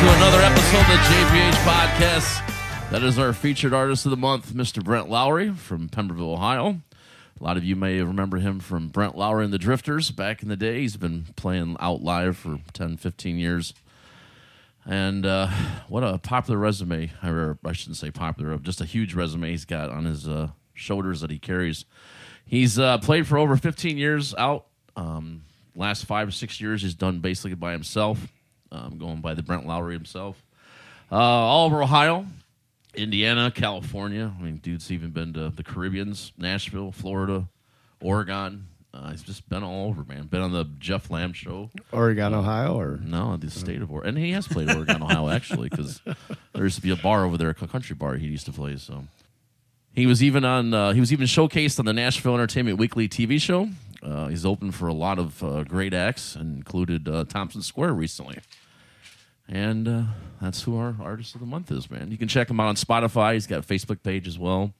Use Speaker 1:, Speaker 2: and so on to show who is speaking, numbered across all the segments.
Speaker 1: Oh, us on the JPH podcast. That is our featured artist of the month, Mr. Brent Lowry from Pemberville, Ohio. A lot of you may remember him from Brent Lowry and the Drifters back in the day. He's been playing out live for 10, 15 years. And uh, what a popular resume, or I shouldn't say popular, just a huge resume he's got on his uh, shoulders that he carries. He's uh, played for over 15 years out. Um, last five or six years, he's done basically by himself, um, going by the Brent Lowry himself. Uh, all over Ohio, Indiana, California. I mean, dude's even been to the Caribbeans, Nashville, Florida, Oregon. Uh, he's just been all over, man. Been on the Jeff Lamb show.
Speaker 2: Oregon, Ohio, or
Speaker 1: No, the state of Oregon. And he has played Oregon, Ohio, actually, because there used to be a bar over there, a country bar he used to play. So he was even on. Uh, he was even showcased on the Nashville Entertainment Weekly TV show. Uh, he's opened for a lot of uh, great acts, included uh, Thompson Square recently. And uh, that's who our artist of the month is, man. You can check him out on Spotify. He's got a Facebook page as well.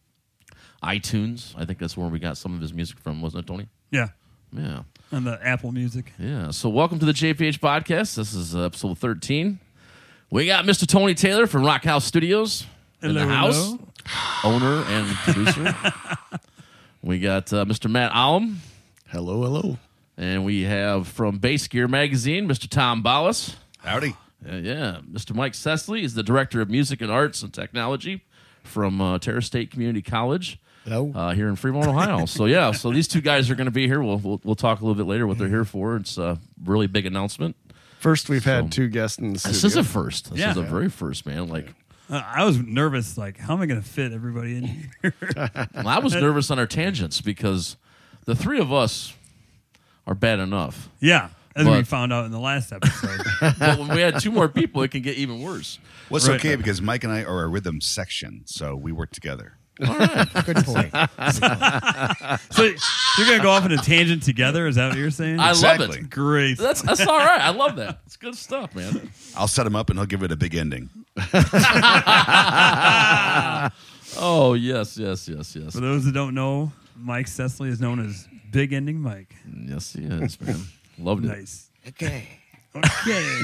Speaker 1: iTunes. I think that's where we got some of his music from, wasn't it, Tony?
Speaker 3: Yeah,
Speaker 1: Yeah.
Speaker 3: and the Apple Music.
Speaker 1: Yeah. So welcome to the JPH podcast. This is uh, episode 13. We got Mr. Tony Taylor from Rock House Studios in the
Speaker 3: Hello,
Speaker 1: house,
Speaker 3: hello.
Speaker 1: owner and producer. we got uh, Mr. Matt Allen,
Speaker 2: hello, hello.
Speaker 1: and we have from Bass Gear Magazine, Mr. Tom Ballas.
Speaker 4: Howdy.
Speaker 1: Uh, yeah, Mr. Mike Sesley is the director of music and arts and technology from uh, Terra State Community College
Speaker 2: Hello.
Speaker 1: uh, here in Fremont, Ohio. so yeah, so these two guys are going to be here. We'll, we'll we'll talk a little bit later what they're here for. It's a really big announcement.
Speaker 2: First, we've had two guests in the studio.
Speaker 1: This is a first. This
Speaker 3: Yeah.
Speaker 1: is a very first, man. Like
Speaker 3: Uh, I was nervous. Like, how am I going to fit everybody in here?
Speaker 1: well, I was nervous on our tangents because the three of us are bad enough,
Speaker 3: yeah, as we
Speaker 1: But-
Speaker 3: found out in the last episode.
Speaker 1: but when we had two more people, it can get even worse.
Speaker 4: Well, it's
Speaker 3: Right.
Speaker 4: okay because Mike and I are a rhythm section, so we work together.
Speaker 5: Good point.
Speaker 3: so you're going to go off on a tangent together? Is that what you're saying?
Speaker 1: I love
Speaker 4: Exactly.
Speaker 1: it.
Speaker 3: Great.
Speaker 1: That's that's all right. I love that. It's good stuff, man.
Speaker 4: I'll set him up and he'll give it a big ending.
Speaker 1: Oh yes, yes, yes, yes.
Speaker 3: For those that don't know, Mike Sesley is known as Big Ending Mike.
Speaker 1: Yes, he is, man. Loved it.
Speaker 3: Nice.
Speaker 5: Okay.
Speaker 3: Okay.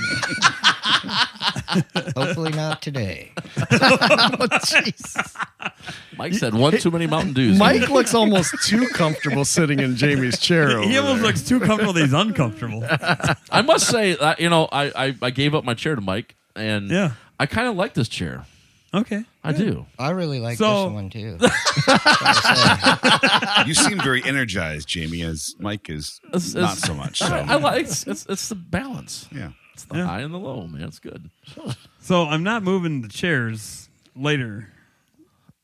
Speaker 5: Hopefully not today. Oh,
Speaker 1: Mike said one too many Mountain Dews.
Speaker 2: Mike looks almost too comfortable sitting in Jamie's chair. Over
Speaker 3: he almost
Speaker 2: there.
Speaker 3: looks too comfortable that he's uncomfortable.
Speaker 1: I must say, that, you know, I, I I gave up my chair to Mike, and
Speaker 3: Yeah.
Speaker 1: I kind of like this chair.
Speaker 3: Okay.
Speaker 1: I do.
Speaker 5: I really like
Speaker 3: So-
Speaker 5: this one too.
Speaker 4: You seem very energized, Jamie, as Mike is
Speaker 1: It's- it's-
Speaker 4: not so much. So.
Speaker 1: I, I like it's, it's it's the balance.
Speaker 4: yeah.
Speaker 1: It's the
Speaker 3: Oh, Yeah.
Speaker 1: high and the low, man. It's good.
Speaker 3: So I'm not moving the chairs later.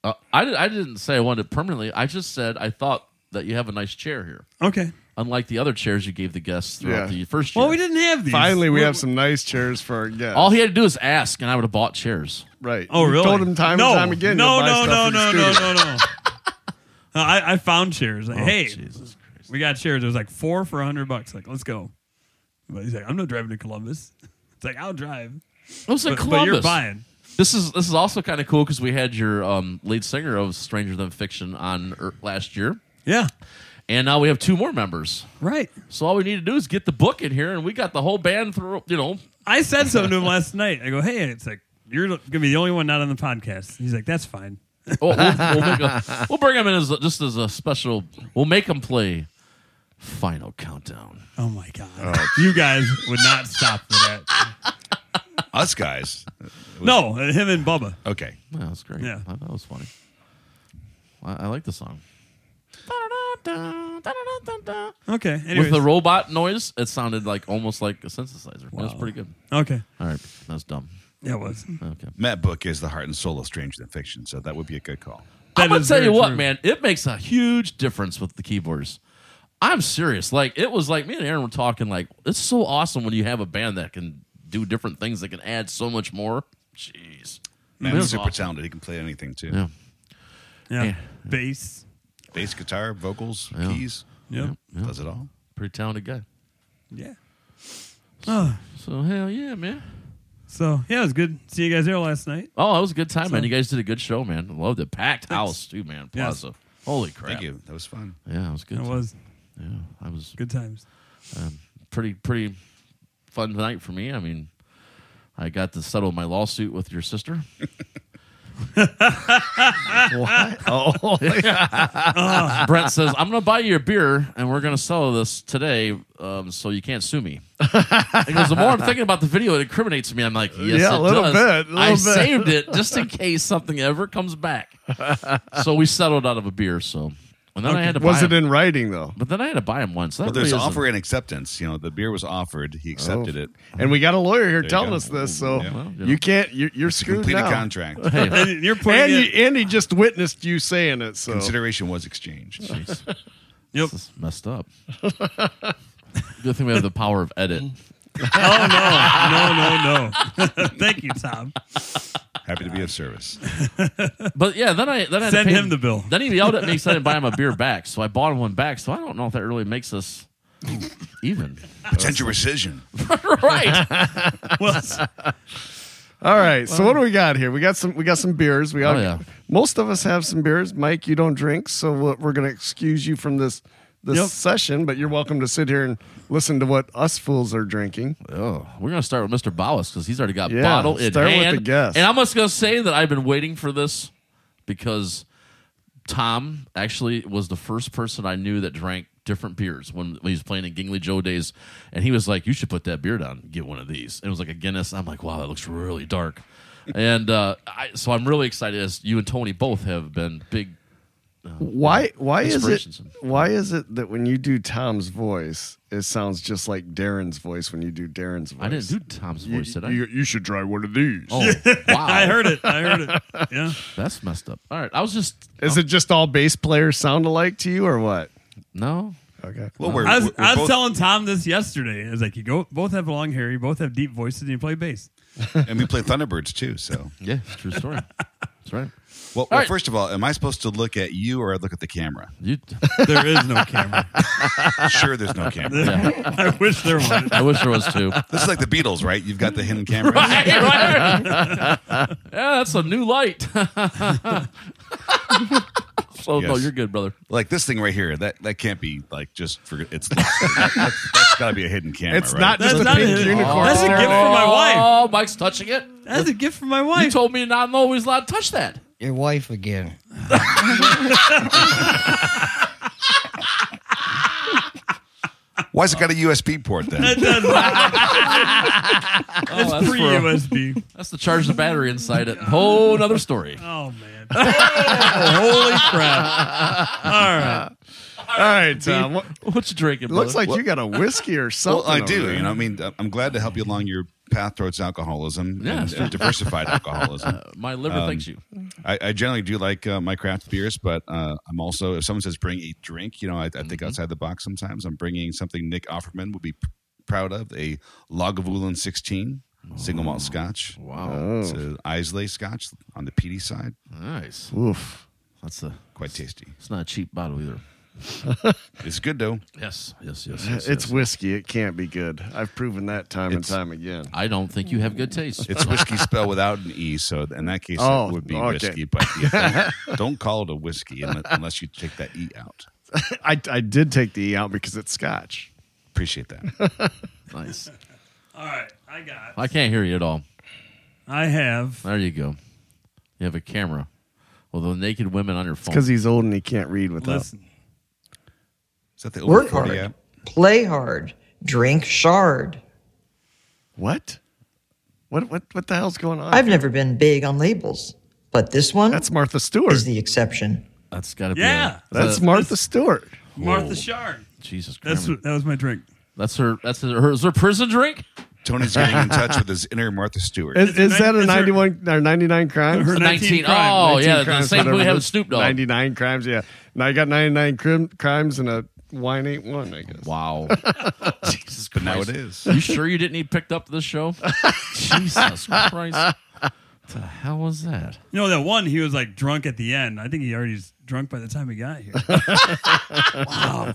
Speaker 1: Uh, I, did, I didn't say I wanted it permanently. I just said I thought that you have a nice chair here,
Speaker 3: Okay.
Speaker 1: unlike the other chairs you gave the guests throughout
Speaker 2: Yeah.
Speaker 1: the first year.
Speaker 3: Well, we didn't have these.
Speaker 2: Finally, we
Speaker 3: We're-
Speaker 2: have some nice chairs for our guests.
Speaker 1: All he had to do was ask, and I would have bought chairs.
Speaker 2: right.
Speaker 3: Oh,
Speaker 2: We
Speaker 3: really?
Speaker 2: Told him time
Speaker 3: no.
Speaker 2: and time again.
Speaker 3: No,
Speaker 2: to buy
Speaker 3: no,
Speaker 2: stuff
Speaker 3: no,
Speaker 2: in the
Speaker 3: no, no,
Speaker 2: studio.
Speaker 3: no, no, no. Uh, I, I found chairs. Like,
Speaker 1: Oh,
Speaker 3: hey,
Speaker 1: Jesus Christ!
Speaker 3: we got chairs. It was like four for a hundred bucks. Like, let's go. But he's like, I'm not driving to Columbus. It's like I'll drive,
Speaker 1: It was in
Speaker 3: but, but
Speaker 1: Columbus.
Speaker 3: you're buying.
Speaker 1: This is this is also kind of cool because we had your um, lead singer of Stranger Than Fiction on er, last year,
Speaker 3: Yeah,
Speaker 1: and now we have two more members.
Speaker 3: right.
Speaker 1: So all we need to do is get the book in here, and we got the whole band through. You know,
Speaker 3: I said something to him last night. I go, hey, it's like you're gonna be the only one not on the podcast. He's like, that's fine.
Speaker 1: Oh, we'll, we'll, we'll, make a- we'll bring them in as a- just as a special. We'll make them play Final Countdown.
Speaker 3: Oh my god, you guys would not stop for that.
Speaker 4: Us guys.
Speaker 3: no, him and Bubba.
Speaker 4: Okay.
Speaker 1: Yeah, that's great.
Speaker 3: Yeah.
Speaker 1: I, that was funny. I, I like the song.
Speaker 3: Okay, anyways.
Speaker 1: With the robot noise, it sounded like almost like a synthesizer. That was pretty good.
Speaker 3: okay,
Speaker 1: All right, that was dumb.
Speaker 3: yeah, it was.
Speaker 1: Okay.
Speaker 4: Matt Book is the heart and soul of Stranger Than Fiction, so that would be a good call.
Speaker 3: That
Speaker 1: I'm gonna
Speaker 3: is
Speaker 1: tell you
Speaker 3: very
Speaker 1: what,
Speaker 3: true.
Speaker 1: man, it makes a huge difference with the keyboards. I'm serious. Like it was like me and Aaron were talking. Like it's so awesome when you have a band that can do different things that can add so much more. Jeez.
Speaker 4: Matt's
Speaker 1: is
Speaker 4: super
Speaker 1: awesome.
Speaker 4: talented. He can play anything too.
Speaker 1: Yeah.
Speaker 3: Yeah,
Speaker 1: Yeah.
Speaker 3: bass.
Speaker 4: Bass guitar, vocals,
Speaker 1: Yeah.
Speaker 4: keys,
Speaker 3: Yep.
Speaker 4: does it all.
Speaker 1: Pretty talented guy.
Speaker 3: Yeah. Oh,
Speaker 1: So hell yeah, man.
Speaker 3: so yeah, it was good. See you guys there last night.
Speaker 1: Oh, that was a good time, man.
Speaker 3: So-
Speaker 1: You guys did a good show, man. Loved it. Packed house too, man.
Speaker 3: Yes.
Speaker 1: Plaza. Holy crap.
Speaker 4: Thank you. That was fun.
Speaker 1: Yeah, it was good.
Speaker 3: It
Speaker 1: time.
Speaker 3: was
Speaker 1: Yeah, I was
Speaker 3: good times.
Speaker 1: pretty pretty fun night for me. I mean, I got to settle my lawsuit with your sister.
Speaker 2: What?
Speaker 1: Oh, Brent says, I'm going to buy you a beer and we're going to sell this today um, so you can't sue me. Because the more I'm thinking about the video, it incriminates me. I'm like, yes,
Speaker 2: Yeah, a
Speaker 1: it
Speaker 2: little
Speaker 1: does.
Speaker 2: bit, a little
Speaker 1: I
Speaker 2: bit.
Speaker 1: saved it just in case something ever comes back. so we settled out of a beer. So, and then I had to
Speaker 2: Was
Speaker 1: buy
Speaker 2: it
Speaker 1: him-
Speaker 2: in writing though?
Speaker 1: but then I had to buy him once. That
Speaker 4: Well,
Speaker 1: really
Speaker 4: there's
Speaker 1: isn't-
Speaker 4: offer and acceptance. You know, the beer was offered. He accepted
Speaker 2: Oh.
Speaker 4: it.
Speaker 2: And we got a lawyer here telling
Speaker 4: go.
Speaker 2: us this, so
Speaker 4: Yeah.
Speaker 1: Well, you
Speaker 2: you,
Speaker 1: know.
Speaker 2: can't. You're, you're screwed
Speaker 4: Complete a
Speaker 2: now.
Speaker 4: contract.
Speaker 3: And you're putting
Speaker 2: And
Speaker 3: in,
Speaker 2: you, and he just witnessed you saying it. So
Speaker 4: Consideration was exchanged.
Speaker 3: yep.
Speaker 1: This is messed up. Good thing we have the power of edit.
Speaker 3: Oh no, no, no, no. Thank you, Tom.
Speaker 4: Happy to be of service.
Speaker 1: But yeah, then I then I had to
Speaker 3: Send
Speaker 1: pay
Speaker 3: him the bill.
Speaker 1: Then he yelled at me, said, "I'd buy him a beer back." So I bought him one back. So I don't know if that really makes us even,
Speaker 4: Potential rescission.
Speaker 1: right?
Speaker 3: Well, s-
Speaker 2: all right. so what do we got here? We got some. We got some beers. We all,
Speaker 1: Oh, yeah.
Speaker 2: Most of us have some beers. Mike, you don't drink, so we're, we're going to excuse you from this this
Speaker 3: Yep.
Speaker 2: session. But you're welcome to sit here and listen to what us fools are drinking.
Speaker 1: Oh, we're gonna start with Mr. Ballas because he's already got
Speaker 2: Yeah,
Speaker 1: bottle in
Speaker 2: start with
Speaker 1: hand.
Speaker 2: the guest.
Speaker 1: And I'm just gonna say that I've been waiting for this because Tom actually was the first person I knew that drank different beers when, when he was playing in Gingley Joe days, and he was like, "You should put that beer down, and get one of these." And it was like a Guinness. I'm like, "Wow, that looks really dark," and uh, I, so I'm really excited as you and Tony both have been big
Speaker 2: Why? Why is it?
Speaker 1: Inspirations.
Speaker 2: Why is it that when you do Tom's voice, it sounds just like Darren's voice when you do Darren's voice?
Speaker 1: I didn't do Tom's
Speaker 2: You,
Speaker 1: voice, did I?
Speaker 2: you, you should try one of these.
Speaker 1: oh, wow.
Speaker 3: I heard it. I heard it. Yeah.
Speaker 1: That's messed up. All right. I was just,
Speaker 2: Is it just all bass players sound alike to you, or what?
Speaker 1: no.
Speaker 2: Okay.
Speaker 4: Well, we're,
Speaker 3: I was,
Speaker 4: we're
Speaker 3: I was
Speaker 4: both,
Speaker 3: telling Tom this yesterday. I was like, you go, both have long hair, you both have deep voices, and you play bass.
Speaker 4: and we play Thunderbirds too. So,
Speaker 1: Yeah, it's a true story. That's right.
Speaker 4: well, well
Speaker 1: right.
Speaker 4: first of all, am I supposed to look at you or I look at the camera?
Speaker 1: You,
Speaker 3: There is no camera.
Speaker 4: Sure, there's no camera.
Speaker 3: I wish there was.
Speaker 1: I wish there was two.
Speaker 4: This is like the Beatles, right? You've got the hidden camera.
Speaker 1: Yeah, that's a new light. so, Oh, no,
Speaker 4: Yes.
Speaker 1: you're good, brother.
Speaker 4: Like this thing right here. That that can't be like just for it's. that- that's- that's got to be a hidden camera.
Speaker 2: It's
Speaker 4: right?
Speaker 2: not just
Speaker 3: That's
Speaker 2: a
Speaker 3: not
Speaker 2: pink
Speaker 3: it. Oh.
Speaker 2: unicorn.
Speaker 3: That's a gift from my wife.
Speaker 1: Oh, Mike's touching it.
Speaker 3: That's a gift from my
Speaker 1: You
Speaker 3: wife.
Speaker 1: told me not know he's allowed to touch that.
Speaker 5: Your wife again.
Speaker 4: Why's it got a USB port then?
Speaker 3: It does not.
Speaker 1: Oh, that's,
Speaker 3: Free
Speaker 1: for,
Speaker 3: USB.
Speaker 1: that's to charge the battery inside it. Whole another story.
Speaker 3: Oh man! holy crap! All right.
Speaker 2: All right, Tom. What,
Speaker 1: What you drinking, brother?
Speaker 2: looks like you got a whiskey or something.
Speaker 4: Well, I
Speaker 2: over
Speaker 4: do.
Speaker 2: there.
Speaker 4: You know, I mean, I- I'm glad to help you along your path towards alcoholism
Speaker 1: Yeah,
Speaker 4: and,
Speaker 1: sure.
Speaker 4: and diversified alcoholism.
Speaker 1: My liver
Speaker 4: Um,
Speaker 1: thanks you.
Speaker 4: I, I generally do like uh, my craft beers, but uh, I'm also if someone says bring a drink, you know, I, I think
Speaker 1: Mm-hmm.
Speaker 4: outside the box sometimes. I'm bringing something Nick Offerman would be p- proud of a Lagavulin 16 single malt Scotch.
Speaker 1: Wow.
Speaker 2: Oh.
Speaker 4: It's a Islay Scotch on the peaty side,
Speaker 1: Nice.
Speaker 2: Oof.
Speaker 1: That's a.
Speaker 4: quite tasty.
Speaker 1: It's not a cheap bottle either.
Speaker 4: It's good though.
Speaker 1: Yes, yes, yes.
Speaker 4: Uh,
Speaker 1: yes,
Speaker 2: It's
Speaker 1: yes.
Speaker 2: whiskey. It can't be good. I've proven that time
Speaker 4: It's-
Speaker 2: and time again.
Speaker 1: I don't think you have good taste.
Speaker 4: It's whiskey spell without an e, so in that case
Speaker 2: Oh,
Speaker 4: it would be
Speaker 2: okay.
Speaker 4: whiskey. But yeah, don't, don't call it a whiskey unle- unless you take that e out.
Speaker 2: I, I did take the E out because it's scotch.
Speaker 4: Appreciate that.
Speaker 1: nice.
Speaker 3: All right. I got.
Speaker 1: I can't hear you at all.
Speaker 3: I have.
Speaker 1: There you go. You have a camera. Well, the naked women on your phone.
Speaker 2: Because he's old and he can't read without.
Speaker 3: Listen.
Speaker 4: Is that the over
Speaker 6: Work
Speaker 4: 40
Speaker 6: hard,
Speaker 4: app?
Speaker 6: play hard, drink shard.
Speaker 2: What? What? What? What the hell's going on?
Speaker 6: I've never been big on labels, but this one
Speaker 2: That's Martha Stewart.
Speaker 6: is the exception.
Speaker 1: That's got to be.
Speaker 3: Yeah.
Speaker 1: a-
Speaker 2: That's
Speaker 1: a-
Speaker 2: Martha Stewart.
Speaker 3: Martha Shard.
Speaker 1: Jesus Christ.
Speaker 3: That's
Speaker 1: That's,
Speaker 3: what, that was my drink.
Speaker 1: her. That's her. her- Is her prison drink?
Speaker 4: Tony's getting in touch with his inner Martha Stewart.
Speaker 2: Is, is that a
Speaker 3: is her-
Speaker 2: 91 or 99 crimes?
Speaker 3: Her 19 crime,
Speaker 1: Oh yeah, the
Speaker 2: crimes,
Speaker 1: same
Speaker 2: whatever
Speaker 1: we
Speaker 2: it
Speaker 1: have
Speaker 2: is.
Speaker 1: Snoop Dogg.
Speaker 2: 99 crimes, yeah. Now I got 99 crim- crimes and a wine ain't one, I guess.
Speaker 1: Wow. Jesus
Speaker 4: but now it
Speaker 1: Christ.
Speaker 4: is.
Speaker 1: You sure you didn't need picked up this show? Jesus Christ. What the hell was that?
Speaker 3: You know that one? He was like drunk at the end. I think he already was drunk by the time he got here. wow.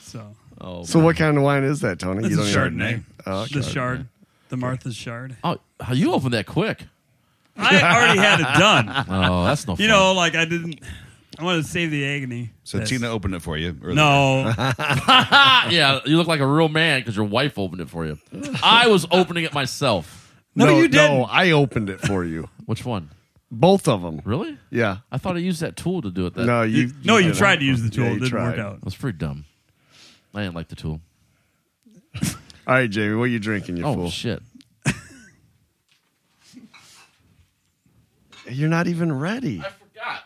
Speaker 3: So
Speaker 1: Oh.
Speaker 2: So what kind of wine is that, Tony?
Speaker 3: this
Speaker 2: You don't
Speaker 3: is
Speaker 2: even-
Speaker 3: Chardonnay.
Speaker 2: Oh, okay.
Speaker 3: The Shard. The Martha's Shard.
Speaker 1: Oh, how you opened that quick?
Speaker 3: I already had it done.
Speaker 1: Oh, that's no. fun.
Speaker 3: You know, like I didn't. I wanted to save the agony.
Speaker 4: So
Speaker 3: That's-
Speaker 4: Tina opened it for you. earlier.
Speaker 3: No,
Speaker 1: Ah, yeah, you look like a real man because your wife opened it for you. I was opening it myself.
Speaker 3: No,
Speaker 2: No,
Speaker 3: you didn't.
Speaker 2: I opened it for you.
Speaker 1: Which one?
Speaker 2: Both of them.
Speaker 1: Really?
Speaker 2: Yeah.
Speaker 1: I thought I used that tool to do it. That
Speaker 2: No, you.
Speaker 3: no, you
Speaker 2: didn't.
Speaker 3: tried to use the tool.
Speaker 2: Yeah,
Speaker 3: it
Speaker 2: you
Speaker 3: didn't work
Speaker 2: tried.
Speaker 3: out.
Speaker 1: It was pretty dumb. I didn't like the tool.
Speaker 2: All right, Jamie, what are you drinking, you
Speaker 1: Oh
Speaker 2: fool?
Speaker 1: shit!
Speaker 2: You're not even ready.
Speaker 1: forgot.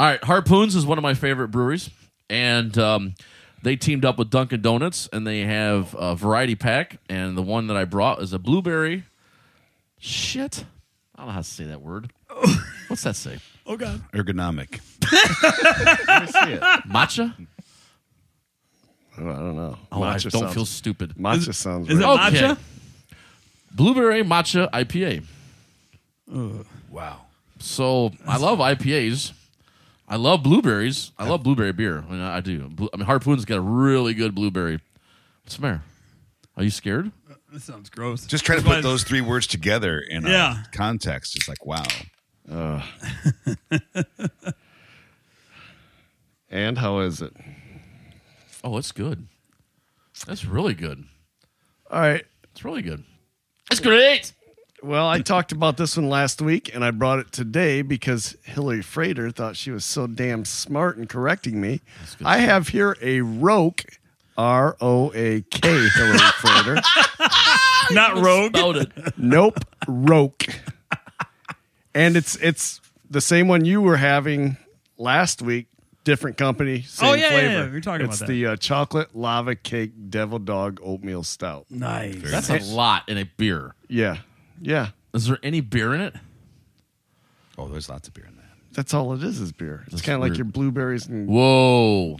Speaker 1: All right, Harpoons is one of my favorite breweries, and um, they teamed up with Dunkin' Donuts, and they have a variety pack. And the one that I brought is a blueberry. Shit, I don't know how to say that word. What's that say?
Speaker 3: Oh god.
Speaker 4: Ergonomic.
Speaker 2: Let me see it. Oh,
Speaker 1: Matcha?
Speaker 2: I don't know.
Speaker 1: Oh, I
Speaker 2: Matcha
Speaker 1: don't
Speaker 2: sounds-
Speaker 1: feel stupid.
Speaker 2: Matcha sounds
Speaker 3: Is it
Speaker 2: right.
Speaker 1: Okay.
Speaker 3: matcha?
Speaker 1: Blueberry matcha IPA.
Speaker 4: Wow.
Speaker 1: So I love IPAs. I love blueberries. I love blueberry beer. I mean, I do. Blue- I mean, Harpoon's got a really good blueberry. What's the matter? Are you scared?
Speaker 3: That sounds gross.
Speaker 4: Just trying to
Speaker 3: That's
Speaker 4: put
Speaker 3: why-
Speaker 4: those three words together in a
Speaker 3: Yeah.
Speaker 4: context. It's like, wow.
Speaker 2: And how is it?
Speaker 1: Oh, it's good. That's really good.
Speaker 2: All right.
Speaker 1: It's really good. It's great.
Speaker 2: Well, I talked about this one last week, and I brought it today because Hillary Frater thought she was so damn smart in correcting me.
Speaker 1: good
Speaker 2: I have here a Roke, R O A K, Hillary Frater.
Speaker 3: Not rogue.
Speaker 1: About it.
Speaker 2: Nope, Roke. And it's it's the same one you were having last week. Different company, same
Speaker 3: Oh, yeah, yeah,
Speaker 2: flavor.
Speaker 3: yeah, we were talking about
Speaker 2: it's
Speaker 3: that.
Speaker 2: the uh, chocolate lava cake devil dog oatmeal stout.
Speaker 3: Nice.
Speaker 1: That's a lot in a beer.
Speaker 2: Yeah, yeah,
Speaker 1: Is there any beer in it?
Speaker 4: Oh, there's lots of beer in that.
Speaker 2: that's all it is. Is beer. It's
Speaker 1: That's
Speaker 2: kind of like
Speaker 1: weird.
Speaker 2: your blueberries and
Speaker 1: Whoa.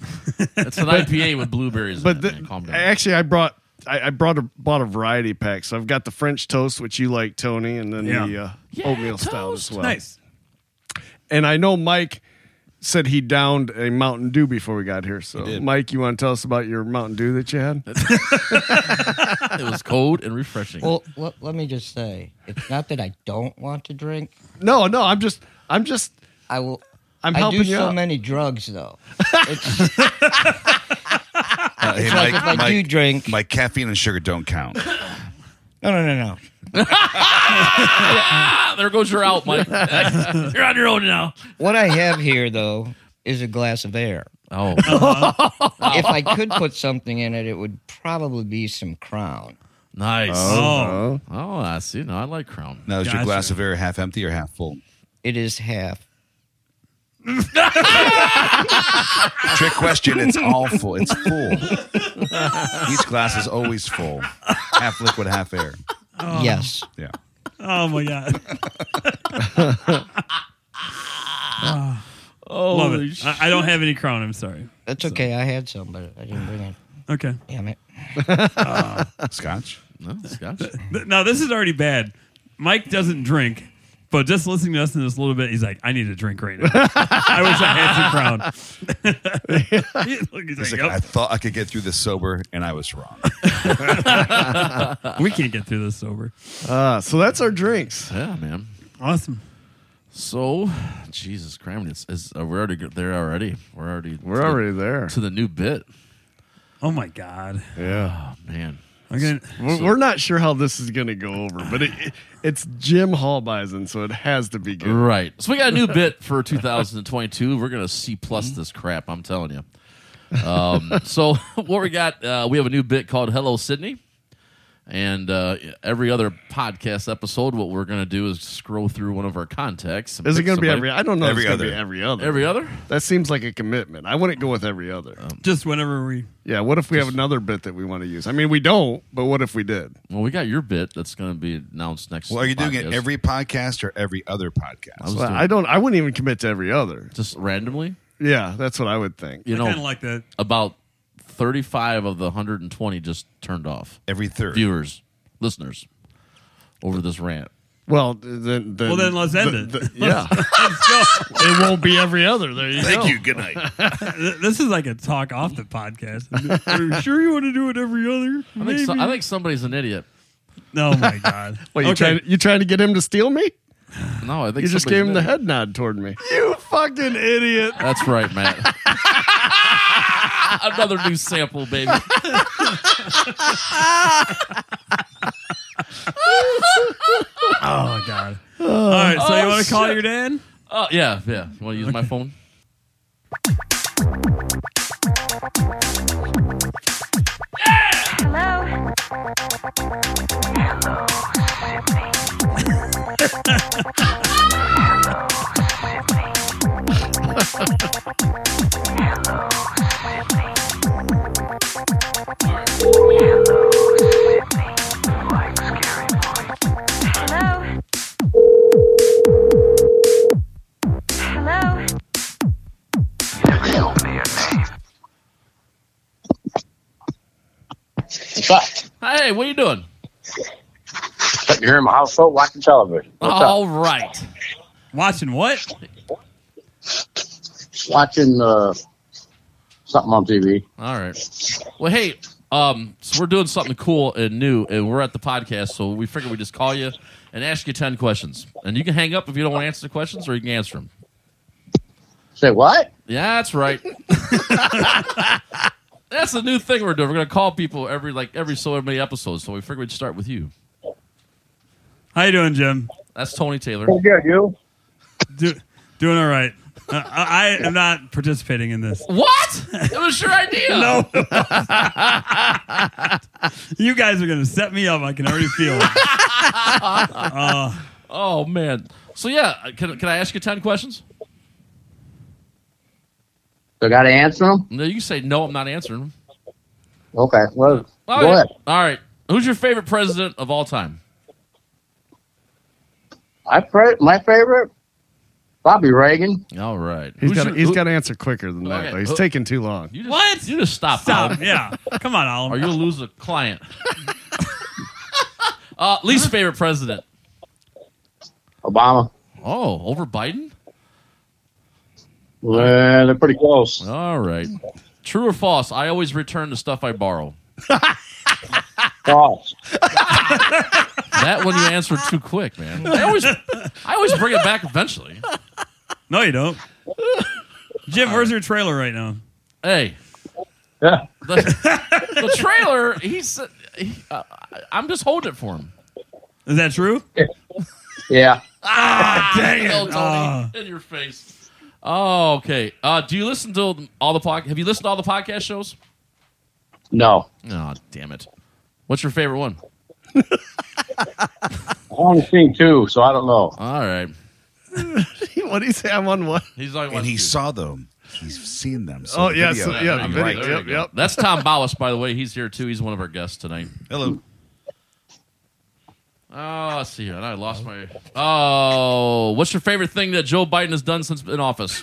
Speaker 1: That's an IPA with blueberries. But
Speaker 2: But the,
Speaker 1: man. calm down.
Speaker 2: I- actually, I brought I, I brought a bought a variety pack. So I've got the French toast, which you like, Tony, and then the
Speaker 3: Yeah.
Speaker 2: uh,
Speaker 1: Yeah,
Speaker 2: oatmeal stout as
Speaker 1: toast.
Speaker 2: well.
Speaker 3: Nice.
Speaker 2: And I know Mike said he downed a Mountain Dew before we got here. So
Speaker 4: did.
Speaker 2: Mike, you want to tell us about your Mountain Dew that you had?
Speaker 1: it was cold and refreshing.
Speaker 5: Well, let, let me just say, it's not that I don't want to drink.
Speaker 2: no, no, I'm just I'm just
Speaker 5: I will.
Speaker 2: I'm
Speaker 5: I
Speaker 2: helping
Speaker 5: do
Speaker 2: you
Speaker 5: so
Speaker 2: out.
Speaker 5: many drugs though. It's,
Speaker 4: Uh, hey,
Speaker 5: like if I do drink-
Speaker 4: My caffeine and sugar don't count.
Speaker 5: no, no, no, no.
Speaker 1: ah, there goes your out, Mike. You're on your own now.
Speaker 5: What I have here though is a glass of air.
Speaker 1: Oh,
Speaker 2: Uh-huh.
Speaker 5: If I
Speaker 2: Oh.
Speaker 5: could put something in it, it would probably be some Crown.
Speaker 1: nice.
Speaker 3: Oh.
Speaker 1: Oh, I see. No, I like Crown.
Speaker 4: Now, is your
Speaker 3: Gotcha.
Speaker 4: glass of air half empty or half full?
Speaker 5: It is half.
Speaker 4: Trick question. It's all full. It's full. Each glass is always full. Half liquid, half air.
Speaker 5: Yes.
Speaker 4: Yeah.
Speaker 3: Oh my god.
Speaker 1: Oh,
Speaker 3: Ah. Love it. I, I don't have any crown. I'm sorry.
Speaker 5: That's okay. I had some, but I didn't bring it.
Speaker 3: Okay.
Speaker 5: Damn it.
Speaker 4: Scotch?
Speaker 1: No, Scotch.
Speaker 3: Th- Now this is already bad. Mike doesn't drink, but just listening to us in this little bit, he's like, "I need a drink right now. I wish I had some crown." he's like,
Speaker 4: It's like,
Speaker 3: "Yup,
Speaker 4: I thought I could get through this sober, and I was wrong.
Speaker 3: we can't get through this sober.
Speaker 2: Uh, so that's our drinks.
Speaker 1: yeah, man.
Speaker 3: Awesome.
Speaker 1: So, Jesus Christ, it's, it's, uh, we're already there already. We're already
Speaker 2: We're already there.
Speaker 1: to the new bit.
Speaker 3: Oh my god.
Speaker 2: Yeah,
Speaker 1: Oh man,
Speaker 3: I'm gonna.
Speaker 2: we're, we're not sure how this is going to go over, but it, it, it's Jim Hall Bison, so it has to be good.
Speaker 1: right. So we got a new bit for 2022. We're gonna C plus
Speaker 2: Mm-hmm.
Speaker 1: this crap. I'm telling you. Um, so what we got? Uh, we have a new bit called Hello Sydney, and uh, every other podcast episode, what we're gonna do is scroll through one of our contacts. and
Speaker 2: Is it
Speaker 1: pick
Speaker 2: going to be every?
Speaker 1: somebody-
Speaker 2: I don't know. if
Speaker 4: Every
Speaker 2: it's going to
Speaker 4: other.
Speaker 2: be every other.
Speaker 1: every other?
Speaker 2: That seems like a commitment. I wouldn't go with every other.
Speaker 3: Just whenever we.
Speaker 2: yeah, what if we have another bit that we want to use? I mean, we don't, but what if we did?
Speaker 1: Well, we got your bit that's gonna be announced next.
Speaker 4: Well, are you doing it
Speaker 1: podcast.
Speaker 4: every podcast or every other podcast?
Speaker 1: was-
Speaker 2: Well, I don't. I wouldn't even commit to every other.
Speaker 1: just randomly?
Speaker 2: Yeah, that's what I would think.
Speaker 1: You know,
Speaker 3: Kind of like that.
Speaker 1: about 35 of the 120 just turned off.
Speaker 4: every third.
Speaker 1: Viewers, listeners, over this rant.
Speaker 2: Well, then, then
Speaker 3: Well, then let's end
Speaker 2: the-
Speaker 3: it.
Speaker 2: the- yeah,
Speaker 3: Let's go.
Speaker 2: it won't be every other. There you
Speaker 4: Thank
Speaker 2: go.
Speaker 4: you. Good night.
Speaker 3: Th- This is like a talk off the podcast. Are you sure you want to do it every other?
Speaker 1: I think, so, I think somebody's an idiot.
Speaker 3: Oh my god.
Speaker 2: What you
Speaker 3: Okay.
Speaker 2: trying? You trying to get him to steal me?
Speaker 1: No, I think
Speaker 2: You
Speaker 1: somebody's
Speaker 2: just gave him
Speaker 1: an
Speaker 2: the
Speaker 1: idiot.
Speaker 2: head nod toward me. You fucking idiot!
Speaker 1: That's right, Matt. Another new sample, baby.
Speaker 3: Oh god. All right, so you
Speaker 1: Oh,
Speaker 3: want to call
Speaker 1: shit.
Speaker 3: your dad?
Speaker 1: Oh yeah, yeah. You want to use my phone?
Speaker 7: Hello. Hello. Hello.
Speaker 8: What's up?
Speaker 1: Hey, what are you doing?
Speaker 8: You're in my household watching television. What's up?
Speaker 1: All right.
Speaker 3: Watching what?
Speaker 8: Watching uh, something on TV.
Speaker 1: All right. Well, hey, um, so we're doing something cool and new, and we're at the podcast, so we figured we just call you and ask you ten questions, and you can hang up if you don't want to answer the questions, or you can answer them.
Speaker 8: Say what?
Speaker 1: Yeah, that's right. that's the new thing we're doing. We're gonna call people every like every so many episodes, so we figured we'd start with you.
Speaker 3: How you doing, Jim?
Speaker 1: That's Tony Taylor.
Speaker 8: good, you.
Speaker 3: Do, doing all right. Uh, I, I am not participating in this.
Speaker 1: What? It was your idea.
Speaker 3: No. you guys are gonna set me up. I can already feel it.
Speaker 1: Oh man. So yeah, can can I ask you ten questions?
Speaker 8: So got to answer them?
Speaker 1: No, you can say no. I'm not answering them.
Speaker 8: Okay. Well,
Speaker 1: All
Speaker 8: go
Speaker 1: right.
Speaker 8: ahead.
Speaker 1: All right. Who's your favorite president of all time?
Speaker 8: I pray, my favorite, Bobby Reagan.
Speaker 1: All right.
Speaker 2: He's
Speaker 1: Who's
Speaker 2: got
Speaker 1: your-
Speaker 2: he's
Speaker 1: who-
Speaker 2: got to answer quicker than that.
Speaker 1: Okay.
Speaker 2: though. He's
Speaker 1: Who-
Speaker 2: taking too long.
Speaker 1: You just,
Speaker 3: What?
Speaker 1: You just stop.
Speaker 3: Stop.
Speaker 1: Al,
Speaker 3: Yeah. Come on, Al.
Speaker 1: Or you'll lose a client. uh, least favorite president.
Speaker 8: Obama.
Speaker 1: Oh, over Biden?
Speaker 8: Well, they're pretty close.
Speaker 1: All right. True or false? I always return the stuff I borrow.
Speaker 8: False.
Speaker 1: That one you answered too quick, man. I always, I always bring it back eventually.
Speaker 3: No, you don't. Jim, where's your trailer right now?
Speaker 1: Hey,
Speaker 8: Yeah.
Speaker 1: the, the trailer. He's. He, uh, I'm just holding it for him.
Speaker 3: Is that true?
Speaker 8: Yeah.
Speaker 1: Dang Tony,
Speaker 3: Ah.
Speaker 1: in your face. Oh, okay. Uh, do you listen to all the pod? Have you listened to all the podcast shows?
Speaker 8: No.
Speaker 1: Oh, damn it. What's your favorite one?
Speaker 8: I've only seen two, so I don't know.
Speaker 1: All right.
Speaker 2: what do you say? I'm on what?
Speaker 1: He's on
Speaker 4: And he saw them. He's seen them. So
Speaker 2: Oh
Speaker 4: the
Speaker 2: yeah,
Speaker 4: video-
Speaker 2: so, yeah,
Speaker 1: There you
Speaker 2: the video.
Speaker 1: go. There
Speaker 2: Yep,
Speaker 1: you go.
Speaker 2: yep.
Speaker 1: That's Tom Ballas, by the way. He's here too. He's one of our guests tonight.
Speaker 4: Hello.
Speaker 1: Oh, let's see here. And I lost my. Oh, what's your favorite thing that Joe Biden has done since in office?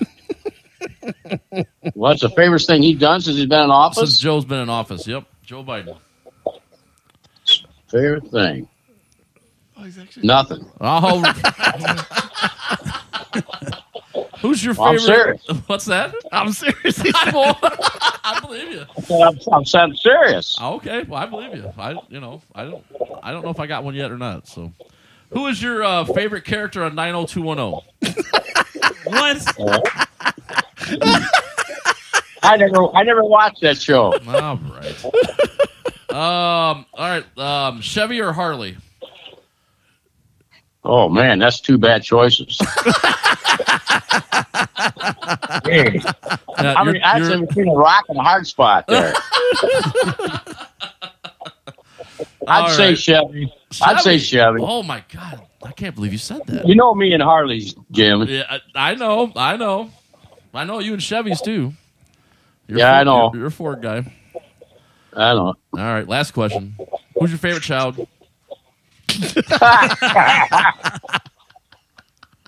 Speaker 8: What's the favorite thing he's done since he's been in
Speaker 1: since
Speaker 8: office?
Speaker 1: Joe's been in office. Yep, Joe Biden.
Speaker 8: Favorite thing. Nothing.
Speaker 1: Oh. Who's your
Speaker 8: I'm
Speaker 1: favorite? What's that?
Speaker 2: I'm serious.
Speaker 1: I bel- I believe you. Oh,
Speaker 8: I'm, I'm, I'm serious.
Speaker 1: Okay, well, I believe you. I, you know, I don't, I don't know if I got one yet or not. So, who is your uh, favorite character on 90210?
Speaker 3: What?
Speaker 8: I never, I never watched that show.
Speaker 1: All right. um. All right. Um. Chevy or Harley?
Speaker 8: Oh man, that's two bad choices. Hey,
Speaker 1: Uh,
Speaker 8: I
Speaker 1: you're-
Speaker 8: mean, actually,
Speaker 1: you're-
Speaker 8: between a rock and a hard spot there. I'd
Speaker 1: All
Speaker 8: say
Speaker 1: right.
Speaker 8: Chevy. I'd say Chevy.
Speaker 1: Oh my god! I can't believe you said that.
Speaker 8: You know me and Harley's, Jim.
Speaker 1: Yeah, I, I know. I know. I know you and Chevy's too. You're
Speaker 8: Yeah,
Speaker 1: Ford,
Speaker 8: I know.
Speaker 1: You're, you're a Ford guy. All
Speaker 8: I don't.
Speaker 1: right. Last question. Who's your favorite child?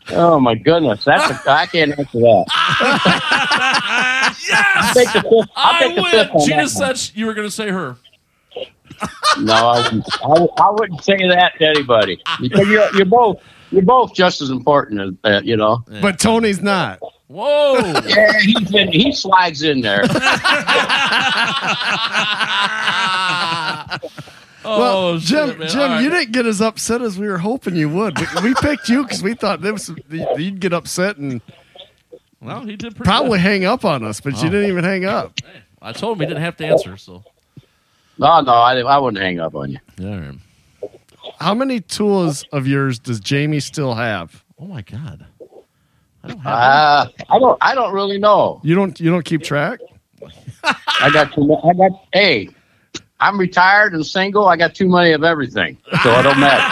Speaker 8: Oh my goodness, that's a, I can't answer that. I'll take the fifth. I'll
Speaker 1: I
Speaker 8: take the fifth
Speaker 1: win.
Speaker 8: on
Speaker 1: She
Speaker 8: that
Speaker 1: just
Speaker 8: one.
Speaker 1: said sh- you were going to say her.
Speaker 8: No, I wouldn't, I, would- I wouldn't say that to anybody because you're, you're both you're both just as important as that, you know.
Speaker 2: But Tony's not.
Speaker 1: Whoa.
Speaker 8: Yeah, he's in, he slides in there.
Speaker 1: oh,
Speaker 2: well, Jim,
Speaker 1: shit, man.
Speaker 2: Jim,
Speaker 1: All right.
Speaker 2: you didn't get as upset as we were hoping you would. We, we picked you because we thought this, you'd get upset and
Speaker 1: Well, he did pretty
Speaker 2: probably
Speaker 1: good.
Speaker 2: hang up on us, but
Speaker 1: Oh.
Speaker 2: you didn't even hang up.
Speaker 1: I told him he didn't have to answer, so.
Speaker 8: No, no, I, I wouldn't hang up on you.
Speaker 1: Yeah, all right.
Speaker 2: how many tools of yours does Jamie still have?
Speaker 1: Oh my god. I don't have
Speaker 8: Uh, I don't. I don't really know.
Speaker 2: You don't you don't keep track?
Speaker 8: I got too. mu- I got. Hey, I'm retired and single. I got too many of everything, so it don't matter.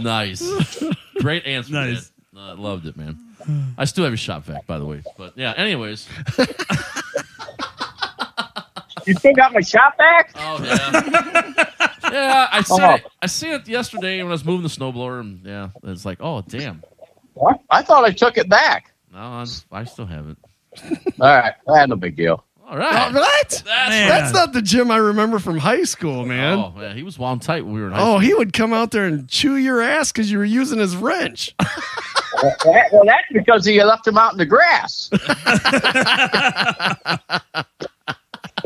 Speaker 1: Nice. Great answer.
Speaker 3: Nice.
Speaker 1: man. I loved it, man. I still have your shop back, by the way. But yeah, anyways.
Speaker 8: You still got my shop back?
Speaker 1: Oh yeah. yeah, I seen it. I seen it yesterday when I was moving the snowblower, and yeah, it's like, oh damn.
Speaker 8: What? I thought I took it back.
Speaker 1: No, I'm, I still have it.
Speaker 8: All right, that's no big deal.
Speaker 1: All right.
Speaker 2: What?
Speaker 1: That's
Speaker 3: Man.
Speaker 2: That's not the Jim I remember from high school, man.
Speaker 1: Oh yeah, he was wound tight when we were in high
Speaker 2: Oh,
Speaker 1: school.
Speaker 2: he would come out there and chew your ass because you were using his wrench.
Speaker 8: That- well, that's because he left him out in the grass.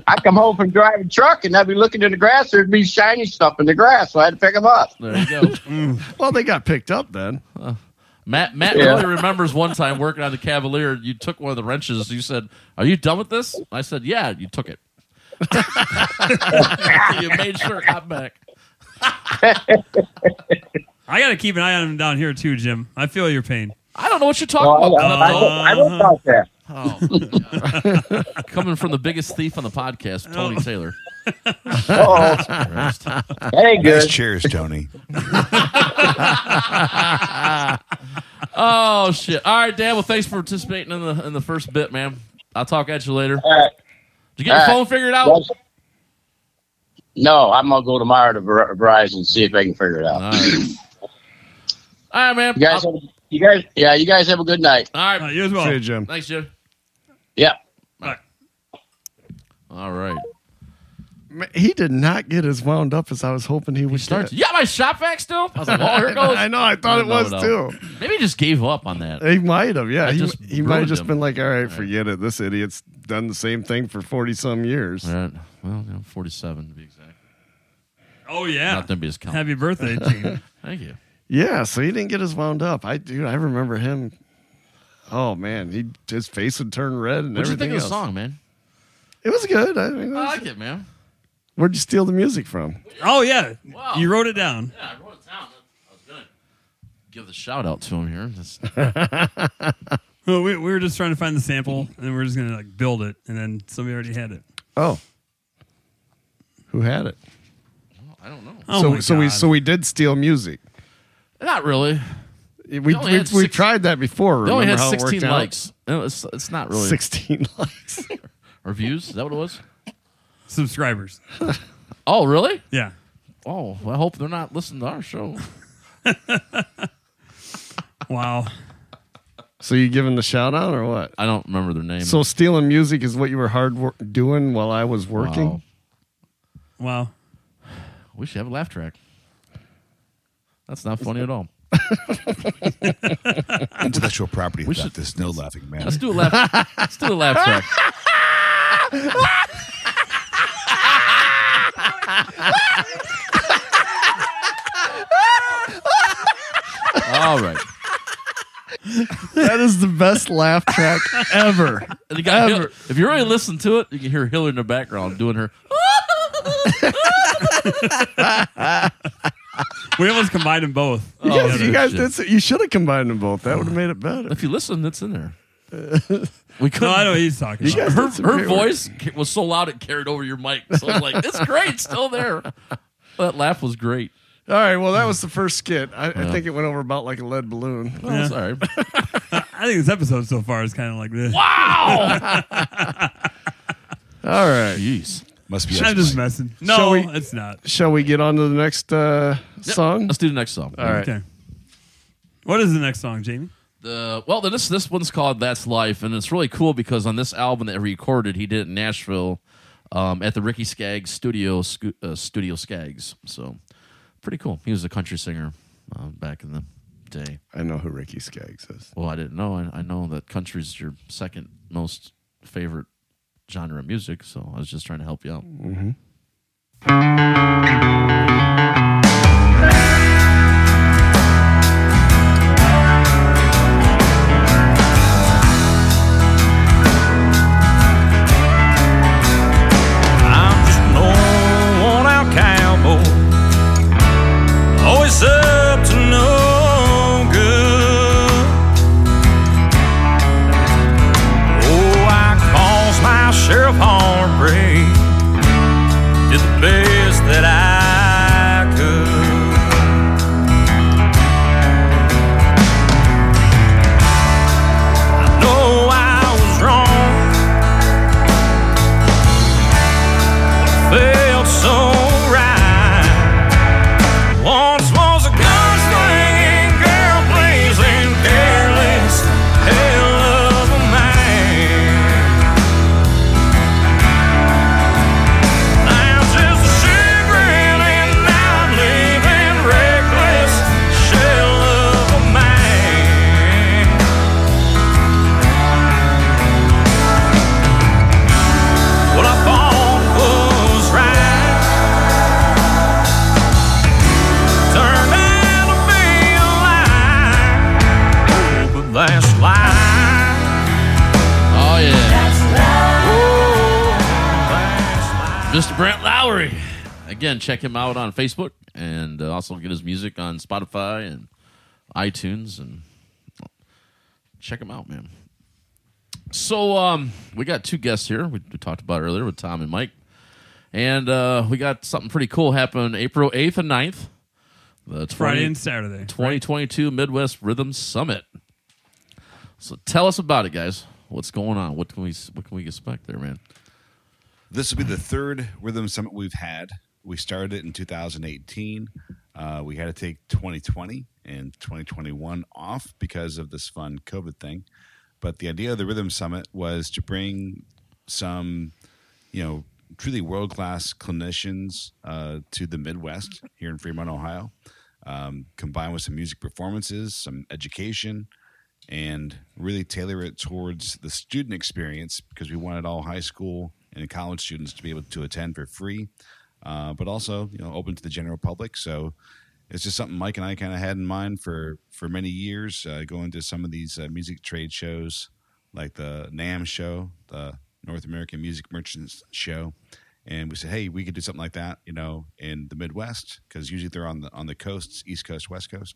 Speaker 8: I come home from driving truck and I'd be looking in the grass. There'd be shiny stuff in the grass, so I had to pick him up.
Speaker 1: There you go.
Speaker 2: well, they got picked up then.
Speaker 1: Matt Matt
Speaker 8: Yeah.
Speaker 1: really remembers one time working on the Cavalier. You took one of the wrenches. You said, "Are you done with this?" I said, "Yeah." You took it. So you made sure it got back.
Speaker 3: I got to keep an eye on him down here too, Jim. I feel your pain.
Speaker 1: I don't know what you're talking
Speaker 8: Well, I,
Speaker 1: about.
Speaker 8: I, I, I don't doubt that.
Speaker 1: Oh, coming from the biggest thief on the podcast, Tony Taylor.
Speaker 8: Uh-oh.
Speaker 1: Christ.
Speaker 8: That ain't
Speaker 4: Nice
Speaker 8: good.
Speaker 4: cheers, Tony.
Speaker 1: Oh shit! All right, Dan. Well, thanks for participating in the in the first bit, man. I'll talk at you later. Did
Speaker 8: All right.
Speaker 1: you get your
Speaker 8: All right.
Speaker 1: phone figured out?
Speaker 8: Well, No, I'm gonna go tomorrow to Ver- Verizon and see if I can figure it out.
Speaker 1: All right. All right, man.
Speaker 8: You guys, have, you guys, yeah, you guys have a good night.
Speaker 1: All
Speaker 3: Uh,
Speaker 1: right.
Speaker 3: you as well.
Speaker 2: Say, Jim.
Speaker 1: Thanks, Jim.
Speaker 8: Yeah.
Speaker 1: All right.
Speaker 2: Ma- He did not get as wound up as I was hoping he would
Speaker 1: Starts.
Speaker 2: get.
Speaker 1: You got my shop back still? I was like, oh, here it goes.
Speaker 2: I know. I thought
Speaker 1: I
Speaker 2: it was
Speaker 1: know, though.
Speaker 2: too.
Speaker 1: Maybe he just gave up on that.
Speaker 2: He might have. Yeah,
Speaker 1: I
Speaker 2: he,
Speaker 1: just
Speaker 2: he might have
Speaker 1: ruined
Speaker 2: just
Speaker 1: him.
Speaker 2: been like, "All right, forget it. This idiot's done the same thing for forty some years."
Speaker 1: All right. Well, yeah, 47 to be exact.
Speaker 3: Oh yeah.
Speaker 1: Not them be his count.
Speaker 3: Happy birthday, team.
Speaker 1: Thank you.
Speaker 2: Yeah, so he didn't get as wound up. I dude, I remember him. Oh man, he his face would turn red and
Speaker 1: What'd you
Speaker 2: everything
Speaker 1: think of the
Speaker 2: else.
Speaker 1: song, man?
Speaker 2: It was good. I mean, it
Speaker 1: I
Speaker 2: was-
Speaker 1: like it, man.
Speaker 2: where'd you steal the music from?
Speaker 3: oh yeah.
Speaker 1: Wow.
Speaker 3: You wrote it down.
Speaker 1: Yeah, I wrote it down. I was going to give the shout out to him here. That's-
Speaker 3: Well, we, we were just trying to find the sample, and we are just gonna like build it, and then somebody already had it.
Speaker 2: Oh, who had it?
Speaker 1: I don't know.
Speaker 3: Oh
Speaker 2: so
Speaker 3: my
Speaker 2: so we
Speaker 3: God.
Speaker 2: so we did steal music.
Speaker 1: Not really.
Speaker 2: We we,
Speaker 1: only
Speaker 2: we,
Speaker 1: had six-
Speaker 2: tried that before.
Speaker 1: They only
Speaker 2: Remember
Speaker 1: had
Speaker 2: how it
Speaker 1: 16
Speaker 2: worked out?
Speaker 1: likes. No, it's, it's not really.
Speaker 2: Sixteen likes.
Speaker 1: Or views? Is that what it was?
Speaker 3: subscribers.
Speaker 1: Oh, really?
Speaker 3: Yeah.
Speaker 1: Oh, well, I hope they're not listening to our show.
Speaker 3: Wow.
Speaker 2: so you giving the shout out or what?
Speaker 1: I don't remember their name.
Speaker 2: So stealing music is what you were hard wor- doing while I was working.
Speaker 1: Wow.
Speaker 3: Wow.
Speaker 1: We should have a laugh track. That's not funny at all.
Speaker 4: Intellectual property
Speaker 1: We
Speaker 4: without
Speaker 1: should-
Speaker 4: this no laughing man.
Speaker 1: Let's do a laugh. let's do a laugh track. All right.
Speaker 2: That is the best laugh track ever.
Speaker 1: And you got Hil- if you really listen to it, you can hear Hillary in the background doing her.
Speaker 3: We almost combined them both.
Speaker 1: Oh,
Speaker 2: Yes,
Speaker 1: yeah,
Speaker 2: you guys
Speaker 1: shit.
Speaker 2: did. so- You should have combined them both. That would have made it better.
Speaker 1: If you listen, it's in there. We couldn't.
Speaker 3: No, Oh, I know what he's talking
Speaker 2: You
Speaker 3: about.
Speaker 2: guys
Speaker 1: her
Speaker 2: did some
Speaker 1: her
Speaker 2: great work.
Speaker 1: voice ca- was so loud it carried over your mic. So I was like, it's great, it's still there. That laugh was great.
Speaker 2: All right. Well, that was the first skit. I, I think it went over about like a lead balloon.
Speaker 1: Oh,
Speaker 3: Yeah.
Speaker 1: sorry.
Speaker 3: I think this episode so far is kind of like this.
Speaker 1: Wow.
Speaker 2: All right.
Speaker 1: Jeez.
Speaker 4: Must be.
Speaker 3: I'm
Speaker 4: us,
Speaker 3: just
Speaker 4: Mike.
Speaker 3: messing. No,
Speaker 2: Shall we-
Speaker 3: it's not.
Speaker 2: Shall we get on to the next uh, song?
Speaker 1: Let's do the next song.
Speaker 2: All right.
Speaker 3: Okay. What is the next song, Jamie?
Speaker 1: The Uh, well, this this one's called "That's Life," and it's really cool because on this album that he recorded, he did it in Nashville um, at the Ricky Skaggs Studio scu- uh, Studio Skaggs. So pretty cool. He was a country singer uh, back in the day.
Speaker 2: I know who Ricky Skaggs is.
Speaker 1: Well, I didn't know. I, I know that country's your second most favorite genre of music, so I was just trying to help you out.
Speaker 7: I'm just an old worn out cow Oh, spray. Did the best that I could. I know I was wrong. But it felt so right. Once was a gunslinging, girl blazing, careless hell of a man. Now just a shivering and I'm living reckless shell of a man. What I thought was right. Turn out to be a lie. But that's lie.
Speaker 1: Oh, yeah.
Speaker 7: That's lie.
Speaker 1: Mr. Brent Lowry. Again, check him out on Facebook and uh, also get his music on Spotify and iTunes and check him out, man. So um, we got two guests here. We, we talked about earlier with Tom and Mike, and uh, we got something pretty cool happening April eighth and 9th. The 20,
Speaker 3: Friday and Saturday.
Speaker 1: 2022 Midwest Rhythm Summit. So tell us about it, guys. What's going on? What can we what can we expect there, man?
Speaker 4: This will be the third rhythm summit we've had. We started it in 2018. Uh, we had to take 2020 and 2021 off because of this fun COVID thing. But the idea of the Rhythm Summit was to bring some, you know, truly world class clinicians uh, to the Midwest here in Fremont, Ohio, um, combined with some music performances, some education, and really tailor it towards the student experience because we wanted all high school and college students to be able to attend for free, uh, but also you know open to the general public. So it's just something Mike and I kind of had in mind for for many years, uh, going to some of these uh, music trade shows like the NAM show, the North American Music Merchants show. And we said, hey, we could do something like that, you know, in the Midwest because usually they're on the on the coasts, East Coast, West Coast.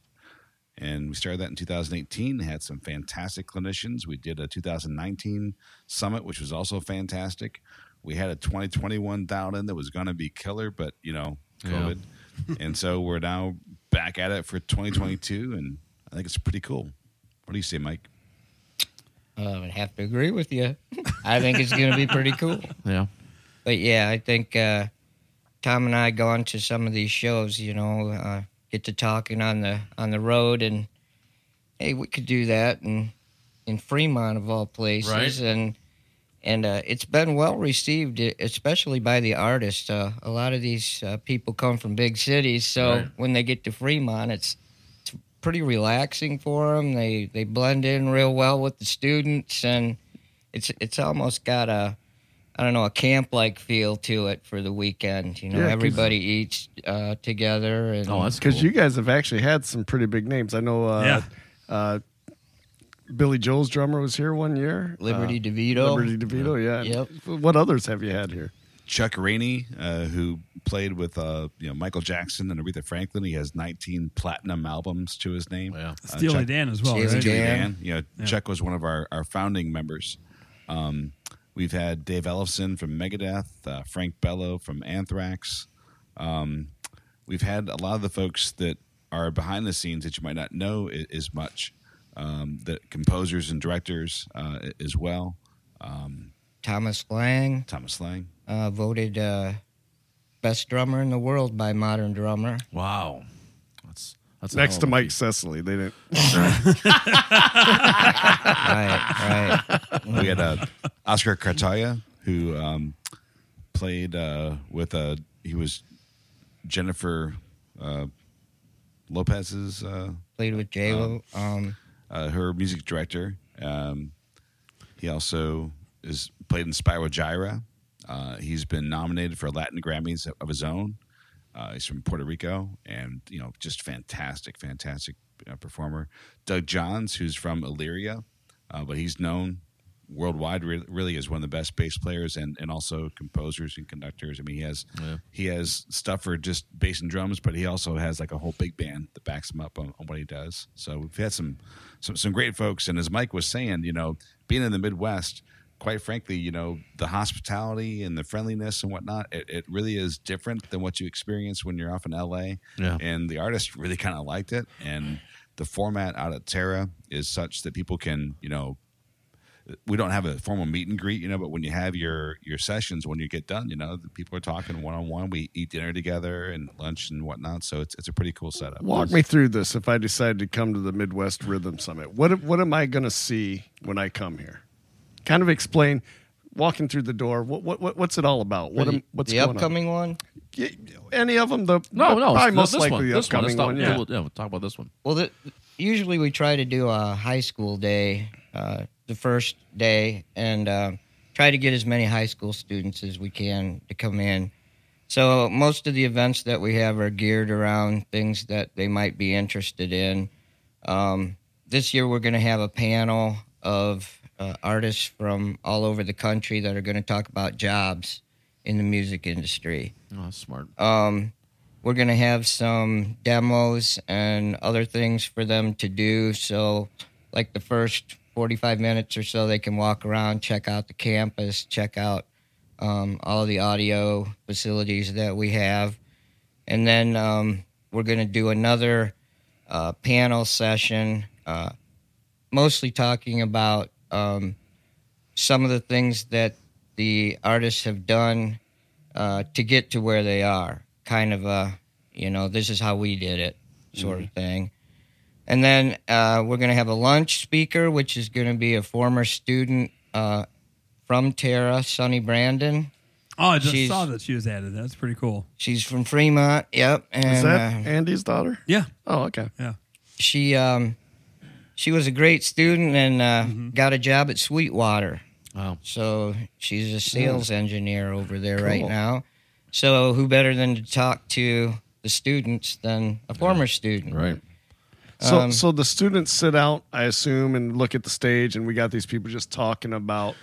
Speaker 4: And we started that in 2018, had some fantastic clinicians. We did a 2019 summit, which was also fantastic. We had a 2021 down in that was going to be killer, but you know, COVID. and so we're now back at it for 2022. And I think it's pretty cool. What do you say, Mike?
Speaker 5: Uh, I'd have to agree with you. I think it's going to be pretty cool.
Speaker 1: Yeah.
Speaker 5: But yeah, I think uh, Tom and I go on to some of these shows. You know, uh, get to talking on the on the road, and hey, we could do that, and in Fremont of all places,
Speaker 1: Right.
Speaker 5: and and uh, it's been well received, e- especially by the artists. Uh, a lot of these uh, people come from big cities, so
Speaker 1: Right.
Speaker 5: when they get to Fremont, it's it's pretty relaxing for them. They they blend in real well with the students, and it's it's almost got a I don't know a camp like feel to it for the weekend. You know,
Speaker 2: Yeah, 'cause-
Speaker 5: everybody eats uh, together, and
Speaker 1: Oh, that's
Speaker 2: Because
Speaker 1: cool.
Speaker 2: you guys have actually had some pretty big names. I know uh,
Speaker 3: Yeah.
Speaker 2: uh, Billy Joel's drummer was here one year.
Speaker 5: Liberty
Speaker 2: Uh,
Speaker 5: DeVito.
Speaker 2: Liberty DeVito, yeah.
Speaker 5: Yep.
Speaker 2: What others have you had here?
Speaker 4: Chuck Rainey, uh, who played with uh, you know Michael Jackson and Aretha Franklin, he has 19 platinum albums to his name.
Speaker 1: Wow.
Speaker 4: Uh,
Speaker 3: Steely
Speaker 4: Chuck-
Speaker 3: Dan as well.
Speaker 5: Steely
Speaker 3: right?
Speaker 5: Dan.
Speaker 4: Dan. You know, Chuck was one of our, our founding members. Um, we've had Dave Ellefson from Megadeth, uh, Frank Bello from Anthrax. Um, we've had a lot of the folks that are behind the scenes that you might not know i- as much, um, the composers and directors uh, a- as well.
Speaker 5: Thomas Lang
Speaker 4: Thomas Lang.
Speaker 5: uh, voted uh, best drummer in the world by Modern Drummer.
Speaker 1: Wow. That's that's a
Speaker 2: Next
Speaker 1: hell
Speaker 2: to
Speaker 1: of a
Speaker 2: Mike
Speaker 1: feat.
Speaker 2: Cecily. They didn't.
Speaker 5: right, right.
Speaker 4: We had uh, Oscar Cartaya, who um, played uh, with uh he was Jennifer uh, Lopez's. Uh,
Speaker 5: Played with J Lo. Um,
Speaker 4: uh, her music director. Um, he also is played in Spiral Gyra. Uh, he's been nominated for Latin Grammys of his own. Uh, he's from Puerto Rico, and you know, just fantastic, fantastic uh, performer. Doug Johns, who's from Illyria, uh, but he's known worldwide re- really as one of the best bass players and, and also composers and conductors. I mean, he has he has stuff for just bass and drums, but he also has like a whole big band that backs him up on, on what he does. So we've had some, some some great folks, and as Mike was saying, you know, being in the Midwest, quite frankly, you know, the hospitality and the friendliness and whatnot, it, it really is different than what you experience when you're off in LA.
Speaker 1: Yeah.
Speaker 4: And the artist really kind of liked it. And the format out at Terra is such that people can, you know, we don't have a formal meet and greet, you know, but when you have your your sessions, when you get done, you know, the people are talking one on one. We eat dinner together and lunch and whatnot. So it's it's a pretty cool setup.
Speaker 2: Walk me through this if I decide to come to the Midwest Rhythm Summit. What what am I going to see when I come here? Kind of explain walking through the door. What what, what what's it all about? What am, what's
Speaker 5: the
Speaker 2: going
Speaker 5: upcoming one?
Speaker 2: On? Y- Any of them? The
Speaker 1: No, no,
Speaker 2: probably
Speaker 1: it's-
Speaker 2: most
Speaker 1: this
Speaker 2: likely
Speaker 1: one,
Speaker 2: the
Speaker 1: this one.
Speaker 2: upcoming
Speaker 1: Let's
Speaker 2: one.
Speaker 1: talk-
Speaker 2: yeah.
Speaker 1: we'll- yeah, we'll talk about this one.
Speaker 5: Well, the, usually we try to do a high school day, uh, the first day, and uh, try to get as many high school students as we can to come in. So most of the events that we have are geared around things that they might be interested in. Um, this year we're going to have a panel of uh, artists from all over the country that are going to talk about jobs in the music industry
Speaker 1: Oh, that's smart.
Speaker 5: um, we're going to have some demos and other things for them to do. So, like the first 45 minutes or so, they can walk around, check out the campus, check out um, all the audio facilities that we have. And then um, we're going to do another uh, panel session, uh, mostly talking about um, some of the things that the artists have done uh, to get to where they are. Kind of a, you know, this is how we did it sort
Speaker 2: Mm-hmm.
Speaker 5: of thing. And then uh, we're going to have a lunch speaker, which is going to be a former student uh, from Terra, Sonny Brandon.
Speaker 3: Oh, I just
Speaker 5: She's-
Speaker 3: saw that she was added. That's pretty cool.
Speaker 5: She's from Fremont. Yep. And
Speaker 2: Is that
Speaker 5: uh,
Speaker 2: Andy's daughter?
Speaker 3: Yeah.
Speaker 2: Oh, okay.
Speaker 5: she um, she was a great student and uh, got a job at Sweetwater.
Speaker 1: Mm-hmm. Wow. Mm.
Speaker 5: So she's a sales engineer over there right
Speaker 2: Cool.
Speaker 5: now. So who better than to talk to the students than a former student?
Speaker 1: Right.
Speaker 2: So,
Speaker 5: Um,
Speaker 2: so the students sit out, I assume, and look at the stage, and we got these people just talking about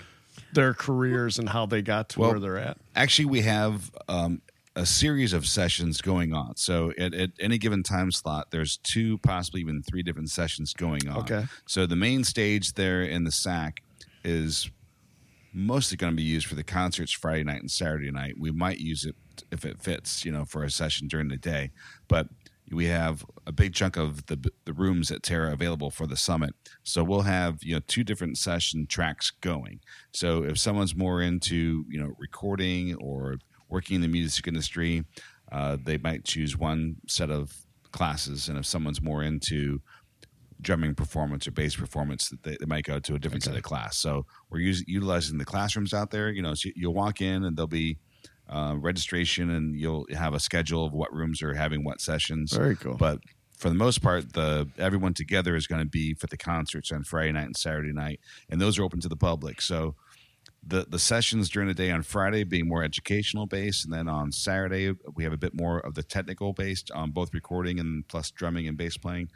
Speaker 2: their careers and how they got to
Speaker 4: Well-
Speaker 2: where they're at.
Speaker 4: actually we have um, a series of sessions going on so at, at any given time slot there's two possibly even three different sessions going on
Speaker 2: Okay.
Speaker 4: so the main stage there in the sac is mostly going to be used for the concerts friday night and saturday night we might use it if it fits you know for a session during the day but we have a big chunk of the, the rooms at Terra available for the summit. So we'll have you know two different session tracks going. So if someone's more into you know recording or working in the music industry, uh, they might choose one set of classes, and if someone's more into drumming performance or bass performance that they, they might go to a different set of class. So we're us- utilizing the classrooms out there. You know, so you'll walk in and there'll be uh, registration, and you'll have a schedule of what rooms are having what sessions.
Speaker 2: Very cool.
Speaker 4: But for the most part, the everyone together is going to be for the concerts on Friday night and Saturday night, and those are open to the public. So the the sessions during the day on Friday being more educational based, and then on Saturday we have a bit more of the technical based on both recording and plus drumming and bass playing.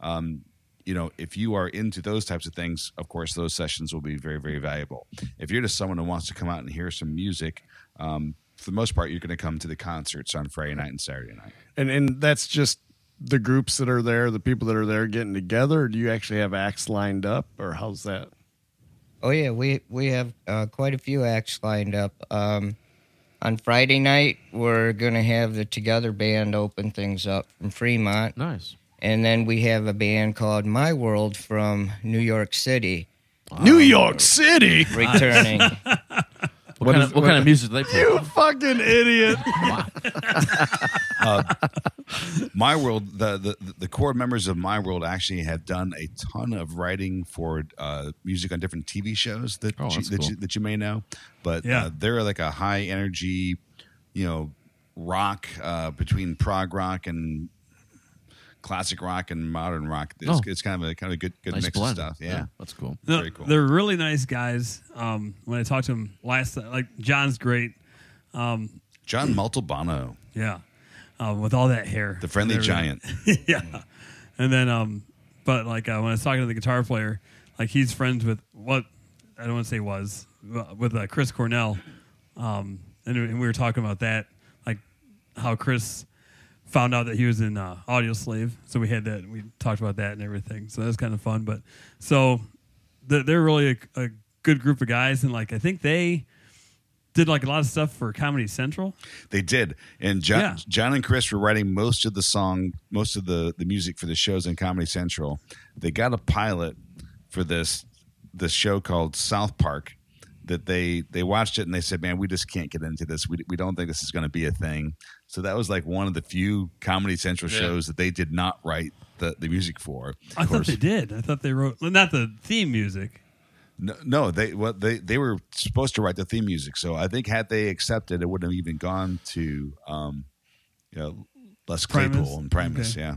Speaker 4: Um, you know, if you are into those types of things, of course, those sessions will be very, very valuable. If you're just someone who wants to come out and hear some music, um, for the most part, you're going to come to the concerts on Friday night and Saturday night.
Speaker 2: And and that's just the groups that are there, the people that are there getting together. Or do you actually have acts lined up, or how's that?
Speaker 5: Oh yeah, we we have uh, quite a few acts lined up. Um, on Friday night, we're gonna have the Together Band open things up from Fremont.
Speaker 1: Nice.
Speaker 5: and then we have a band called My World from New York City
Speaker 2: New York City.
Speaker 5: returning.
Speaker 1: What, kind, of, what, kind of music do they play?
Speaker 2: You fucking idiot.
Speaker 4: My World, the, the the core members of My World actually have done a ton of writing for uh, music on different TV shows that
Speaker 1: Oh,
Speaker 4: you,
Speaker 1: that's
Speaker 4: that,
Speaker 1: cool.
Speaker 4: you, that you may know, but
Speaker 3: Yeah.
Speaker 4: uh, they're like a high energy, you know, rock uh, between prog rock and classic rock and modern rock. It's,
Speaker 1: Oh.
Speaker 4: it's kind of a kind of a good good
Speaker 1: Nice
Speaker 4: mix
Speaker 1: blend.
Speaker 4: of stuff. Yeah.
Speaker 1: that's cool.
Speaker 3: No,
Speaker 4: Very cool.
Speaker 3: They're really nice guys. Um, when I talked to him last, like John's great.
Speaker 4: John Montalbano,
Speaker 3: Yeah, um, with all that hair,
Speaker 4: the friendly
Speaker 3: And everything.
Speaker 4: giant.
Speaker 3: yeah, and then um, but like uh, when I was talking to the guitar player, like he's friends with what I don't want to say was but with uh, Chris Cornell, um, and, and we were talking about that, like how Chris found out that he was in uh, Audio Slave, so we had that, we talked about that and everything, so that was kind of fun. But so they're, they're really a, a good group of guys, and like I think they did like a lot of stuff for Comedy Central.
Speaker 4: They did, and John,
Speaker 3: Yeah.
Speaker 4: John and Chris were writing most of the song, most of the the music for the shows in Comedy Central. They got a pilot for this this show called South Park that they they watched it and they said, "Man, we just can't get into this. We we don't think this is going to be a thing." So that was like one of the few Comedy Central shows that they did not write the the music for.
Speaker 3: I thought they did. I thought they wrote well, not the theme music.
Speaker 4: No, no, they well, they they were supposed to write the theme music. So I think had they accepted, it wouldn't have even gone to um, you know, Les Claypool
Speaker 3: Primus?
Speaker 4: and Primus.
Speaker 3: Okay.
Speaker 4: Yeah,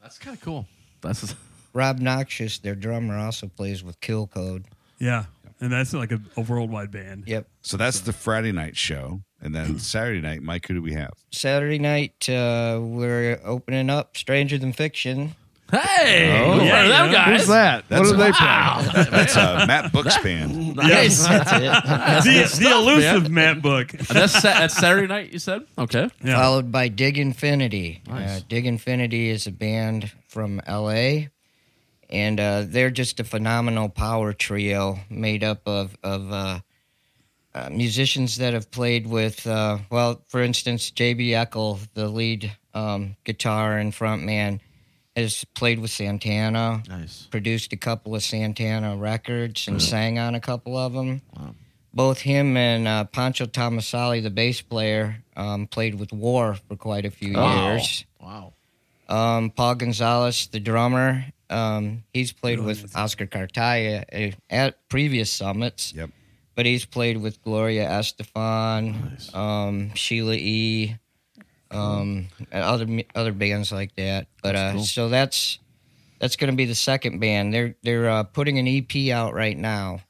Speaker 1: That's kind of cool. That's
Speaker 5: Rob Noxious, their drummer, also plays with Kill Code.
Speaker 3: Yeah, and that's like a, a worldwide band.
Speaker 5: Yep.
Speaker 4: so that's the Friday night show, and
Speaker 3: Hmm.
Speaker 4: then Saturday night, Mike, who do we have?
Speaker 5: Saturday night, uh, we're opening up Stranger Than Fiction.
Speaker 1: hey, oh,
Speaker 3: yeah,
Speaker 1: yeah, them
Speaker 3: you know.
Speaker 1: guys.
Speaker 2: Who's that?
Speaker 4: That's
Speaker 2: what are they playing?
Speaker 4: That- That's uh, Matt Book's band.
Speaker 5: Nice. That's it.
Speaker 3: The, the elusive
Speaker 1: man.
Speaker 3: Matt Book.
Speaker 1: That's sa- that's Saturday night. You said okay.
Speaker 3: Yeah.
Speaker 5: Followed by Dig Infinity. Uh, Dig Infinity is a band from LA, and uh, they're just a phenomenal power trio made up of, of uh, uh, musicians that have played with, uh, well, for instance, JB Eckel, the lead um, guitar and frontman, has played with Santana.
Speaker 1: Nice.
Speaker 5: produced a couple of Santana records and sang on a couple of them. Both him and uh, Pancho Tomasali, the bass player, um, played with War for quite a few years.
Speaker 1: Oh, Wow.
Speaker 5: Um, Paul Gonzalez, the drummer, um, he's played with Oscar Cartaya uh, at previous summits,
Speaker 4: Yep.
Speaker 5: but he's played with Gloria Estefan, um, Sheila E., um, and other other bands like that. But uh, so that's that's going to be the second band. They're they're uh, putting an EP out right now.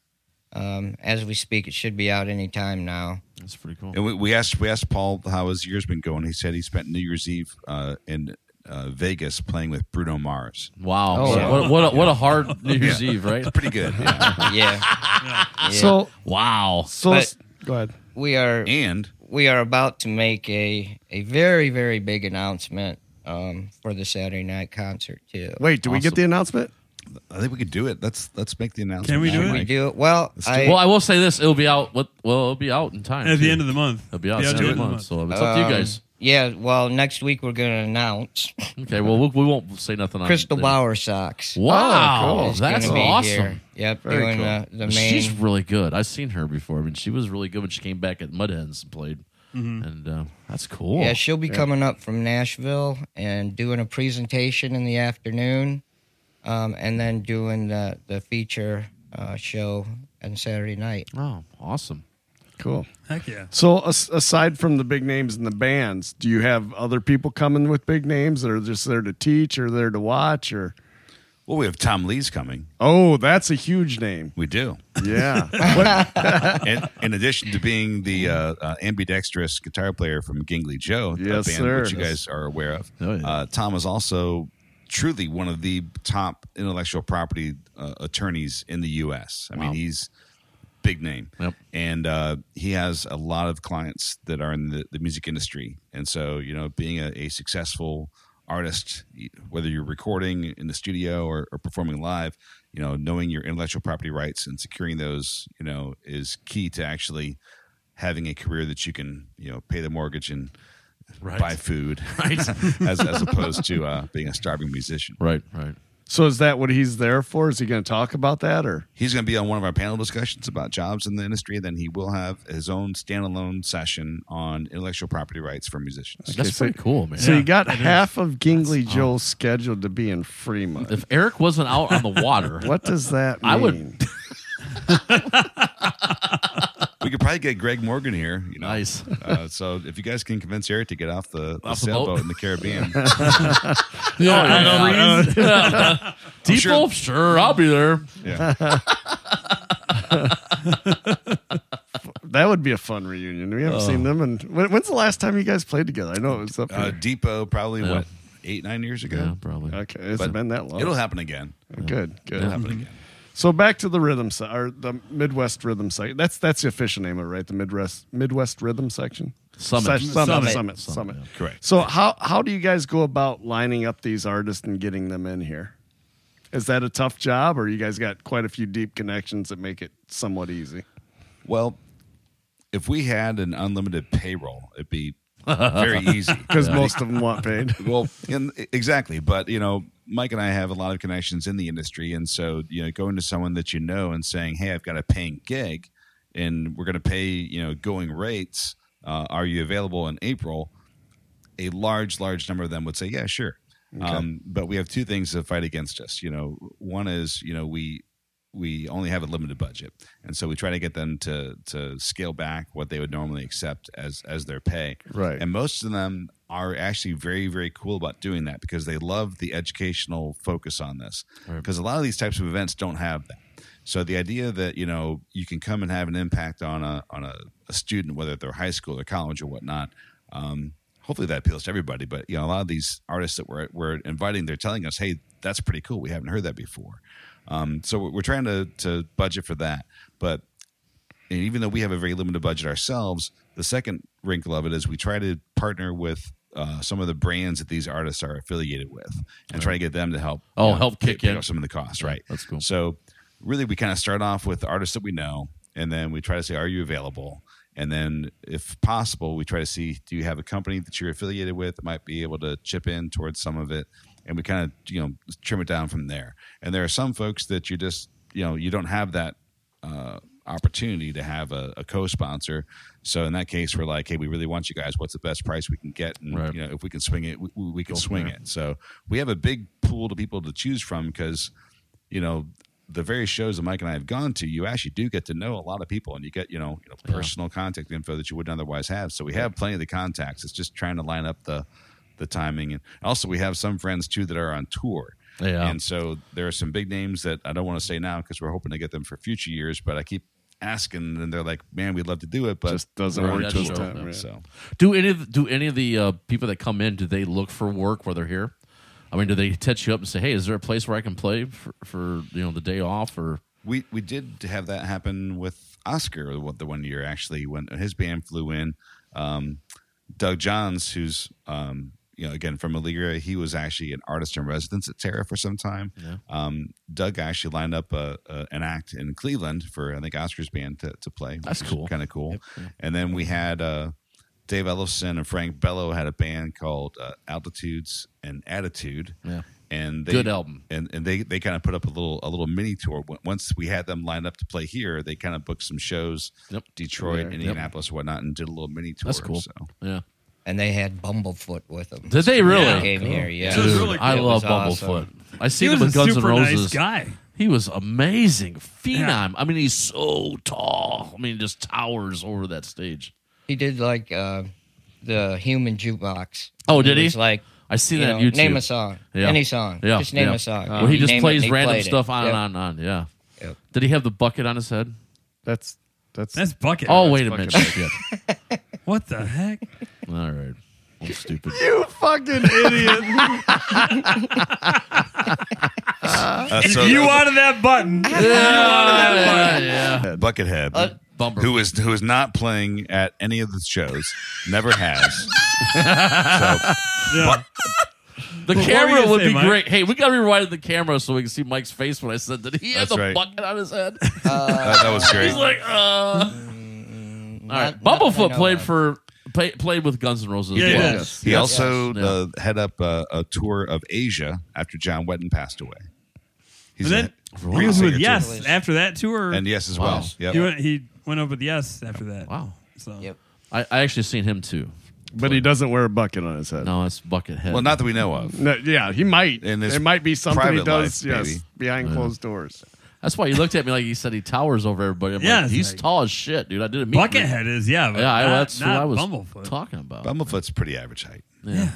Speaker 5: Um, as we speak, it should be out any time now.
Speaker 1: That's pretty cool.
Speaker 4: And we, we asked we asked Paul how his year's been going. He said he spent New Year's Eve uh, in uh, Vegas playing with Bruno Mars.
Speaker 1: Wow.
Speaker 5: Oh,
Speaker 1: What-
Speaker 5: yeah.
Speaker 1: what, what, a, what a hard New Year's Eve, right?
Speaker 4: Pretty good. Yeah.
Speaker 5: Yeah. Yeah.
Speaker 2: So,
Speaker 1: Wow.
Speaker 2: so
Speaker 5: But-
Speaker 2: s- go ahead.
Speaker 5: we are
Speaker 4: and
Speaker 5: we are about to make a a very very big announcement um, for the Saturday night concert too.
Speaker 2: Wait, do we get
Speaker 1: Awesome.
Speaker 2: the announcement?
Speaker 4: I think we could do it. Let's let's make the announcement.
Speaker 3: Can we do
Speaker 4: now,
Speaker 3: it?
Speaker 5: We
Speaker 4: Mike.
Speaker 5: do it well. I,
Speaker 1: Well, I will say this: it'll be out. What? Well, it'll be out in time.
Speaker 3: At the
Speaker 1: too.
Speaker 3: end of the month.
Speaker 1: it'll be out
Speaker 3: Yeah,
Speaker 1: in
Speaker 3: at the
Speaker 1: two
Speaker 3: end of the
Speaker 1: months.
Speaker 3: month.
Speaker 1: So it's up to you
Speaker 2: Um,
Speaker 1: guys.
Speaker 5: yeah. Well, next week we're going to announce
Speaker 1: Okay. Well, we, we won't say nothing on
Speaker 5: Crystal
Speaker 1: there.
Speaker 5: Bauer socks.
Speaker 1: Wow,
Speaker 2: Oh, cool.
Speaker 5: is
Speaker 1: that's
Speaker 5: gonna be
Speaker 1: awesome.
Speaker 5: here. Yep,
Speaker 2: Very
Speaker 5: doing
Speaker 2: cool.
Speaker 5: the, the main.
Speaker 1: She's really good. I've seen her before. I mean, she was really good when she came back at Mudhens and played. And uh, that's cool.
Speaker 5: Mm-hmm. Yeah, she'll be coming up from Nashville and doing a presentation in the afternoon, um, and then doing the the feature uh, show on Saturday night.
Speaker 1: oh, awesome.
Speaker 2: Cool.
Speaker 3: Heck yeah.
Speaker 2: So, as, aside from the big names and the bands, do you have other people coming with big names that are just there to teach or there to watch? Or
Speaker 4: Well, we have Tom Lee's coming.
Speaker 2: oh, that's a huge name.
Speaker 4: We do.
Speaker 2: Yeah. What-
Speaker 4: in, in addition to being the uh, uh, ambidextrous guitar player from Gingley Joe, a
Speaker 2: Yes,
Speaker 4: band
Speaker 2: sir.
Speaker 4: which you guys are aware of,
Speaker 1: Oh, yeah.
Speaker 4: uh, Tom is also truly one of the top intellectual property uh, attorneys in the U.S. I mean, he's big name,
Speaker 1: Yep.
Speaker 4: and uh, he has a lot of clients that are in the, the music industry. And so, you know, being a, a successful artist, whether you're recording in the studio or, or performing live, you know, knowing your intellectual property rights and securing those, you know, is key to actually having a career that you can, you know, pay the mortgage and
Speaker 1: Right.
Speaker 4: buy food,
Speaker 1: Right.
Speaker 4: as, as opposed to uh, being a starving musician.
Speaker 1: right. Right.
Speaker 2: so, is that what he's there for? Is he going to talk about that? Or
Speaker 4: He's going to be on one of our panel discussions about jobs in the industry. Then he will have his own standalone session on intellectual property rights for musicians.
Speaker 1: That's pretty cool, man.
Speaker 2: so you got half of Gingley
Speaker 4: um,
Speaker 2: Joe scheduled to be in Fremont.
Speaker 1: if Eric wasn't out on the water,
Speaker 2: What does that mean?
Speaker 1: I would-
Speaker 4: We could probably get Greg Morgan here. You know?
Speaker 1: Nice.
Speaker 4: Uh, so if you guys can convince Eric to get off the, the
Speaker 1: Off the
Speaker 4: sailboat
Speaker 1: boat.
Speaker 4: in the Caribbean,
Speaker 1: Yeah, Deeple? Sure. I'll be there.
Speaker 4: yeah.
Speaker 2: That would be a fun reunion. We haven't seen them. And when, when's the last time you guys played together? I know it was up
Speaker 4: Oh. Uh,
Speaker 2: here.
Speaker 4: Depot probably
Speaker 1: Yeah.
Speaker 4: what eight nine years ago.
Speaker 1: Yeah, probably.
Speaker 2: okay, it's
Speaker 4: but
Speaker 2: been that long.
Speaker 4: It'll happen again. Mm-hmm.
Speaker 2: Good, good.
Speaker 4: It'll happen again.
Speaker 2: So back to the rhythm se- or the Midwest rhythm section. That's that's the official name of it, right? The Midwest Midwest rhythm section.
Speaker 1: Summit.
Speaker 2: Se- summit, summit,
Speaker 5: Summit.
Speaker 2: summit,
Speaker 1: Summit,
Speaker 4: Correct.
Speaker 2: So how how do you guys go about lining up these artists and getting them in here? Is that a tough job, or you guys got quite a few deep connections that make it somewhat easy?
Speaker 4: Well, if we had an unlimited payroll, it'd be very easy.
Speaker 2: Because most of them want paid.
Speaker 4: well, in, exactly. But you know, Mike and I have a lot of connections in the industry, and so you know, going to someone that you know and saying, "Hey, I've got a paying gig, and we're going to pay you know going rates. Uh, are you available in April?" A large, large number of them would say, "Yeah, sure." Um, but we have two things that fight against us. You know, one is you know we we only have a limited budget, and so we try to get them to to scale back what they would normally accept as as their pay.
Speaker 2: Right.
Speaker 4: And most of them are actually very very cool about doing that because they love the educational focus on this because a lot of these types of events don't have that so the idea that you know you can come and have an impact on a on a, a student whether they're high school or college or whatnot um, hopefully that appeals to everybody but you know a lot of these artists that we're, we're inviting they're telling us hey that's pretty cool we haven't heard that before um, so we're we're trying to to budget for that but and even though we have a very limited budget ourselves, the second wrinkle of it is we try to partner with uh, some of the brands that these artists are affiliated with, and try to get them to help.
Speaker 1: Oh, help
Speaker 4: pick-
Speaker 1: kick
Speaker 4: pick
Speaker 1: in.
Speaker 4: up some of the costs, right?
Speaker 1: That's cool.
Speaker 4: So, really, we kind of start off with artists that we know, and then we try to say, "Are you available?" And then, if possible, we try to see, "Do you have a company that you're affiliated with that might be able to chip in towards some of it?" And we kind of, you know, trim it down from there. And there are some folks that you just, you know, you don't have that uh, opportunity to have a, a co-sponsor. So in that case, we're like, hey, we really want you guys. What's the best price we can get? And
Speaker 1: Right.
Speaker 4: you know, if we can swing it, we, we can swing it. So we have a big pool to people to choose from because you know the various shows that Mike and I have gone to, you actually do get to know a lot of people, and you get you know, you know personal contact info that you wouldn't otherwise have. So we have plenty of the contacts. It's just trying to line up the the timing, and also we have some friends too that are on tour.
Speaker 1: Yeah.
Speaker 4: And so there are some big names that I don't want to say now because we're hoping to get them for future years, but I keep asking and they're like, man, we'd love to do it, but
Speaker 2: Just doesn't
Speaker 4: we're
Speaker 1: work
Speaker 4: on
Speaker 1: this
Speaker 4: tour."
Speaker 1: time,
Speaker 2: yeah.
Speaker 4: So
Speaker 1: Do any of do any of the uh, people that come in do they look for work while they're here? I mean, do they touch you up and say, "Hey, is there a place where I can play for, for you know the day off?" Or
Speaker 4: we, we did have that happen with Oscar the one- the one year actually when his band flew in. Um, Doug Johns, who's um, you know again from Allegra, he was actually an artist in residence at Terra for some time. Um, Doug actually lined up a, a, an act in Cleveland for I think Oscar's band to, to play.
Speaker 1: That's cool.
Speaker 4: kind of cool. And then we had uh, Dave Ellison and Frank Bello had a band called uh, Altitudes and Attitude.
Speaker 1: Yeah.
Speaker 4: And they,
Speaker 1: Good album.
Speaker 4: and and they they kind of put up a little a little mini tour. When- Once we had them lined up to play here, they kind of booked some shows,
Speaker 1: Yep.
Speaker 4: Detroit, Indianapolis, whatnot, and did a little mini tour.
Speaker 1: that's cool.
Speaker 4: So
Speaker 1: Yeah.
Speaker 5: And they had Bumblefoot with them.
Speaker 1: Did they really?
Speaker 5: They came here, yeah.
Speaker 1: Dude,
Speaker 3: really
Speaker 1: I
Speaker 5: cool.
Speaker 1: love
Speaker 5: It was
Speaker 1: Bumblefoot.
Speaker 5: awesome.
Speaker 1: I see
Speaker 3: He
Speaker 1: him
Speaker 3: was
Speaker 1: in
Speaker 3: a
Speaker 1: Guns N'
Speaker 3: super
Speaker 1: Roses.
Speaker 3: nice guy.
Speaker 1: He was amazing, phenom.
Speaker 3: Yeah.
Speaker 1: I mean, he's so tall. I mean, just towers over that stage.
Speaker 5: He did like uh, the human jukebox.
Speaker 1: Oh, did he?
Speaker 5: was like
Speaker 1: I see
Speaker 5: you
Speaker 1: that
Speaker 5: know,
Speaker 1: on YouTube.
Speaker 5: name a song,
Speaker 1: Yeah.
Speaker 5: any song,
Speaker 1: Yeah,
Speaker 5: just name
Speaker 1: yeah.
Speaker 5: a song.
Speaker 1: Where he
Speaker 5: You
Speaker 1: just
Speaker 5: name it,
Speaker 1: plays
Speaker 5: and he
Speaker 1: random
Speaker 5: played it.
Speaker 1: stuff on
Speaker 5: Yep.
Speaker 1: and on and on. Yeah.
Speaker 5: Yep.
Speaker 1: Did he have the bucket on his head?
Speaker 2: That's that's
Speaker 3: That's bucket.
Speaker 1: Oh, wait a minute. Shit.
Speaker 3: What the heck?
Speaker 1: All right. I'm stupid.
Speaker 2: you fucking idiot.
Speaker 4: Uh, so
Speaker 3: you out of that button?
Speaker 4: Buckethead,
Speaker 1: Bumper.
Speaker 4: who is who is not playing at any of the shows, never has.
Speaker 3: Yeah.
Speaker 1: The
Speaker 3: Well, what were you
Speaker 1: camera
Speaker 3: gonna
Speaker 1: would
Speaker 3: say,
Speaker 1: be
Speaker 3: Mike?
Speaker 1: great. Hey, we got to rewind the camera so we can see Mike's face when I said that he had
Speaker 4: That's
Speaker 1: the
Speaker 4: right.
Speaker 1: bucket on his head.
Speaker 4: That, that was great.
Speaker 1: He's like, uh. All right.
Speaker 5: not- not that I
Speaker 1: Bumblefoot
Speaker 5: know
Speaker 1: played
Speaker 5: of.
Speaker 1: for play, played with Guns N' Roses.
Speaker 3: Yeah,
Speaker 1: as
Speaker 3: he
Speaker 1: well.
Speaker 3: did.
Speaker 4: He
Speaker 1: Yes.
Speaker 4: also
Speaker 1: Yes.
Speaker 4: uh, head up uh, a tour of Asia after John Wetton passed away. He's
Speaker 3: And then
Speaker 4: a-
Speaker 3: he was
Speaker 4: singer,
Speaker 3: with
Speaker 4: too.
Speaker 3: Yes after that tour.
Speaker 4: and yes as well. Yep.
Speaker 3: he went, he went up with Yes after that.
Speaker 1: Wow.
Speaker 3: So
Speaker 5: Yep.
Speaker 1: I, I actually seen him too.
Speaker 2: but he doesn't wear a bucket on his head.
Speaker 1: No, it's Buckethead.
Speaker 4: Well, not that we know of.
Speaker 2: No, yeah, he might.
Speaker 4: In his
Speaker 2: It might be something he
Speaker 4: private
Speaker 2: does.
Speaker 4: life,
Speaker 2: yes,
Speaker 4: maybe.
Speaker 2: behind closed doors.
Speaker 1: That's why you looked at me like you said he towers over everybody. I'm
Speaker 3: Yeah,
Speaker 1: like,
Speaker 3: it's
Speaker 1: he's
Speaker 3: like-
Speaker 1: tall as shit, dude. I did a meet and greet.
Speaker 3: Buckethead is yeah, but
Speaker 1: Yeah, I,
Speaker 3: not,
Speaker 1: that's what
Speaker 3: not
Speaker 1: I was
Speaker 3: Bumblefoot.
Speaker 1: talking about.
Speaker 4: Bumblefoot's pretty average height.
Speaker 2: Yeah,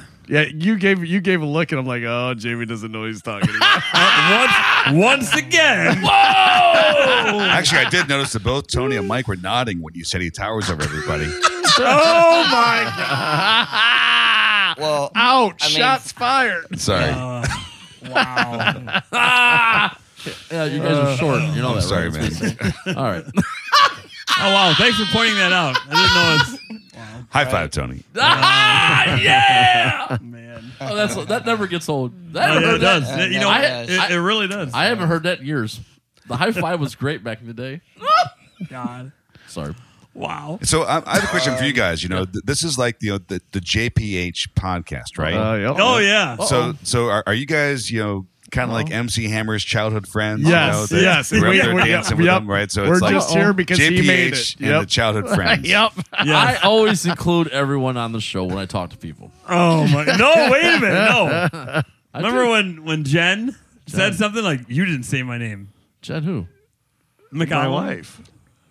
Speaker 2: you gave you gave a look, and I'm like, oh, Jamie doesn't know what he's talking about.
Speaker 3: once, once again,
Speaker 4: Actually, I did notice that both Tony and Mike were nodding when you said he towers over everybody.
Speaker 2: oh my god!
Speaker 1: Ah,
Speaker 5: Well,
Speaker 2: Ouch!
Speaker 5: I mean-
Speaker 2: Oh, shots fired.
Speaker 4: Sorry.
Speaker 3: wow.
Speaker 1: yeah, you guys are short. You know
Speaker 4: Uh, I'm
Speaker 1: that,
Speaker 4: sorry,
Speaker 1: right?
Speaker 4: man.
Speaker 1: All right.
Speaker 3: Oh wow! Thanks for pointing that out. I didn't know
Speaker 4: High five, Tony.
Speaker 1: ah, yeah.
Speaker 3: it's man. man.
Speaker 1: Oh, that's that never gets old. That,
Speaker 3: Oh, yeah, it does.
Speaker 5: that.
Speaker 3: It- you know,
Speaker 5: I-
Speaker 3: what? it, it really does.
Speaker 1: I haven't heard that in years. The high five was great back in the day.
Speaker 3: God.
Speaker 1: Sorry.
Speaker 3: Wow.
Speaker 4: So I, I have a question for you guys. You know, th- this is like you know the, the JPH podcast, right?
Speaker 2: Uh, yep.
Speaker 3: Oh yeah.
Speaker 4: so so are, are you guys you know kind of like MC Hammer's childhood friends?
Speaker 2: Yes,
Speaker 4: you know, that
Speaker 2: yes.
Speaker 4: We're
Speaker 2: We-
Speaker 4: out there
Speaker 2: we-
Speaker 4: dancing
Speaker 2: yep,
Speaker 4: with
Speaker 2: yep.
Speaker 4: them, right? So
Speaker 2: We're
Speaker 4: it's like
Speaker 2: just here because
Speaker 4: JPH
Speaker 2: he made it.
Speaker 4: and the
Speaker 2: Yep.
Speaker 4: childhood friends.
Speaker 2: Yep.
Speaker 1: I
Speaker 3: Yes.
Speaker 1: always include everyone on the show when I talk to people.
Speaker 3: oh my. No. Wait a minute. No.
Speaker 1: I
Speaker 3: Remember
Speaker 1: do.
Speaker 3: when when Jen, said something like you didn't say my name.
Speaker 1: Jen who
Speaker 2: My
Speaker 3: McConnell.
Speaker 2: wife.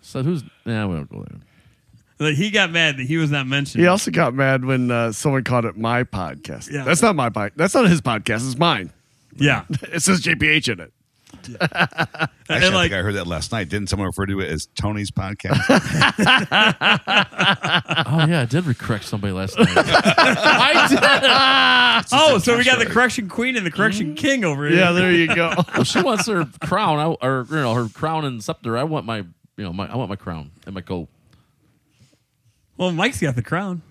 Speaker 1: said who's? Nah, we don't go there.
Speaker 3: Like, he got mad that he was not mentioned.
Speaker 2: He also got mad when uh, someone called it my podcast.
Speaker 3: Yeah.
Speaker 2: That's not my podcast. That's not his podcast. It's mine.
Speaker 3: yeah.
Speaker 2: It says JPH in it.
Speaker 4: Actually,
Speaker 3: and
Speaker 4: I
Speaker 3: like
Speaker 4: think I heard that last night. Didn't someone refer to it as Tony's podcast?
Speaker 1: Oh yeah, I did correct somebody last night. I did.
Speaker 3: oh, so we got the correction queen and the correction king over here.
Speaker 2: Yeah, there you go.
Speaker 1: Well, she wants her crown, I, or you know, her crown and scepter. I want my, you know, my I want my crown and my gold.
Speaker 3: Well, Mike's got the crown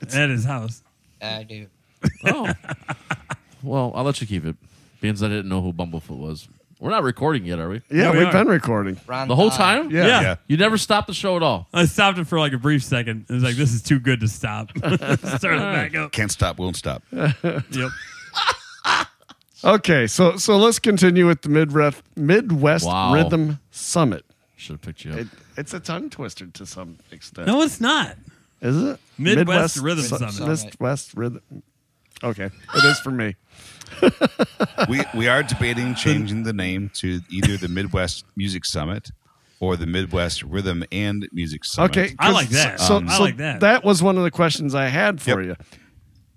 Speaker 3: at his house.
Speaker 5: I do.
Speaker 1: Oh. well, I'll let you keep it. Means I didn't know who Bumblefoot was. We're not recording yet, are we?
Speaker 2: Yeah,
Speaker 3: Yeah, we
Speaker 2: we've
Speaker 3: are.
Speaker 2: been recording.
Speaker 5: Ron
Speaker 1: The whole
Speaker 5: Todd.
Speaker 1: time?
Speaker 2: Yeah.
Speaker 3: Yeah.
Speaker 4: Uh, yeah.
Speaker 1: You never stopped the show at all.
Speaker 3: I stopped it for like a brief second. It was like, this is too good to stop. Start it back up.
Speaker 4: Can't stop, won't stop.
Speaker 3: Yep.
Speaker 2: Okay, so so let's continue with the Midref, Midwest
Speaker 1: Wow.
Speaker 2: Rhythm Summit.
Speaker 1: Should have picked you up.
Speaker 2: It, it's a tongue twister to some extent.
Speaker 3: No, it's not.
Speaker 2: Is it?
Speaker 3: Midwest Rhythm Summit.
Speaker 2: Midwest Rhythm. Okay, it is for me.
Speaker 4: we we are debating changing the name to either the Midwest Music Summit or the Midwest Rhythm and Music Summit.
Speaker 2: Okay,
Speaker 3: I like that.
Speaker 2: So,
Speaker 3: Um,
Speaker 2: so
Speaker 3: I like that.
Speaker 2: was one of the questions I had for
Speaker 4: Yep.
Speaker 2: you.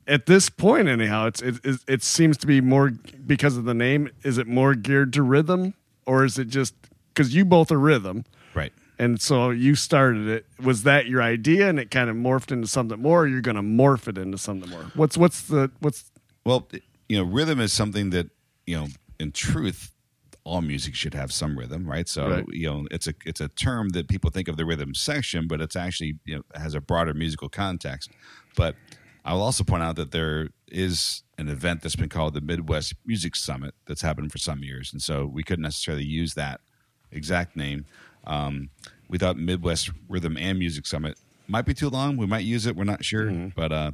Speaker 2: At this point, anyhow, it's it, it it seems to be more because of the name. Is it more geared to rhythm, or is it just because you both are rhythm?
Speaker 4: right.
Speaker 2: And so you started it. Was that your idea, and it kind of morphed into something more? Or you're going to morph it into something more? What's what's the what's
Speaker 4: Well, you know, rhythm is something that you know, in truth, all music should have some rhythm, right? So
Speaker 2: Right.
Speaker 4: you know, it's a it's a term that people think of the rhythm section, but it's actually you know has a broader musical context. But I will also point out that there is an event that's been called the Midwest Music Summit that's happened for some years, and so we couldn't necessarily use that exact name. Um, we thought Midwest Rhythm and Music Summit might be too long. We might use it. We're not sure,
Speaker 2: Mm-hmm.
Speaker 4: but uh,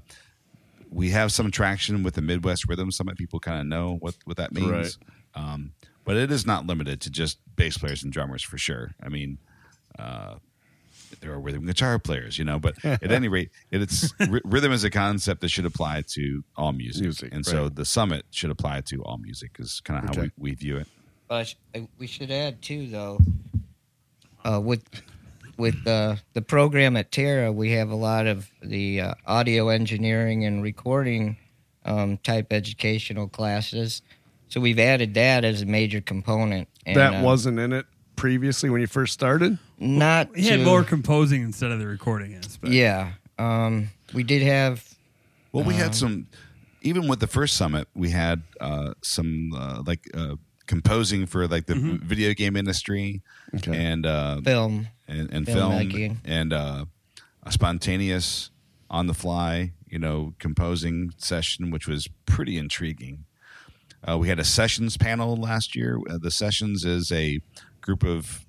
Speaker 4: we have some traction with the Midwest Rhythm Summit. People kind of know what, what that means.
Speaker 2: Right.
Speaker 4: Um, but it is not limited to just bass players and drummers for sure. I mean, uh, there are rhythm guitar players, you know, but at any rate, it, it's r- rhythm is a concept that should apply to all music.
Speaker 2: Music,
Speaker 4: and so
Speaker 2: right.
Speaker 4: the summit should apply to all music is kind of how
Speaker 2: Okay.
Speaker 4: we, we view it.
Speaker 5: But I- we should add too, though, uh, with with uh, the program at Terra, we have a lot of the uh, audio engineering and recording um, type educational classes. So we've added that as a major component. And,
Speaker 2: that
Speaker 5: uh,
Speaker 2: wasn't in it previously when you first started?
Speaker 5: not.
Speaker 3: He had
Speaker 5: to-
Speaker 3: more composing instead of the recording aspect.
Speaker 5: Yeah, um, we did have.
Speaker 4: Well, we had some, even with the first summit, we had uh, some uh, like uh, composing for like the video game industry
Speaker 2: Okay.
Speaker 4: and uh,
Speaker 5: Film.
Speaker 4: and, and film,
Speaker 5: Filmmaking.
Speaker 4: and uh, a spontaneous on the fly, you know, composing session, which was pretty intriguing. Uh, we had a sessions panel last year. Uh, the sessions is a group of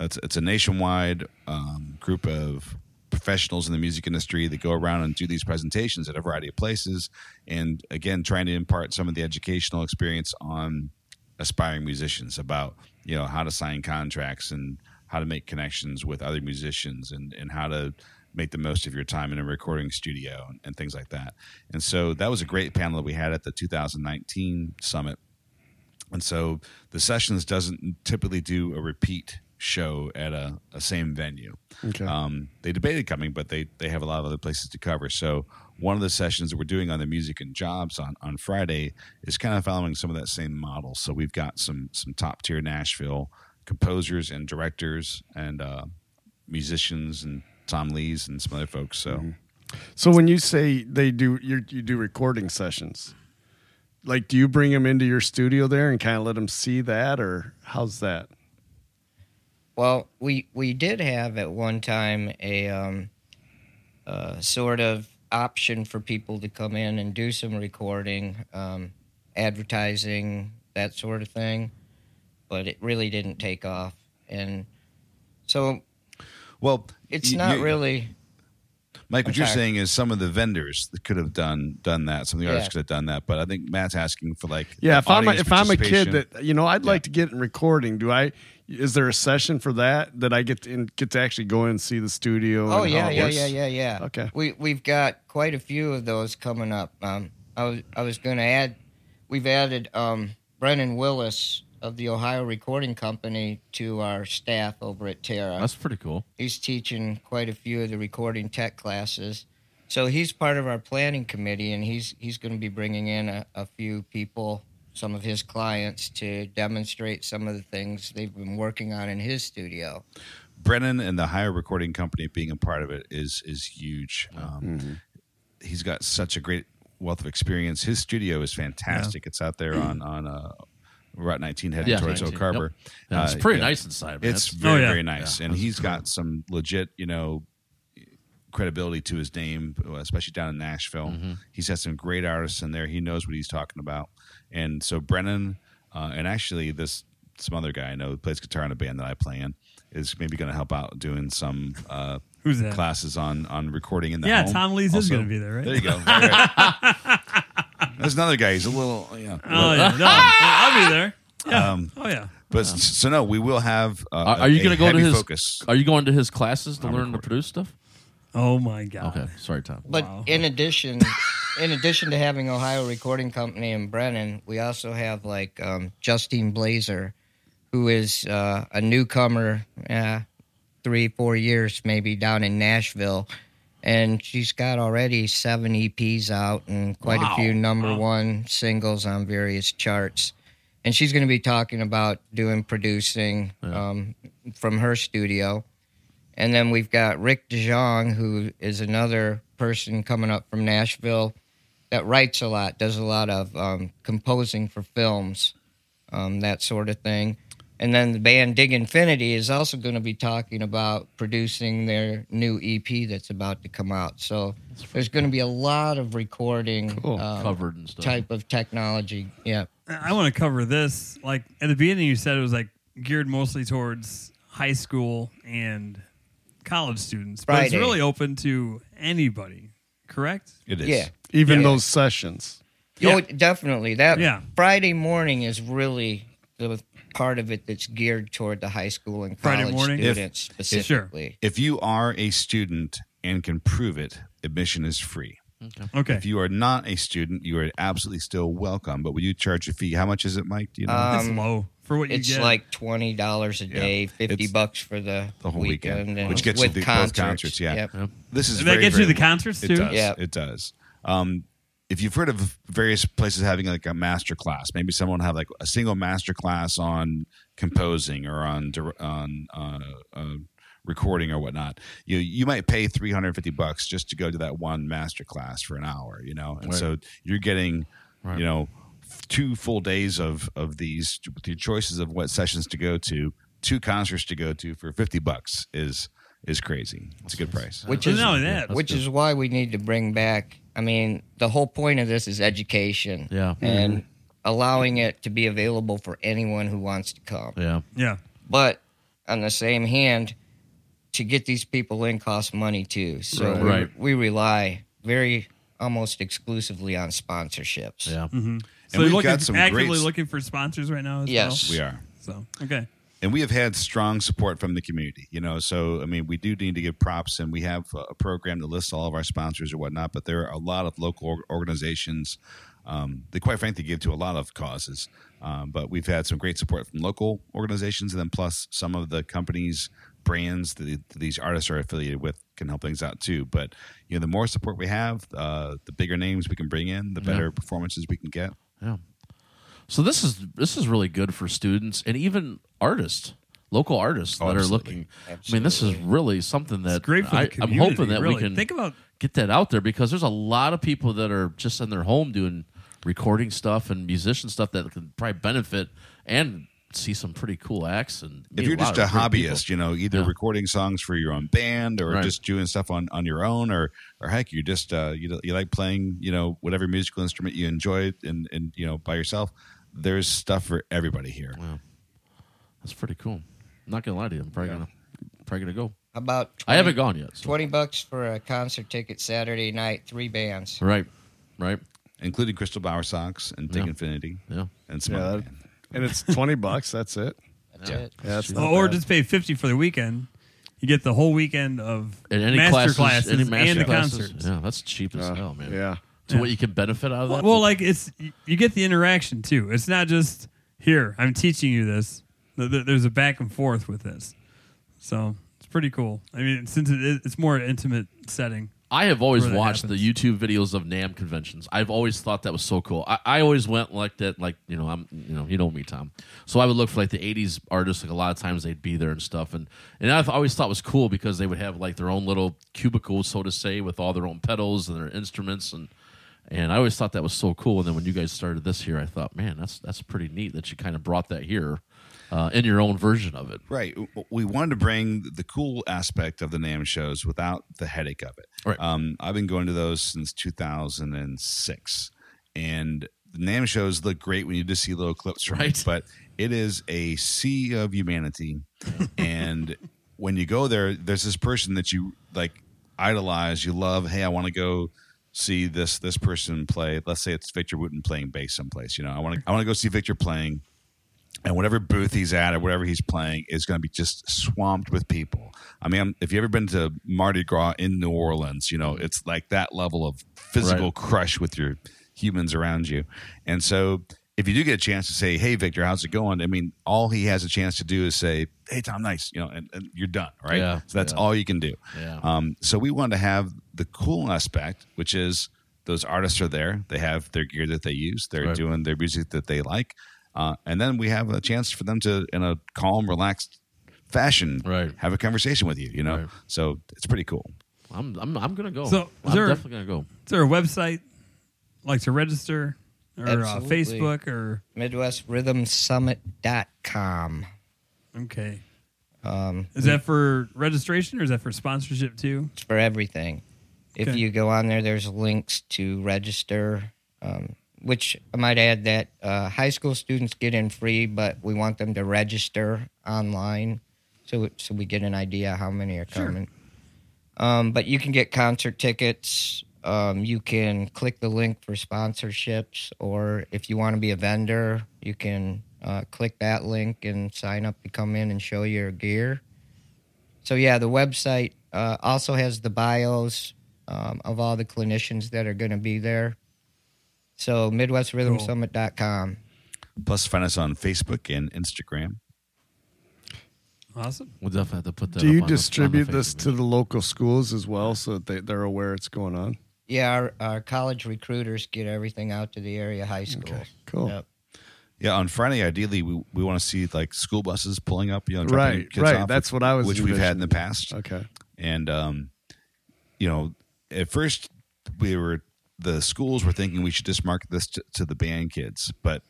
Speaker 4: it's, it's a nationwide um, group of professionals in the music industry that go around and do these presentations at a variety of places, and again, trying to impart some of the educational experience on aspiring musicians about you know how to sign contracts and how to make connections with other musicians and and how to make the most of your time in a recording studio and, and things like that. And so that was a great panel that we had at the 2019 summit. And so the sessions doesn't typically do a repeat show at a, a same venue.
Speaker 2: Okay.
Speaker 4: Um, they debated coming, but they they have a lot of other places to cover. So one of the sessions that we're doing on the music and jobs on, on Friday is kind of following some of that same model. So we've got some some top tier Nashville composers and directors and uh, musicians and Tom Lees and some other folks. So
Speaker 2: Mm-hmm. So when you say they do, you you do recording sessions. Like, do you bring them into your studio there and kind of let them see that, or how's that?
Speaker 5: Well, we we did have at one time a um, uh, sort of option for people to come in and do some recording, um, advertising, that sort of thing. But it really didn't take off, and so
Speaker 4: Well,
Speaker 5: it's
Speaker 4: you-
Speaker 5: not
Speaker 4: you-
Speaker 5: really
Speaker 4: Mike, what
Speaker 5: I'm
Speaker 4: you're
Speaker 5: sorry.
Speaker 4: saying is some of the vendors that could have done done that, some of the artists
Speaker 5: Yeah.
Speaker 4: could have done that, but I think Matt's asking for like
Speaker 2: Yeah, if I'm a,
Speaker 4: audience
Speaker 2: if I'm a kid
Speaker 4: participation.
Speaker 2: that you know I'd like to get in recording. Do I? Is there a session for that that I get to in, get to actually go in and see the studio?
Speaker 5: Oh
Speaker 2: and
Speaker 5: yeah,
Speaker 2: how it
Speaker 5: yeah,
Speaker 2: works?
Speaker 5: yeah, yeah, yeah.
Speaker 2: Okay.
Speaker 5: We we've got quite a few of those coming up. Um, I was I was going to add, we've added um, Brennan Willis of the Ohio Recording Company to our staff over at Terra.
Speaker 1: That's pretty cool.
Speaker 5: he's teaching quite a few of the recording tech classes, so he's part of our planning committee, and he's he's going to be bringing in a, a few people, some of his clients, to demonstrate some of the things they've been working on in his studio.
Speaker 4: Brennan and the higher recording company being a part of it is is huge. Um, He's got such a great wealth of experience. His studio is fantastic. It's out there on on uh, Route 19 heading
Speaker 1: Yeah,
Speaker 4: towards
Speaker 1: 19,
Speaker 4: Oak Harbor.
Speaker 1: yep. Yeah, it's
Speaker 4: Uh,
Speaker 1: pretty
Speaker 4: yeah.
Speaker 1: nice inside, man.
Speaker 4: It's
Speaker 1: It's-
Speaker 4: very
Speaker 3: Oh, yeah.
Speaker 4: very nice,
Speaker 1: Yeah,
Speaker 4: and
Speaker 1: that's
Speaker 4: he's
Speaker 1: cool.
Speaker 4: got some legit you know credibility to his name, especially down in Nashville.
Speaker 3: Mm-hmm.
Speaker 4: He's had some great artists in there. He knows what he's talking about, and so Brennan uh, and actually this some other guy I know who plays guitar in a band that I play in is maybe going to help out doing some uh,
Speaker 3: Who's that?
Speaker 4: classes on on recording in the
Speaker 3: Yeah,
Speaker 4: home
Speaker 3: Tom Lees is
Speaker 4: also.
Speaker 3: going to be there, right?
Speaker 4: There you go. Very right. There's another guy. He's a little yeah.
Speaker 3: Oh yeah, no, I'll be there. Yeah.
Speaker 4: Um,
Speaker 3: oh yeah.
Speaker 4: But s- so no, we will have. Uh,
Speaker 1: Are, are you
Speaker 4: a
Speaker 1: going to go to
Speaker 4: heavy
Speaker 1: his?
Speaker 4: focus?
Speaker 1: Are you going to his classes to learn to produce stuff?
Speaker 3: Oh my god.
Speaker 1: Okay, sorry, Tom.
Speaker 5: But
Speaker 3: Wow.
Speaker 5: in addition, in addition to having Ohio Recording Company and Brennan, we also have like um, Justine Blazer, who is uh, a newcomer, uh, three four years maybe down in Nashville, and she's got already seven EPs out and quite a few number one singles on various charts. And she's going to be talking about doing producing um, from her studio. And then we've got Rick DeJong, who is another person coming up from Nashville that writes a lot, does a lot of um, composing for films, um, that sort of thing. And then the band Dig Infinity is also going to be talking about producing their new EP that's about to come out. So there's going to be a lot of recording um,
Speaker 1: Covered and stuff.
Speaker 5: type of technology. Yeah.
Speaker 3: I want to cover this. Like at the beginning, you said it was like geared mostly towards high school and college students, but it's
Speaker 5: Friday.
Speaker 3: really open to anybody. Correct?
Speaker 4: It is.
Speaker 5: Yeah.
Speaker 2: Even
Speaker 3: Yeah.
Speaker 2: those sessions.
Speaker 3: Yeah.
Speaker 5: Oh, definitely. That
Speaker 3: Yeah.
Speaker 5: Friday morning is really the part of it that's geared toward the high school and
Speaker 3: Friday
Speaker 5: college
Speaker 3: morning? If-
Speaker 5: students specifically.
Speaker 4: If you are a student and can prove it, admission is free.
Speaker 3: Okay.
Speaker 4: If you are not a student, you are absolutely still welcome. But will you charge a fee? How much is it, Mike? Do you know?
Speaker 3: it's low for what you
Speaker 5: Um, It's
Speaker 3: get.
Speaker 5: like twenty dollars a day, fifty
Speaker 4: It's
Speaker 5: bucks for the,
Speaker 4: the whole
Speaker 5: weekend,
Speaker 4: weekend,
Speaker 5: and
Speaker 4: which gets you
Speaker 5: with
Speaker 4: the both
Speaker 5: concerts.
Speaker 4: concerts, yeah.
Speaker 5: Yep.
Speaker 4: this is
Speaker 3: And that
Speaker 4: very,
Speaker 3: gets you
Speaker 4: very-
Speaker 3: the concerts,
Speaker 4: it
Speaker 3: too?
Speaker 4: Does.
Speaker 5: Yeah.
Speaker 4: It does. Um, if you've heard of various places having like a master class, maybe someone have like a single master class on composing or on dir- on uh, uh, recording or whatnot. You you might pay three hundred fifty bucks just to go to that one master class for an hour, you know, and so you're getting, you know, f- two full days of of these with your choices of what sessions to go to, two concerts to go to for fifty bucks is is crazy. It's a good price.
Speaker 5: Which
Speaker 3: But
Speaker 5: is
Speaker 3: not only that,
Speaker 5: which is why we need to bring back. I mean, the whole point of this is education.
Speaker 1: Yeah.
Speaker 5: And allowing it to be available for anyone who wants to come.
Speaker 1: Yeah,
Speaker 3: yeah.
Speaker 5: But on the same hand, to get these people in costs money too. So
Speaker 1: Right.
Speaker 5: we,
Speaker 1: Right.
Speaker 5: we rely very almost exclusively on sponsorships.
Speaker 1: yeah.
Speaker 3: So
Speaker 4: we've
Speaker 3: you're looking,
Speaker 4: got some
Speaker 3: actively
Speaker 4: great-
Speaker 3: looking for sponsors right now as
Speaker 5: Yes.
Speaker 4: we are.
Speaker 3: well? So, okay.
Speaker 4: and we have had strong support from the community you know so i mean we do need to give props and we have a- a program that lists all of our sponsors or whatnot but there are a lot of local or- organizations um, that quite frankly give to a lot of causes um, but we've had some great support from local organizations and then plus some of the companies brands that the- these artists are affiliated with can help things out too but you know the more support we have uh, the bigger names we can bring in the better performances we can get
Speaker 1: Yeah. So this is this is really good for students and even artists, local artists that are
Speaker 4: absolutely.
Speaker 1: looking. I mean, this is really something that
Speaker 3: It's great for the
Speaker 1: I, I'm
Speaker 3: community.
Speaker 1: hoping that
Speaker 3: really.
Speaker 1: we can
Speaker 3: think about
Speaker 1: get that out there because there's a lot of people that are just in their home doing recording stuff and musician stuff that can probably benefit and see some pretty cool acts. And meet
Speaker 4: if you're
Speaker 1: lot
Speaker 4: just a
Speaker 1: of great
Speaker 4: hobbyist, you know, either
Speaker 1: Yeah.
Speaker 4: recording songs for your own band or
Speaker 1: Right.
Speaker 4: just doing stuff on, on your own, or or heck, you just uh, you you like playing, you know, whatever musical instrument you enjoy, and and you know, by yourself. There's stuff for everybody here.
Speaker 1: people. Wow. that's pretty cool. I'm not gonna lie to you, I'm probably gonna probably gonna go.
Speaker 5: How about 20,
Speaker 1: I haven't gone yet. So.
Speaker 5: 20 bucks for a concert ticket Saturday night, three bands.
Speaker 1: Right, right,
Speaker 4: including Crystal Bauer socks and Dick
Speaker 1: Yeah.
Speaker 4: Infinity
Speaker 1: yeah.
Speaker 4: and
Speaker 2: Yeah,
Speaker 4: Smoke.
Speaker 2: that- and it's twenty bucks. That's it.
Speaker 5: That's it.
Speaker 2: Yeah, that's not
Speaker 3: or
Speaker 2: bad.
Speaker 3: just pay fifty for the weekend. You get the whole weekend of
Speaker 1: And any
Speaker 3: master
Speaker 1: classes,
Speaker 3: classes,
Speaker 1: any
Speaker 3: and
Speaker 1: master
Speaker 3: the
Speaker 1: classes.
Speaker 3: concerts.
Speaker 1: Yeah, that's cheap
Speaker 4: Uh,
Speaker 1: as hell, man.
Speaker 2: yeah.
Speaker 1: So what you can benefit out of that?
Speaker 3: Well, like it's you- you get the interaction too. It's not just here. I'm teaching you this. Th- th- There's a back and forth with this, so it's pretty cool. I mean, since it is, it's more intimate setting.
Speaker 1: I have always
Speaker 3: where that
Speaker 1: watched
Speaker 3: happens.
Speaker 1: the YouTube videos of NAM conventions. I've always thought that was so cool. I, I always went like that, like you know, I'm you know, you know me, Tom. So I would look for like the '80s artists. Like a lot of times they'd be there and stuff, and and I've always thought it was cool because they would have like their own little cubicle, so to say, with all their own pedals and their instruments, and and I always thought that was so cool. And then when you guys started this here, I thought, man, that's that's pretty neat that you kind of brought that here uh, in your own version of it.
Speaker 4: Right. W- We wanted to bring the cool aspect of the NAM shows without the headache of it.
Speaker 1: Right.
Speaker 4: Um, I've been going to those since 2006. And the NAM shows look great when you just see little clips from
Speaker 1: Right.
Speaker 4: it, but it is a sea of humanity. and when you go there, there's this person that you like idolize, you love. Hey, I want to go see this this person play. Let's say it's Victor Wooten playing bass someplace. You know, I want to I want to go see Victor playing and whatever booth he's at or whatever he's playing is going to be just swamped with people. I mean, I'm, if you ever been to Mardi Gras in New Orleans, you know it's like that level of physical
Speaker 1: Right.
Speaker 4: crush with your humans around you. And so, if you do get a chance to say, "Hey, Victor, how's it going?" I mean, all he has a chance to do is say, "Hey, Tom, nice," you know, and, and you're done, right?
Speaker 1: Yeah,
Speaker 4: so that's
Speaker 1: yeah.
Speaker 4: all you can do.
Speaker 1: Yeah.
Speaker 4: Um, so we wanted to have the cool aspect, which is those artists are there. They have their gear that they use. They're
Speaker 1: Right.
Speaker 4: doing their music that they like, uh, and then we have a chance for them to, in a calm, relaxed fashion,
Speaker 1: Right.
Speaker 4: have a conversation with you. You know,
Speaker 1: Right.
Speaker 4: so it's pretty cool.
Speaker 1: I'm I'm, I'm gonna go.
Speaker 3: So,
Speaker 1: I'm
Speaker 3: there-
Speaker 1: definitely gonna go.
Speaker 3: Is there a website like to register or uh,
Speaker 5: Absolutely.
Speaker 3: Facebook or
Speaker 5: MidwestRhythmSummit.com.
Speaker 3: okay?
Speaker 5: Um,
Speaker 3: Is that for registration or is that for sponsorship too?
Speaker 5: it's for everything. If
Speaker 3: Okay.
Speaker 5: you go on there, there's links to register, um, which I might add that uh, high school students get in free, but we want them to register online so, it- so we get an idea how many are coming. Um, but you can get concert tickets. Um, you can click the link for sponsorships, or if you want to be a vendor, you can uh, click that link and sign up to come in and show your gear. So yeah, the website uh, also has the bios um, of all the clinicians that are going to be there. So MidwestRhythmSummit.com.
Speaker 4: Plus, find us on Facebook and Instagram.
Speaker 3: Awesome.
Speaker 1: We'll definitely have to put that.
Speaker 2: Do
Speaker 1: up
Speaker 2: you
Speaker 1: on the- on the
Speaker 2: distribute this
Speaker 1: Facebook
Speaker 2: to the local schools as well, so that they, they're aware it's going on?
Speaker 5: Yeah, our, our college recruiters get everything out to the area high schools.
Speaker 2: Cool.
Speaker 5: Yep.
Speaker 4: Yeah, on Friday, ideally, we, we want to see like school buses pulling up, you know, dropping
Speaker 2: Right,
Speaker 4: kids
Speaker 2: right.
Speaker 4: off,
Speaker 2: That's what I was.
Speaker 4: which we've had in the
Speaker 2: envisioning.
Speaker 4: past.
Speaker 2: Okay.
Speaker 4: and um, you know, at first we were the schools were thinking we should just market this to, to the band kids, but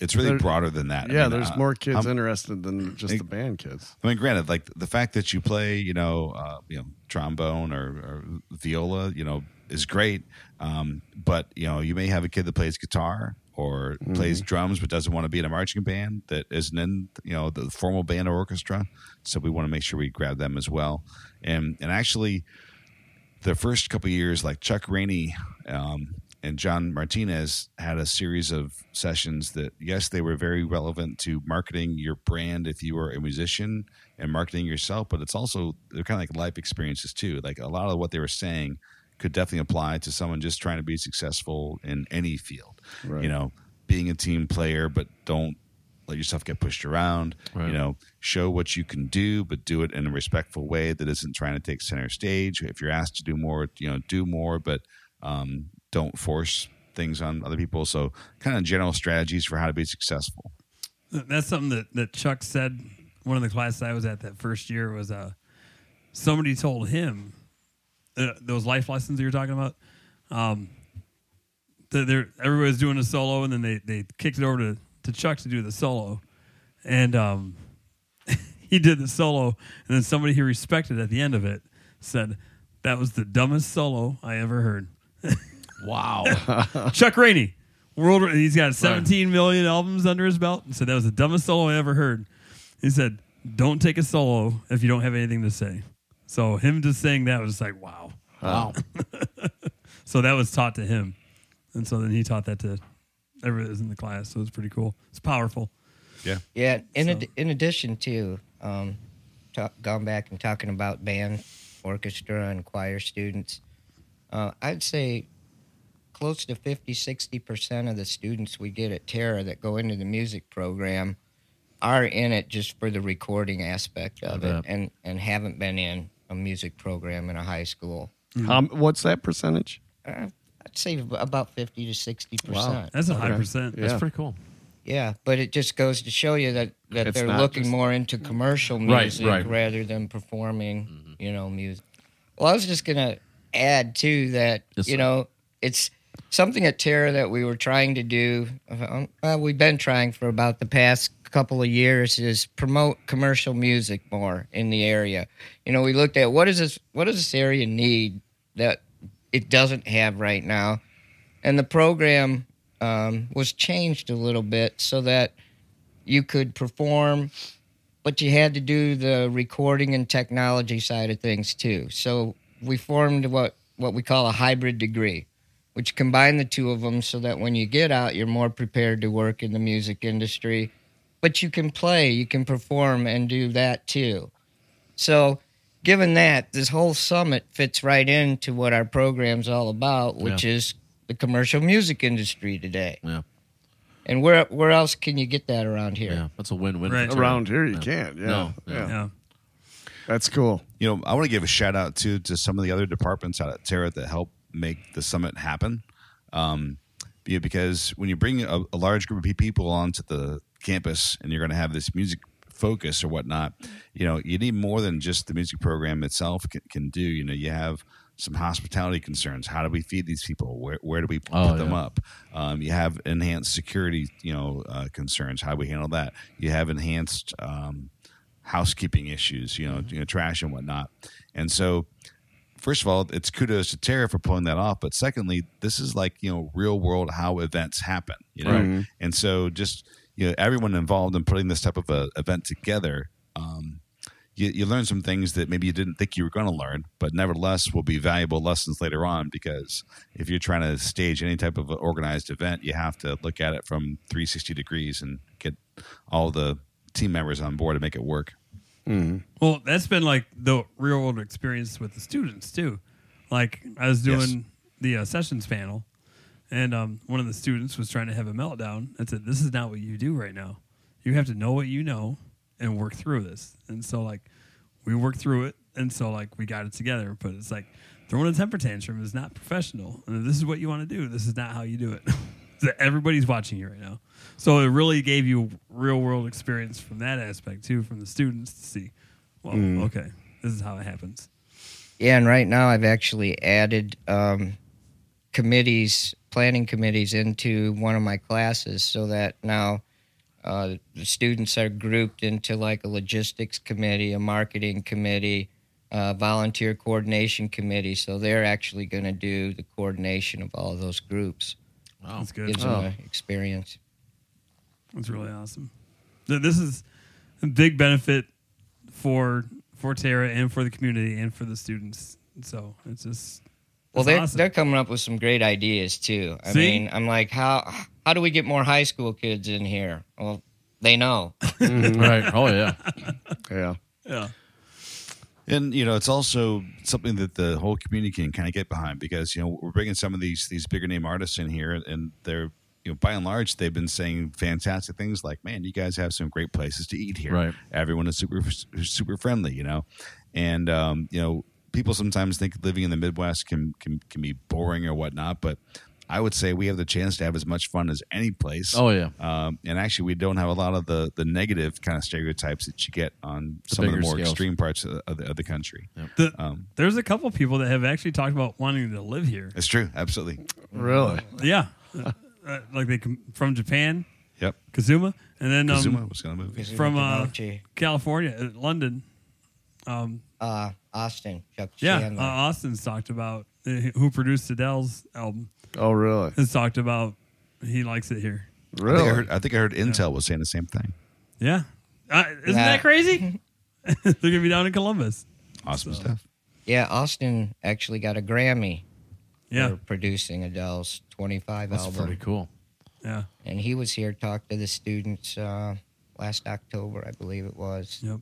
Speaker 4: it's really
Speaker 2: There-
Speaker 4: broader than that. I
Speaker 2: Yeah,
Speaker 4: mean,
Speaker 2: there's
Speaker 4: uh,
Speaker 2: more kids
Speaker 4: I'm-
Speaker 2: interested than just the band kids.
Speaker 4: I mean, granted, like the fact that you play, you know, uh, you know, trombone or, or viola, you know, is great. Um, but you know, you may have a kid that plays guitar or
Speaker 2: Mm-hmm.
Speaker 4: plays drums, but doesn't want to be in a marching band that isn't in, you know, the formal band or orchestra. So we want to make sure we grab them as well. And and actually, the first couple of years, like Chuck Rainey um, and John Martinez had a series of sessions that, yes, they were very relevant to marketing your brand if you were a musician and marketing yourself, but it's also, they're kind of like life experiences too. Like a lot of what they were saying could definitely apply to someone just trying to be successful in any field. You know, being a team player, but don't let yourself get pushed around.
Speaker 1: Right.
Speaker 4: You know, show what you can do, but do it in a respectful way that isn't trying to take center stage. If you're asked to do more, you know, do more, but um, don't force things on other people. So, kind of general strategies for how to be successful.
Speaker 3: Th- That's something that, that Chuck said. One of the classes I was at that first year was uh, somebody told him uh, those life lessons that you're talking about. Um, that they're everybody's doing a solo, and then they they kicked it over to, to Chuck to do the solo, and um, he did the solo, and then somebody he respected at the end of it said that was the dumbest solo I ever heard.
Speaker 1: Wow.
Speaker 3: Chuck Rainey, world, he's got 17 million albums under his belt, and said that was the dumbest solo I ever heard. He said, "Don't take a solo if you don't have anything to say." So him just saying that was like, wow.
Speaker 1: wow.
Speaker 3: So that was taught to him, and so then he taught that to everyone that was in the class. So it was pretty cool. It's powerful.
Speaker 5: Yeah. In ad- in addition to um, talk, gone back and talking about band, orchestra, and choir students, uh, I'd say close to 50, 60 percent of the students we get at Terra that go into the music program are in it just for the recording aspect of
Speaker 1: I
Speaker 5: it,
Speaker 1: bet.
Speaker 5: and and haven't been in a music program in a high school.
Speaker 2: How, what's that percentage?
Speaker 5: Uh, I'd say ab- about fifty to sixty percent.
Speaker 3: That's a high percent.
Speaker 1: That's pretty cool.
Speaker 5: Yeah, but it just goes to show you that, that
Speaker 2: It's
Speaker 5: they're
Speaker 2: not
Speaker 5: looking
Speaker 2: just-
Speaker 5: more into commercial
Speaker 1: Right,
Speaker 5: music
Speaker 1: right.
Speaker 5: rather than performing, you know, music. Well, I was just gonna add too that
Speaker 1: Yes,
Speaker 5: you
Speaker 1: sir.
Speaker 5: know it's something at Terra that we were trying to do. uh, Well, we've been trying for about the past couple of years is promote commercial music more in the area. You know, we looked at what is this what does this area need that it doesn't have right now, and the program um, was changed a little bit so that you could perform but you had to do the recording and technology side of things too. So we formed what what we call a hybrid degree, which combined the two of them so that when you get out, you're more prepared to work in the music industry, but you can play, you can perform, and do that too. So. Given that, this whole summit fits right into what our program's all about, which is the commercial music industry today.
Speaker 1: Yeah.
Speaker 5: And where where else can you get that around here?
Speaker 1: Yeah. That's a win win.
Speaker 3: Right.
Speaker 2: Around here, you can't. Yeah.
Speaker 1: No, yeah.
Speaker 2: yeah.
Speaker 3: Yeah.
Speaker 2: That's cool.
Speaker 4: you know, I want to give a shout out too to some of the other departments out at Terra that help make the summit happen. Um, yeah, because when you bring a, a large group of pe- people onto the campus and you're going to have this music focus or whatnot, you know, you need more than just the music program itself can, can do. You know, you have some hospitality concerns. How do we feed these people? Where, where do we put
Speaker 1: Oh,
Speaker 4: them
Speaker 1: yeah.
Speaker 4: up? up. Um, you have enhanced security, you know, uh, concerns. How do we handle that? You have enhanced um, housekeeping issues, you know, you know, trash and whatnot. And so, first of all, it's kudos to Tara for pulling that off. But secondly, this is like you know, real world how events happen, you know. And so, just you know, everyone involved in putting this type of a event together. Um, you, you learn some things that maybe you didn't think you were going to learn, but nevertheless will be valuable lessons later on. Because if you're trying to stage any type of organized event, you have to look at it from 360 degrees and get all the team members on board to make it work.
Speaker 3: Well, that's been like the real world experience with the students too. Like I was doing
Speaker 4: Yes.
Speaker 3: the uh, sessions panel, and um, one of the students was trying to have a meltdown. I said, "This is not what you do right now. You have to know what you know and work through this." And so, like, we worked through it, and so like we got it together. But it's like throwing a temper tantrum is not professional. And if this is what you want to do. This is not how you do it. So Everybody's watching you right now. So it really gave you real world experience from that aspect too, from the students to see, well,
Speaker 5: Mm.
Speaker 3: okay, this is how it happens.
Speaker 5: Yeah, and right now I've actually added um, committees, planning committees, into one of my classes, so that now uh, the students are grouped into like a logistics committee, a marketing committee, uh, volunteer coordination committee. So they're actually going to do the coordination of all those groups.
Speaker 4: Oh.
Speaker 1: Wow.
Speaker 3: That's good. Oh.
Speaker 5: Gives them a experience.
Speaker 3: That's really awesome. Th- This is a big benefit for for Terra and for the community and for the students. So it's just
Speaker 5: Well,
Speaker 3: it's
Speaker 5: they're,
Speaker 3: awesome.
Speaker 5: they're coming up with some great ideas too. I
Speaker 3: See?
Speaker 5: mean, I'm like, how how do we get more high school kids in here? Well, they know.
Speaker 1: right. Oh, yeah.
Speaker 2: Yeah.
Speaker 3: yeah.
Speaker 4: And you know, it's also something that the whole community can kind of get behind because you know we're bringing some of these these bigger name artists in here, and they're you know by and large they've been saying fantastic things like, "Man, you guys have some great places to eat here.
Speaker 1: Right.
Speaker 4: Everyone is super super friendly, you know." And um, you know, people sometimes think living in the Midwest can can can be boring or whatnot, but I would say we have the chance to have as much fun as any place.
Speaker 1: Oh, yeah.
Speaker 4: Um, and actually, we don't have a lot of the, the negative kind of stereotypes that you get on some of the
Speaker 1: bigger
Speaker 4: more
Speaker 1: scales.
Speaker 4: extreme parts of, of, the, of the country.
Speaker 3: The,
Speaker 4: Um,
Speaker 3: there's a couple people that have actually talked about wanting to live here.
Speaker 4: It's true, absolutely.
Speaker 2: Really?
Speaker 3: uh, Yeah, Uh, like they come from Japan.
Speaker 4: Yep.
Speaker 3: Kazuma, and then um,
Speaker 4: Kazuma was going to move.
Speaker 3: from uh,
Speaker 5: Kazuma
Speaker 3: California, uh, London. Um,
Speaker 5: uh, Austin, Chuck
Speaker 3: yeah, uh,
Speaker 5: Chandler.
Speaker 3: Austin's talked about uh, who produced Adele's album.
Speaker 2: Oh, really?
Speaker 3: Has talked about he likes it here.
Speaker 4: I
Speaker 2: Really?
Speaker 4: think I heard, I think I heard Intel was saying the same thing.
Speaker 3: Yeah, uh, isn't
Speaker 5: Yeah.
Speaker 3: that crazy? They're gonna be down in Columbus.
Speaker 4: Awesome stuff.
Speaker 5: yeah, Austin actually got a Grammy
Speaker 3: Yeah,
Speaker 5: for producing Adele's 25
Speaker 1: That's
Speaker 5: album.
Speaker 1: pretty cool.
Speaker 3: yeah,
Speaker 5: And he was here to talk to the students uh, last October, I believe it was.
Speaker 3: yep,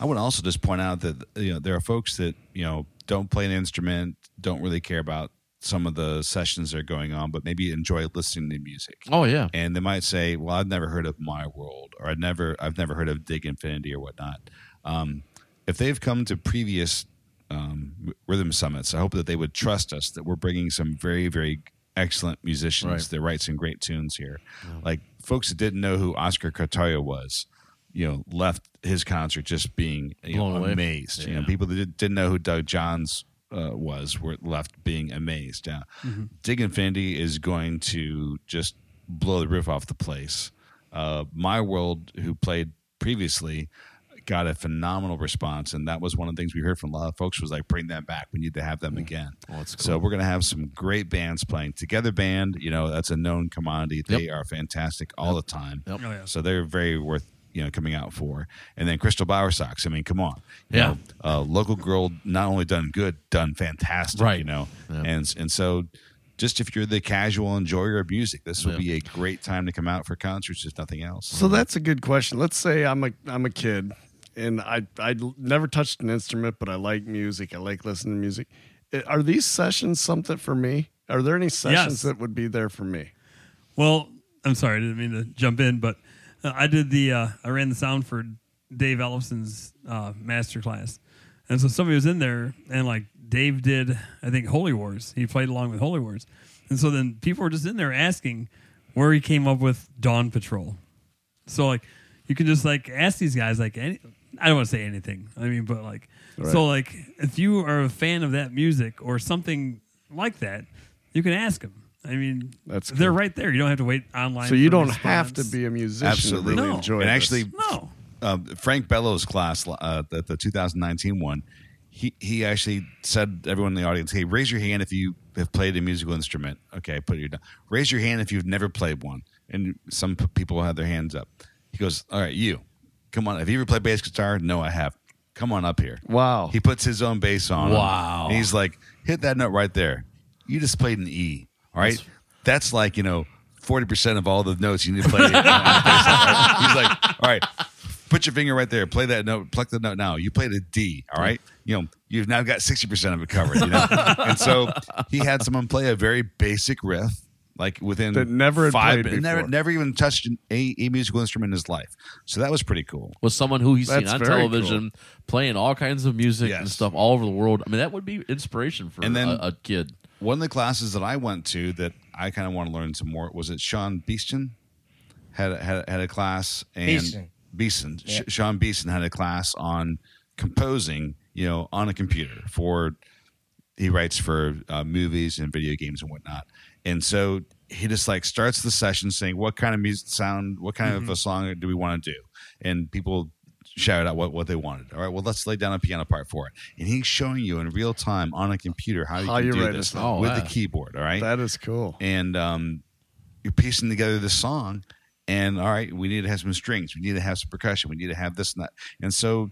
Speaker 4: I would also just point out that you know there are folks that you know don't play an instrument, don't really care about some of the sessions that are going on, but maybe enjoy listening to music.
Speaker 1: Oh yeah,
Speaker 4: And they might say, "Well, I've never heard of My World, or I've never I've never heard of Dig Infinity or whatnot." Um, if they've come to previous um, rhythm summits, I hope that they would trust us that we're bringing some very very excellent musicians
Speaker 1: Right.
Speaker 4: that write some great tunes here. Like folks that didn't know who Oscar Cotoya was, you know, left his concert just being you know,
Speaker 1: Blown away.
Speaker 4: amazed. You know,
Speaker 1: Yeah.
Speaker 4: people that did- didn't know who Doug Johns uh, was were left being amazed. Now,
Speaker 1: Mm-hmm.
Speaker 4: Dig Infinity is going to just blow the roof off the place. Uh, My World, who played previously, got a phenomenal response, and that was one of the things we heard from a lot of folks was like, bring them back. We need to have them again.
Speaker 1: that's
Speaker 4: So we're going to have some great bands playing together. Band, you know, that's a known commodity. They are fantastic all the time.
Speaker 1: Yep.
Speaker 3: Oh, yeah.
Speaker 4: So they're very worth you know coming out for. And then Crystal Bauer socks. I mean, come on. You
Speaker 1: Yeah.
Speaker 4: know, uh, local girl not only done good, done fantastic.
Speaker 1: Right.
Speaker 4: You know,
Speaker 1: Yeah.
Speaker 4: and and so. Just if you're the casual enjoyer of music, this will
Speaker 1: Yeah.
Speaker 4: be a great time to come out for concerts, if nothing else.
Speaker 2: So that's a good question. Let's say I'm a I'm a kid and I I never touched an instrument, but I like music. I like listening to music. Uh, Are these sessions something for me? Are there any sessions
Speaker 3: Yes.
Speaker 2: that would be there for me?
Speaker 3: Well, I'm sorry, I didn't mean to jump in, but uh, I did the uh, I ran the sound for Dave Ellison's uh, master class, and so somebody was in there, and like Dave did, I think Holy Wars. He played along with Holy Wars, and so then people were just in there asking where he came up with Dawn Patrol. So like, you can just like ask these guys like any. I don't want to say anything. I mean, but like, so like, if you are a fan of that music or something like that, you can ask them. I mean,
Speaker 2: That's
Speaker 3: they're
Speaker 2: cool.
Speaker 3: right there. You don't have to wait online.
Speaker 2: So you
Speaker 3: for a
Speaker 2: don't have to
Speaker 3: response.
Speaker 2: be a musician
Speaker 4: Absolutely.
Speaker 2: to really
Speaker 3: No.
Speaker 2: enjoy this.
Speaker 4: And actually,
Speaker 3: No.
Speaker 4: um, Frank Bellows' class, uh, the, the 2019 one, he, he actually said to everyone in the audience, "Hey, raise your hand if you have played a musical instrument." Okay, put your down. Raise your hand if you've never played one. And some p- people have their hands up. He goes, "All right, you, come on. Have you ever played bass guitar? No, I have. Come on up here."
Speaker 2: Wow.
Speaker 4: He puts his own bass on.
Speaker 1: Wow.
Speaker 4: And he's like, "Hit that note right there. You just played an E. All right, that's like you know." 40% of all the notes you need to play. on a bass line, right? He's like, all right, put your finger right there. Play that note. Pluck the note now. You played a D. All right. You know, you've now got sixty percent of it covered. You know, and so he had someone play a very basic riff, like within
Speaker 2: That never had
Speaker 4: five,
Speaker 2: played
Speaker 4: never
Speaker 2: before.
Speaker 4: never even touched an, a, a musical instrument in his life. So that was pretty cool.
Speaker 1: with someone who he's seen
Speaker 2: That's
Speaker 1: on
Speaker 2: very
Speaker 1: television playing all kinds of music and
Speaker 4: Yes.
Speaker 1: stuff all over the world. I mean, that would be inspiration for
Speaker 4: And then-
Speaker 1: a, a kid.
Speaker 4: One of the classes that I went to that I kind of want to learn some more was it Sean Beeston had a, had a, had a class and
Speaker 5: Beeston.
Speaker 4: Beeston. Sh- Sean Beeston had a class on composing, you know, on a computer for he writes for uh, movies and video games and whatnot. And so he just like starts the session saying, "What kind of music sound? What kind of a song do we want to do?" And people shout out what, what they wanted. All right, well, let's lay down a piano part for it. And he's showing you in real time on a computer how you
Speaker 2: How
Speaker 4: can
Speaker 2: you
Speaker 4: do
Speaker 2: write a
Speaker 4: this
Speaker 1: song.
Speaker 4: with
Speaker 1: Oh,
Speaker 4: the
Speaker 1: wow.
Speaker 4: keyboard. All right,
Speaker 2: that is cool.
Speaker 4: and um, you're piecing together this song. And all right, we need to have some strings. We need to have some percussion. We need to have this and that. And so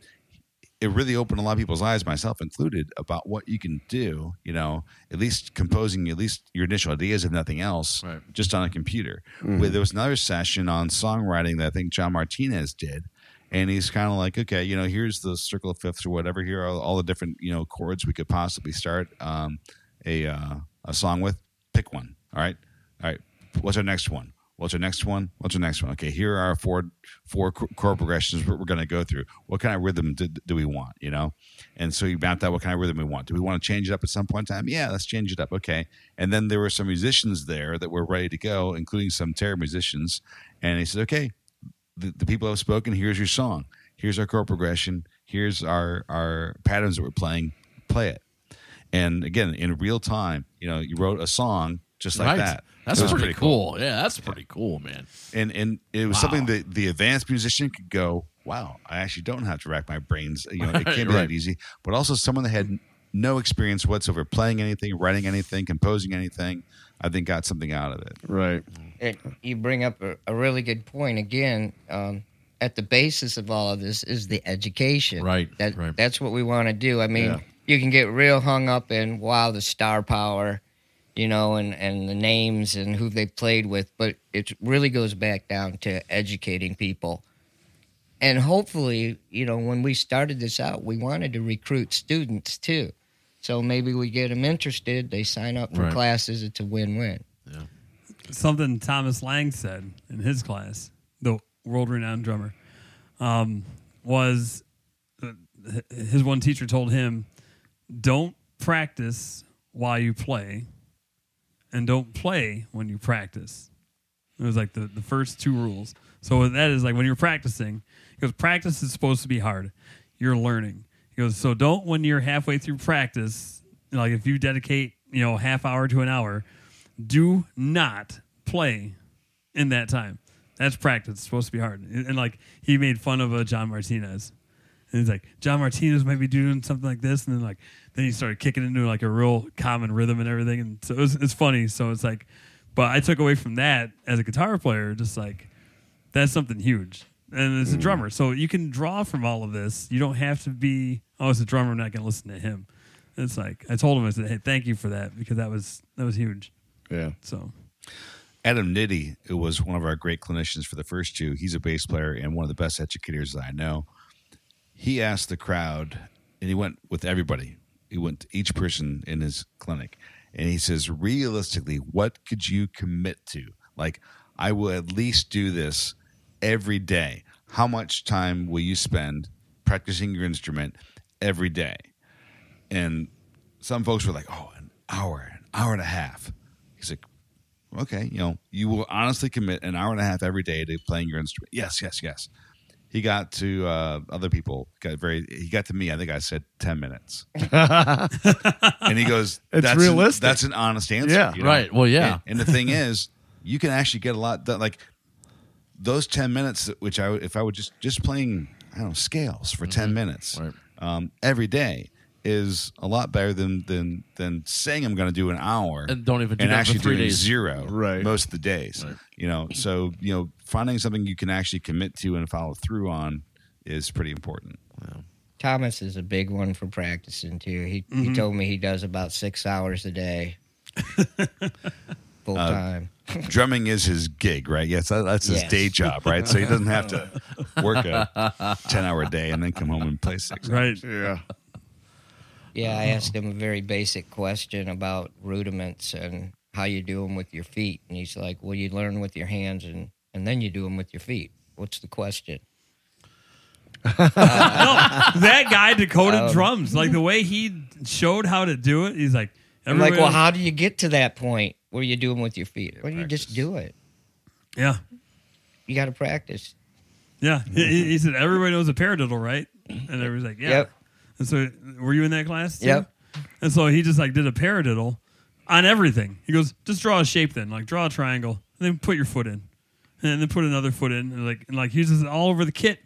Speaker 4: it really opened a lot of people's eyes, myself included, about what you can do. You know, at least composing, at least your initial ideas, if nothing else,
Speaker 1: Right.
Speaker 4: just on a computer. Where there was another session on songwriting that I think John Martinez did, and he's kind of like, okay, you know, here's the circle of fifths or whatever. Here are all the different you know chords we could possibly start um, a uh, a song with. Pick one. All right, all right. What's our next one? What's our next one? What's our next one? Okay, here are our four four c- chord progressions we're, we're going to go through. What kind of rhythm do, do we want? You know, and so you mapped out what kind of rhythm we want. Do we want to change it up at some point in time? Yeah, let's change it up. Okay, and then there were some musicians there that were ready to go, including some terror musicians. And he said, okay, the, the people have spoken. Here's your song. Here's our chord progression. Here's our our patterns that we're playing. Play it. And again, in real time, you know, you wrote a song just like
Speaker 1: Right.
Speaker 4: that.
Speaker 1: That's
Speaker 4: was
Speaker 1: pretty,
Speaker 4: pretty
Speaker 1: cool. Yeah, that's pretty cool, man.
Speaker 4: and and it was something that the advanced musician could go, wow, I actually don't have to rack my brains. You know, it can be
Speaker 1: Right.
Speaker 4: that easy. But also someone that had no experience whatsoever playing anything, writing anything, composing anything, I think got something out of it.
Speaker 2: Right.
Speaker 5: it, you bring up a, a really good point again. Um, at the basis of all of this is the education.
Speaker 1: Right,
Speaker 5: That,
Speaker 1: right.
Speaker 5: That's what we want to do. I mean,
Speaker 2: Yeah.
Speaker 5: you can get real hung up in wow the star power, you know, and and the names and who they played with, but it really goes back down to educating people. And hopefully, you know, when we started this out, we wanted to recruit students too. So maybe we get them interested, they sign up for
Speaker 1: Right.
Speaker 5: classes, it's a win-win.
Speaker 3: something Thomas Lang said in his class, the world renowned drummer, um, was uh, h- his one teacher told him, Don't practice while you play, and don't play when you practice. It was like the, the first two rules. So that is like when you're practicing, he goes, practice is supposed to be hard. You're learning. He goes, so don't when you're halfway through practice, you know, like if you dedicate, you know, half hour to an hour, do not play in that time. That's practice. It's supposed to be hard. And, and, like he made fun of uh, John Martinez. And he's like, John Martinez might be doing something like this, and then like then he started kicking into like a real common rhythm and everything, and so it was, it's funny. So it's like, but I took away from that as a guitar player, just like that's something huge. And as a drummer, so you can draw from all of this. You don't have to be, oh, it's a drummer. I'm not going to listen to him. It's like I told him, I said, hey, thank you for that because that was that was huge.
Speaker 2: Yeah.
Speaker 3: So
Speaker 4: Adam Nitty, who was one of our great clinicians for the first two, he's a bass player and one of the best educators that I know. He asked the crowd, and he went with everybody. He went to each person in his clinic, and he says, realistically, what could you commit to? Like, I will at least do this every day. How much time will you spend practicing your instrument every day? And some folks were like, oh, an hour, an hour and a half. He's like, okay, you know, you will honestly commit an hour and a half every day to playing your instrument. Yes, yes, yes. He got to uh, other people. Got very. He got to me. I think I said ten minutes. and he goes,
Speaker 2: It's
Speaker 4: "That's
Speaker 2: realistic.
Speaker 4: An, that's an honest answer.
Speaker 2: Yeah.
Speaker 4: you know?
Speaker 1: Right. Well, yeah.
Speaker 4: And, and the thing is, you can actually get a lot done. Like those ten minutes, which I would- if I would just just playing, I don't know, scales for ten minutes
Speaker 1: Mm-hmm. Right.
Speaker 4: um, every day is a lot better than than than saying I'm going to do an hour
Speaker 1: And don't even do
Speaker 4: and
Speaker 1: that for
Speaker 4: actually
Speaker 1: three
Speaker 4: doing
Speaker 1: days.
Speaker 4: zero
Speaker 2: Right.
Speaker 4: most of the days. You know, so you know, finding something you can actually commit to and follow through on is pretty important.
Speaker 5: Thomas is a big one for practicing too. He he
Speaker 3: Mm-hmm.
Speaker 5: told me he does about six hours a day, full
Speaker 3: Uh,
Speaker 5: time.
Speaker 4: drumming is his gig, right? Yes, that, that's his
Speaker 5: Yes.
Speaker 4: day job, right? So he doesn't have to work a ten-hour day and then come home and play six.
Speaker 3: right,
Speaker 2: Yeah.
Speaker 5: Yeah,
Speaker 3: uh-huh.
Speaker 5: I asked him a very basic question about rudiments and how you do them with your feet, and he's like, "Well, you learn with your hands, and and then you do them with your feet." What's the question?
Speaker 3: that guy decoded drums like the way he showed how to do it. He's like,
Speaker 5: I'm like,
Speaker 3: everybody-
Speaker 5: "Well, how do you get to that point where you do them with your feet? Well, you just do it.
Speaker 3: yeah,
Speaker 5: You got to practice."
Speaker 3: yeah. He, he- he said everybody knows a paradiddle, right? And everybody's like, yeah.
Speaker 5: Yep.
Speaker 3: And so, were you in that class? too?
Speaker 5: Yep.
Speaker 3: And so he just like did a paradiddle on everything. He goes, just draw a shape then, like draw a triangle, and then put your foot in, and then put another foot in, and like and like uses it all over the kit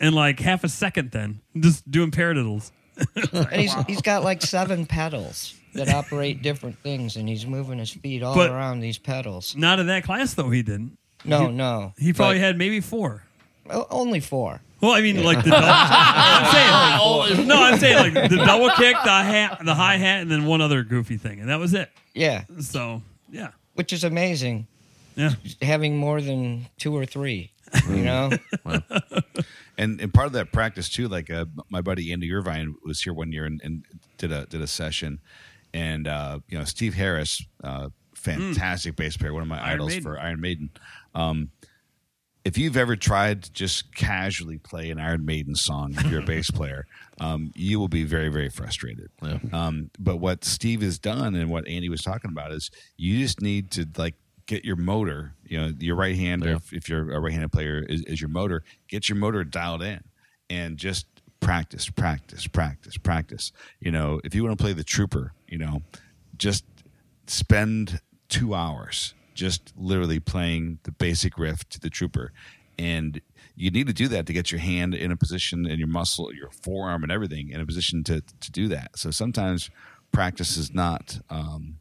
Speaker 3: in like half a second. Then just doing paradiddles.
Speaker 5: And he's he's got like seven pedals that operate different things, and he's moving his feet all
Speaker 3: But-
Speaker 5: around these pedals.
Speaker 3: Not in that class though. He didn't.
Speaker 5: No, no.
Speaker 3: He probably
Speaker 5: But-
Speaker 3: had maybe four.
Speaker 5: o- only four.
Speaker 3: Well, I mean, like the double. I'm saying, no, I'm saying like the double kick, the hat, the hi hat, and then one other goofy thing, and that was it.
Speaker 5: Yeah,
Speaker 3: So yeah,
Speaker 5: which is amazing.
Speaker 3: yeah,
Speaker 5: Having more than two or three, you know.
Speaker 4: and and part of that practice too like uh, my buddy andy irvine was here one year and, and did a did a session and uh you know steve harris uh fantastic bass player one of my
Speaker 3: Hmm. Iron
Speaker 4: idols
Speaker 3: Maiden.
Speaker 4: for iron maiden um if you've ever tried to just casually play an Iron Maiden song, if you're a bass player, um, you will be very, very frustrated.
Speaker 1: Yeah.
Speaker 4: Um, but what Steve has done and what Andy was talking about is you just need to like get your motor, you know, your right hand, or
Speaker 1: Yeah.
Speaker 4: if, if you're a right-handed player, is, is your motor. Get your motor dialed in and just practice, practice, practice, practice. You know, if you want to play the trooper, you know, just spend two hours just literally playing the basic riff to the trooper. And you need to do that to get your hand in a position and your muscle, your forearm and everything in a position to, to do that. So sometimes practice is not um,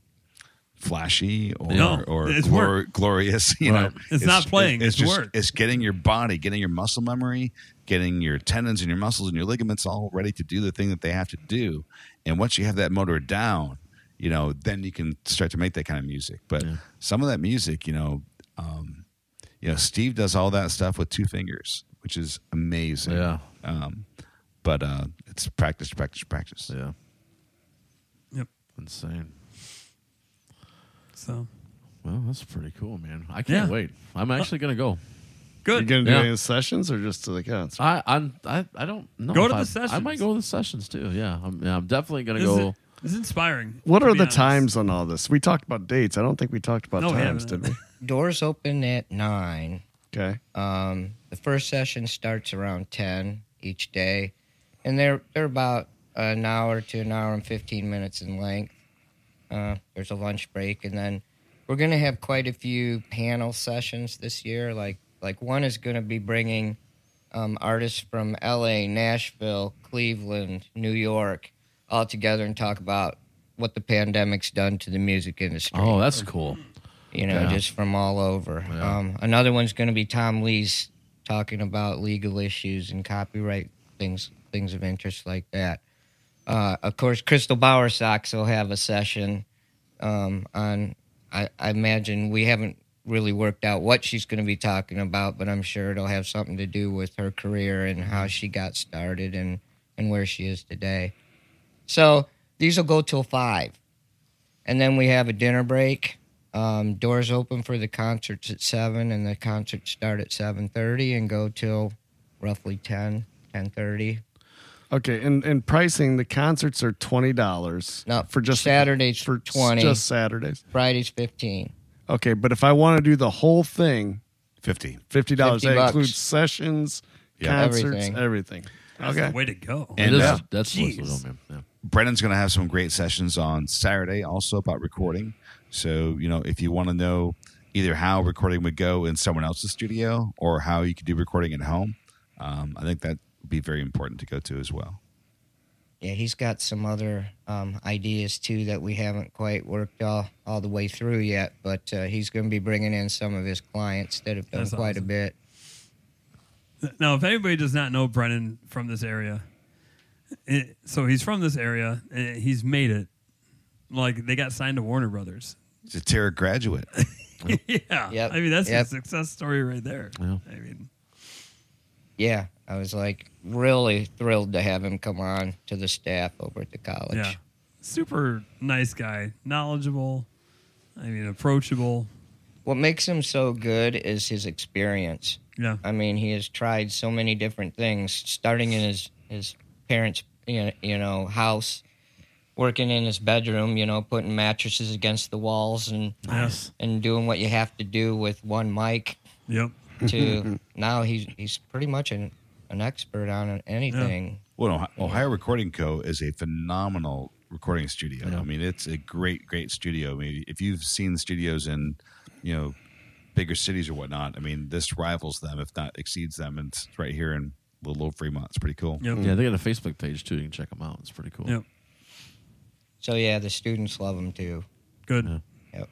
Speaker 4: flashy or,
Speaker 3: No,
Speaker 4: or
Speaker 3: it's
Speaker 4: glor-
Speaker 3: work.
Speaker 4: glorious. You
Speaker 1: Right.
Speaker 4: know,
Speaker 3: It's not playing,
Speaker 4: It's,
Speaker 3: it's
Speaker 4: just
Speaker 3: work.
Speaker 4: it's getting your body, getting your muscle memory, getting your tendons and your muscles and your ligaments all ready to do the thing that they have to do. And once you have that motor down, you know, then you can start to make that kind of music. But some of that music, you know, um, you know, Steve does all that stuff with two fingers, which is amazing.
Speaker 1: Yeah.
Speaker 4: Um, but uh, it's practice, practice, practice.
Speaker 1: Yeah.
Speaker 3: Yep.
Speaker 1: Insane.
Speaker 3: So
Speaker 1: Well, that's pretty cool, man. I can't
Speaker 3: Yeah.
Speaker 1: wait. I'm actually gonna go.
Speaker 2: You
Speaker 3: good.
Speaker 2: gonna do
Speaker 1: Yeah.
Speaker 2: any sessions or just to the concert?
Speaker 1: I I'm, I I don't know.
Speaker 3: Go
Speaker 1: if
Speaker 3: to the
Speaker 1: I, I
Speaker 3: sessions.
Speaker 1: might go to the sessions too. Yeah, I'm, yeah, I'm definitely gonna
Speaker 3: This is,
Speaker 1: go.
Speaker 3: this is inspiring.
Speaker 2: What
Speaker 3: to
Speaker 2: are
Speaker 3: be
Speaker 2: the
Speaker 3: honest.
Speaker 2: times on all this? We talked about dates. I don't think we talked about
Speaker 3: No, we
Speaker 2: times,
Speaker 3: haven't.
Speaker 2: did we?
Speaker 5: Doors open at nine.
Speaker 2: Okay. Uh,
Speaker 5: Um, the first session starts around ten each day, and they're they're about an hour to an hour and fifteen minutes in length. Uh, there's a lunch break, and then we're gonna have quite a few panel sessions this year. Like like one is gonna be bringing um, artists from L.A., Nashville, Cleveland, New York, all together and talk about what the pandemic's done to the music industry
Speaker 1: Oh, that's cool.
Speaker 5: you know,
Speaker 1: Yeah.
Speaker 5: just from all over.
Speaker 1: Yeah.
Speaker 5: Um, another one's going to be Tom Lee's talking about legal issues and copyright things, things of interest like that. Uh, of course, Crystal Bower Sox will have a session um, on. I, I imagine we haven't really worked out what she's going to be talking about, but I'm sure it'll have something to do with her career and how she got started and and where she is today. So these will go till five, and then we have a dinner break. Um, doors open for the concerts at seven, and the concerts start at seven thirty and go till roughly 10, 10.30.
Speaker 2: Okay. And and pricing the concerts are twenty dollars.
Speaker 5: No,
Speaker 2: for just
Speaker 5: Saturdays
Speaker 2: for
Speaker 5: 20.
Speaker 2: Just Saturdays.
Speaker 5: Fridays fifteen.
Speaker 2: Okay, but if I want to do the whole thing,
Speaker 4: 50.
Speaker 2: fifty dollars.
Speaker 5: 50
Speaker 2: That
Speaker 5: bucks.
Speaker 2: includes sessions,
Speaker 4: Yeah.
Speaker 2: concerts,
Speaker 5: Everything.
Speaker 2: everything.
Speaker 3: That's the
Speaker 2: Okay.
Speaker 3: way to go.
Speaker 1: It
Speaker 4: And
Speaker 1: is-
Speaker 4: uh,
Speaker 1: that's
Speaker 3: Jeez.
Speaker 1: what's going on, man.
Speaker 4: Brennan's going to have some great sessions on Saturday also about recording. So, you know, if you want to know either how recording would go in someone else's studio or how you could do recording at home, um, I think that would be very important to go to as well.
Speaker 5: Yeah, he's got some other um, ideas too that we haven't quite worked all, all the way through yet, but uh, he's going to be bringing in some of his clients that have done
Speaker 3: That's
Speaker 5: quite
Speaker 3: awesome.
Speaker 5: a bit.
Speaker 3: Now, if anybody does not know Brennan from this area, it, so he's from this area. And he's made it. Like they got signed to Warner Brothers.
Speaker 4: He's a Terra graduate.
Speaker 3: yeah.
Speaker 5: Yep.
Speaker 3: I mean, that's
Speaker 5: Yep.
Speaker 3: a success story right there.
Speaker 1: Yeah.
Speaker 3: I mean,
Speaker 5: Yeah, I was like really thrilled to have him come on to the staff over at the college.
Speaker 3: yeah. Super nice guy, knowledgeable. I mean, approachable.
Speaker 5: What makes him so good is his experience.
Speaker 3: Yeah.
Speaker 5: I mean, he has tried so many different things, starting in his his parents' you know, you know house, working in his bedroom, you know, putting mattresses against the walls and
Speaker 3: Yes.
Speaker 5: and doing what you have to do with one mic.
Speaker 3: Yep.
Speaker 5: To now, he's he's pretty much an an expert on anything.
Speaker 4: Well, Ohio, Ohio Recording Co. is a phenomenal recording studio. I mean, it's a great, great studio. I mean, if you've seen studios in, you know, bigger cities or whatnot, I mean, this rivals them, if not exceeds them. And it's right here in Little Old Fremont. It's pretty cool.
Speaker 1: Yeah.
Speaker 3: Yep.
Speaker 1: yeah, they got a Facebook page too. You can check them out. It's pretty cool.
Speaker 3: Yep.
Speaker 5: So yeah, the students love him too.
Speaker 3: Good.
Speaker 5: Yep.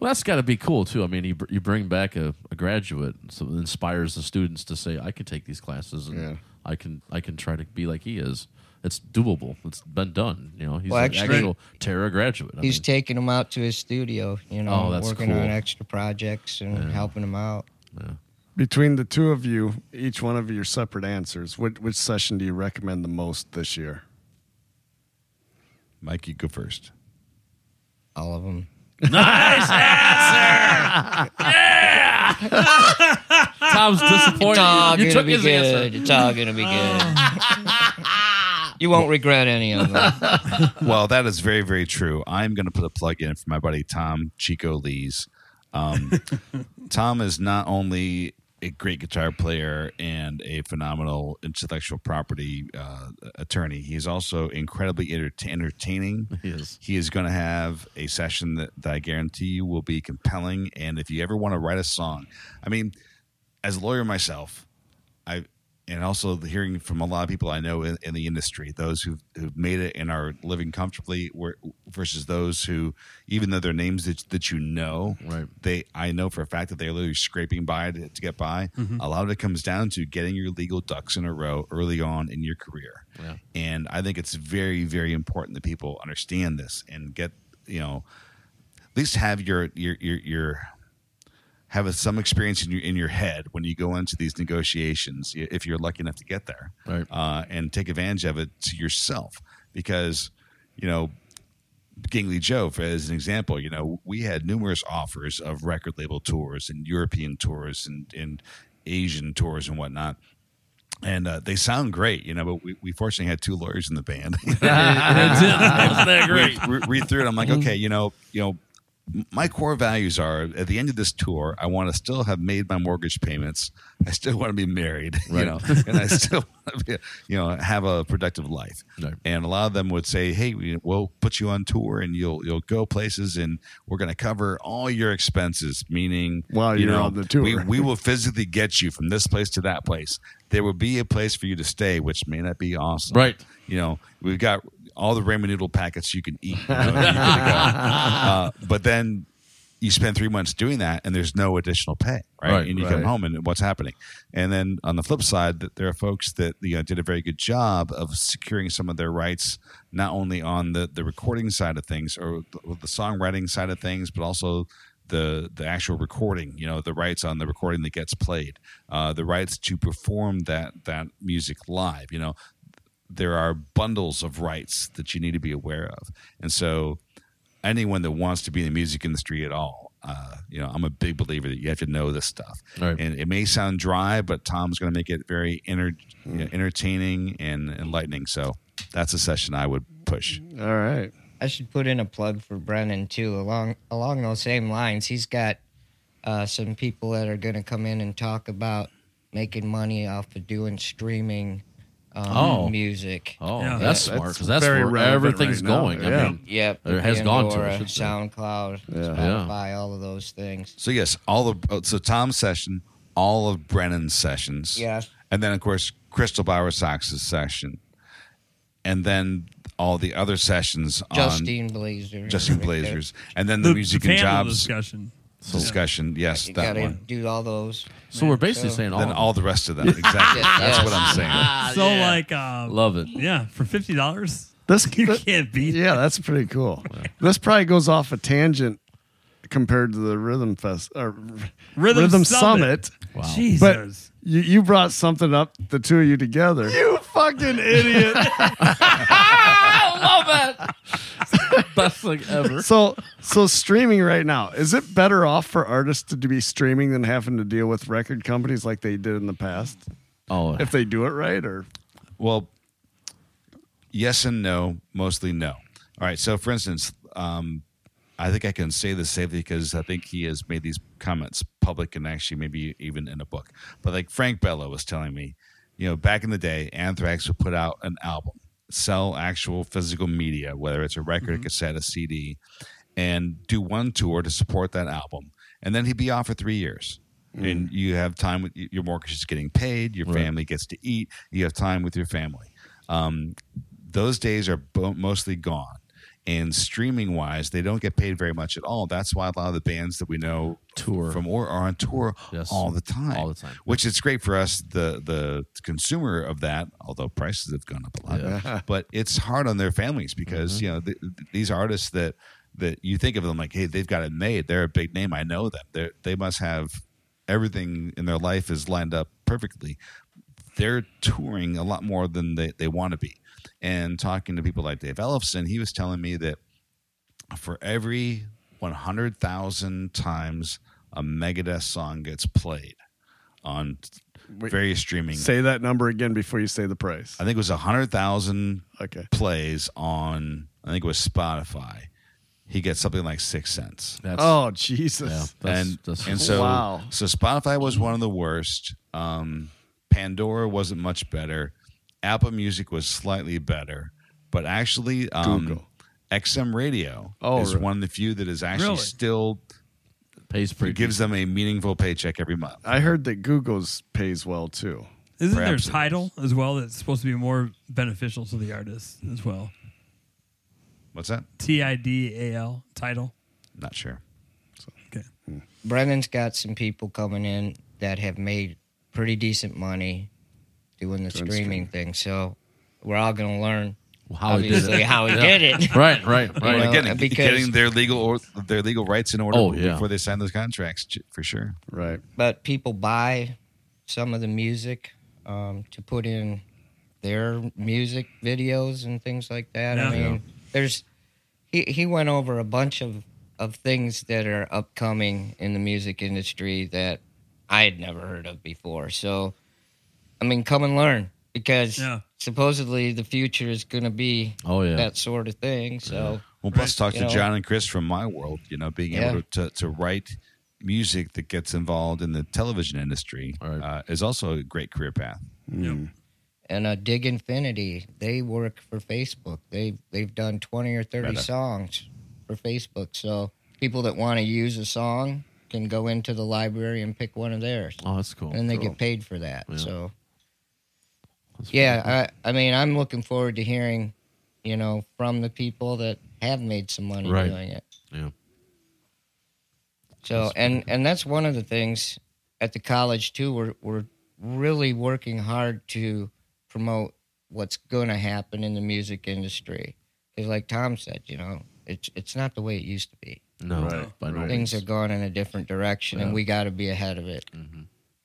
Speaker 1: Well, that's got to be cool too. I mean, you, br- you bring back a, a graduate, so it inspires the students to say, "I can take these classes, and
Speaker 2: Yeah.
Speaker 1: I can I can try to be like he is." It's doable. It's been done. You know, he's
Speaker 5: Well,
Speaker 1: an
Speaker 5: actually-
Speaker 1: actual Terra graduate. I
Speaker 5: He's
Speaker 1: mean,
Speaker 5: taking them out to his studio, you know,
Speaker 1: Oh, that's
Speaker 5: working
Speaker 1: cool.
Speaker 5: on extra projects and helping them out.
Speaker 2: Between the two of you, each one of your separate answers, which which session do you recommend the most this year?
Speaker 4: Mike, you go first.
Speaker 5: All of them.
Speaker 1: Tom's disappointed.
Speaker 5: It's all
Speaker 1: you
Speaker 5: gonna
Speaker 1: took
Speaker 5: be
Speaker 1: his
Speaker 5: good.
Speaker 1: answer.
Speaker 5: It's all gonna be good. you won't regret any of them.
Speaker 4: well, that is very, very true. I'm going to put a plug in for my buddy Tom Chico Lees. Um, Tom is not only a great guitar player and a phenomenal intellectual property uh, attorney. He's also incredibly enter- entertaining.
Speaker 1: He is.
Speaker 4: He is going to have a session that, that I guarantee you will be compelling. And if you ever want to write a song, I mean, as a lawyer myself, I and also the hearing from a lot of people I know in, in the industry, those who've, who've made it and are living comfortably, were, versus those who, even though their names that, that you know,
Speaker 1: Right.
Speaker 4: they I know for a fact that they're literally scraping by to, to get by.
Speaker 1: Mm-hmm.
Speaker 4: A lot of it comes down to getting your legal ducks in a row early on in your career,
Speaker 1: Yeah.
Speaker 4: and I think it's very very important that people understand this and get you know at least have your your your, your have a, some experience in your in your head when you go into these negotiations, i- if you're lucky enough to get there,
Speaker 1: Right.
Speaker 4: uh, and take advantage of it to yourself, because you know, Gingley Joe, for, as an example, you know, we had numerous offers of record label tours and European tours and and Asian tours and whatnot. And uh, they sound great, you know, but we, we fortunately had two lawyers in the band.
Speaker 1: great?
Speaker 4: re- read through it. I'm like,
Speaker 2: Mm-hmm.
Speaker 4: okay, you know, you know, m- my core values are at the end of this tour, I want to still have made my mortgage payments. I still want to be married, you know, and I still want to be, you know, have a productive life.
Speaker 1: Right.
Speaker 4: And a lot of them would say, "Hey, we- we'll put you on tour, and you'll you'll go places, and we're going to cover all your expenses." Meaning,
Speaker 2: While
Speaker 4: you
Speaker 2: you're
Speaker 4: know,
Speaker 2: on the tour.
Speaker 4: we, we will physically get you from this place to that place. There will be a place for you to stay, which may not be awesome,
Speaker 1: Right.
Speaker 4: you know, we've got all the ramen noodle packets you can eat. you know, you're good to go. Uh, but then you spend three months doing that, and there's no additional pay, right?
Speaker 1: Right,
Speaker 4: and you
Speaker 1: right.
Speaker 4: come home, and what's happening? And then on the flip side, that there are folks that you know did a very good job of securing some of their rights, not only on the the recording side of things or the, the songwriting side of things, but also the the actual recording you know the rights on the recording that gets played uh the rights to perform that that music live you know there are bundles of rights that you need to be aware of. And so, anyone that wants to be in the music industry at all, uh, you know, I'm a big believer that you have to know this stuff.
Speaker 1: Right.
Speaker 4: And it may sound dry, but Tom's going to make it very enter- you
Speaker 5: Mm.
Speaker 4: know, entertaining and enlightening. So, that's a session I would push.
Speaker 2: All right.
Speaker 5: I should put in a plug for Brennan too. Along along those same lines, he's got uh, some people that are going to come in and talk about making money off of doing streaming um,
Speaker 1: Oh.
Speaker 5: music.
Speaker 1: Oh,
Speaker 3: Yeah.
Speaker 1: that's
Speaker 2: That's
Speaker 1: smart because that's
Speaker 2: very
Speaker 1: where
Speaker 2: relevant
Speaker 1: everything's
Speaker 2: right now,
Speaker 1: going. I
Speaker 2: yeah.
Speaker 1: mean,
Speaker 5: Yep,
Speaker 1: Or has gone to, I
Speaker 5: Pandora,
Speaker 1: should say.
Speaker 5: SoundCloud,
Speaker 1: Yeah.
Speaker 5: Spotify, all of those things.
Speaker 4: So, yes, all of oh, so Tom's session, all of Brennan's sessions.
Speaker 5: Yes.
Speaker 4: And then, of course, Crystal Bauer Sox's session. And then all the other sessions on
Speaker 5: Justine Blazer.
Speaker 4: Justin
Speaker 5: Right there.
Speaker 4: Blazers, and then the, music and
Speaker 3: panel
Speaker 4: jobs discussion.
Speaker 3: discussion.
Speaker 4: Yes,
Speaker 5: You
Speaker 4: that
Speaker 5: gotta
Speaker 4: one.
Speaker 5: do all those.
Speaker 1: so we're basically
Speaker 5: So-
Speaker 1: saying all,
Speaker 4: Then all the rest of them. Exactly.
Speaker 5: Yes,
Speaker 4: That's
Speaker 5: yes.
Speaker 4: what I'm saying.
Speaker 3: so like, uh,
Speaker 1: love it.
Speaker 3: yeah, for fifty dollars,
Speaker 2: This
Speaker 3: you can't beat.
Speaker 2: Yeah, that's pretty cool. This probably goes off a tangent compared to the Rhythm Fest or
Speaker 3: Rhythm Summit.
Speaker 2: Summit.
Speaker 1: Wow.
Speaker 3: Jesus.
Speaker 2: You, you brought something up, the two of you together. You fucking idiot.
Speaker 1: Best thing ever.
Speaker 2: so so streaming right now, is it better off for artists to be streaming than having to deal with record companies like they did in the past?
Speaker 1: Oh,
Speaker 2: If they do it right or
Speaker 4: Well, yes and no, mostly no. All right. So, for instance, um, I think I can say this safely because I think he has made these comments public and actually maybe even in a book. But like Frank Bello was telling me, you know, back in the day, Anthrax would put out an album, sell actual physical media, whether it's a record,
Speaker 5: Mm-hmm.
Speaker 4: a cassette, a CD, and do one tour to support that album. And then he'd be off for three years.
Speaker 1: Mm.
Speaker 4: And you have time with your mortgage is getting paid, your family gets to eat, you have time with your family. Um, those days are bo- mostly gone. And streaming wise, they don't get paid very much at all. That's why a lot of the bands that we know
Speaker 1: Tour.
Speaker 4: from or are on tour
Speaker 1: Yes.
Speaker 4: all the time.
Speaker 1: All the time.
Speaker 4: Which it's great for us, the the consumer of that, although prices have gone up a lot. But it's hard on their families because,
Speaker 1: Mm-hmm.
Speaker 4: you know, th- th- these artists that that you think of them like, hey, they've got it made. They're a big name. I know them. They they must have everything in their life is lined up perfectly they're touring a lot more than they, they want to be. And talking to people like Dave Ellefson, he was telling me that for every 100,000 times a Megadeth song gets played on various streaming,
Speaker 2: say that number again before you say the price.
Speaker 4: I think it was 100,000
Speaker 2: Okay.
Speaker 4: plays on, I think it was Spotify, he gets something like six cents.
Speaker 1: That's,
Speaker 2: Oh Jesus!
Speaker 1: yeah, that's,
Speaker 4: and
Speaker 1: that's,
Speaker 4: and so
Speaker 2: Wow.
Speaker 4: so Spotify was one of the worst. Um, Pandora wasn't much better. Apple Music was slightly better, but actually, um,
Speaker 2: Google.
Speaker 4: XM Radio
Speaker 2: Oh,
Speaker 4: is
Speaker 2: really?
Speaker 4: one of the few that is actually
Speaker 3: Really?
Speaker 4: still
Speaker 1: pays pretty
Speaker 4: it gives them a meaningful paycheck every month.
Speaker 2: I heard that Google's pays well too.
Speaker 3: Isn't there
Speaker 4: Perhaps it
Speaker 3: title as well that's supposed to be more beneficial to the artist as well?
Speaker 4: What's that?
Speaker 3: T I D A L title.
Speaker 4: Not sure.
Speaker 3: Okay.
Speaker 5: Brennan's got some people coming in that have made pretty decent money doing the streaming thing. So we're all going to learn
Speaker 1: how he did
Speaker 5: obviously
Speaker 1: it.
Speaker 5: how he
Speaker 1: Yeah.
Speaker 5: did it.
Speaker 1: Right, right, right.
Speaker 5: know,
Speaker 4: Again,
Speaker 5: because-
Speaker 4: getting their legal or their legal rights in order
Speaker 1: Oh, yeah.
Speaker 4: before they sign those contracts j- for sure.
Speaker 2: Right.
Speaker 5: But people buy some of the music um, to put in their music videos and things like that. I
Speaker 3: Yeah.
Speaker 5: mean, there's he he went over a bunch of of things that are upcoming in the music industry that I had never heard of before. So, I mean, come and learn because
Speaker 3: Yeah.
Speaker 5: supposedly the future is going to be
Speaker 1: Oh, yeah.
Speaker 5: that sort of thing. So,
Speaker 4: Well, plus talk
Speaker 5: You
Speaker 4: to
Speaker 5: know?
Speaker 4: John and Chris from my world. You know, being
Speaker 5: Yeah.
Speaker 4: able to, to write music that gets involved in the television industry
Speaker 1: Right.
Speaker 4: uh, is also a great career path.
Speaker 3: Yep.
Speaker 5: and uh, Dig Infinity, they work for Facebook. They they've done twenty or thirty
Speaker 4: Right on.
Speaker 5: songs for Facebook. So people that want to use a song can go into the library and pick one of theirs,
Speaker 1: oh, that's cool.
Speaker 5: and they
Speaker 2: cool.
Speaker 5: get paid for that.
Speaker 1: Yeah.
Speaker 5: So
Speaker 1: That's pretty
Speaker 5: yeah, I I mean I'm looking forward to hearing, you know, from the people that have made some money
Speaker 1: Right.
Speaker 5: doing it.
Speaker 1: cool. yeah.
Speaker 5: So and and that's one of the things at the college too. We're we're really working hard to promote what's going to happen in the music industry. Because like Tom said, you know, it's it's not the way it used to be.
Speaker 1: No,
Speaker 2: Right,
Speaker 1: by no
Speaker 2: right.
Speaker 1: means.
Speaker 5: Things are going in a different direction, and we got to be ahead of it.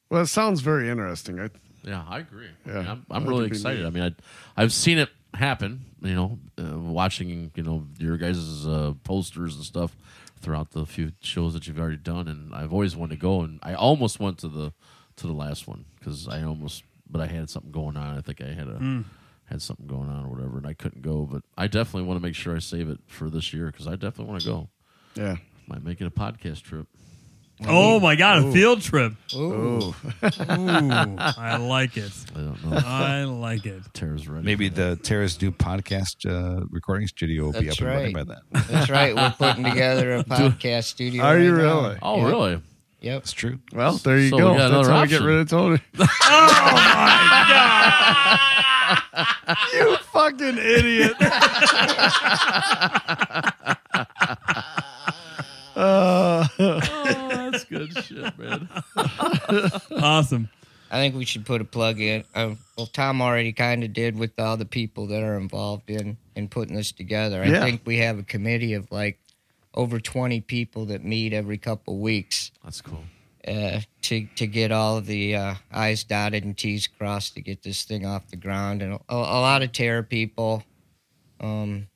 Speaker 2: Well, it sounds very interesting. I,
Speaker 1: Yeah, I agree.
Speaker 2: Yeah.
Speaker 1: I mean, I'm, I'm
Speaker 2: That'd
Speaker 1: really
Speaker 2: be
Speaker 1: excited.
Speaker 2: neat.
Speaker 1: I mean, I, I've seen it happen. You know, uh, watching you know your guys' uh, posters and stuff throughout the few shows that you've already done, and I've always wanted to go, and I almost went to the to the last one because I almost, but I had something going on. I think I had a
Speaker 2: Hmm.
Speaker 1: had something going on or whatever, and I couldn't go. But I definitely want to make sure I save it for this year because I definitely want to go.
Speaker 2: yeah.
Speaker 1: Might make it a podcast trip.
Speaker 3: Oh my God, a field trip.
Speaker 2: Oh,
Speaker 3: Ooh, I like it.
Speaker 1: I don't know. if
Speaker 3: I like it.
Speaker 1: Tara's ready.
Speaker 4: Maybe the Terrace new podcast uh, recording studio will be up
Speaker 5: That's
Speaker 4: and running by
Speaker 5: right.
Speaker 4: then.
Speaker 5: That's right. We're putting together a podcast studio.
Speaker 2: are
Speaker 5: right
Speaker 2: you
Speaker 5: now.
Speaker 2: really?
Speaker 1: Oh, really?
Speaker 5: Yep.
Speaker 4: That's true.
Speaker 2: Well, there you
Speaker 1: So we
Speaker 2: go.
Speaker 1: got
Speaker 2: That's
Speaker 1: another
Speaker 2: how we get
Speaker 1: option.
Speaker 2: rid of Tony. oh my god! you fucking idiot! uh,
Speaker 1: oh, that's good shit, man.
Speaker 3: Awesome.
Speaker 5: I think we should put a plug in. Uh, well, Tom already kind of did with all the people that are involved in in putting this together. I
Speaker 2: Yeah.
Speaker 5: think we have a committee of like over twenty people that meet every couple weeks
Speaker 1: That's cool.
Speaker 5: uh, to to get all of the uh, I's dotted and T's crossed to get this thing off the ground. And a, a lot of terror people. Um,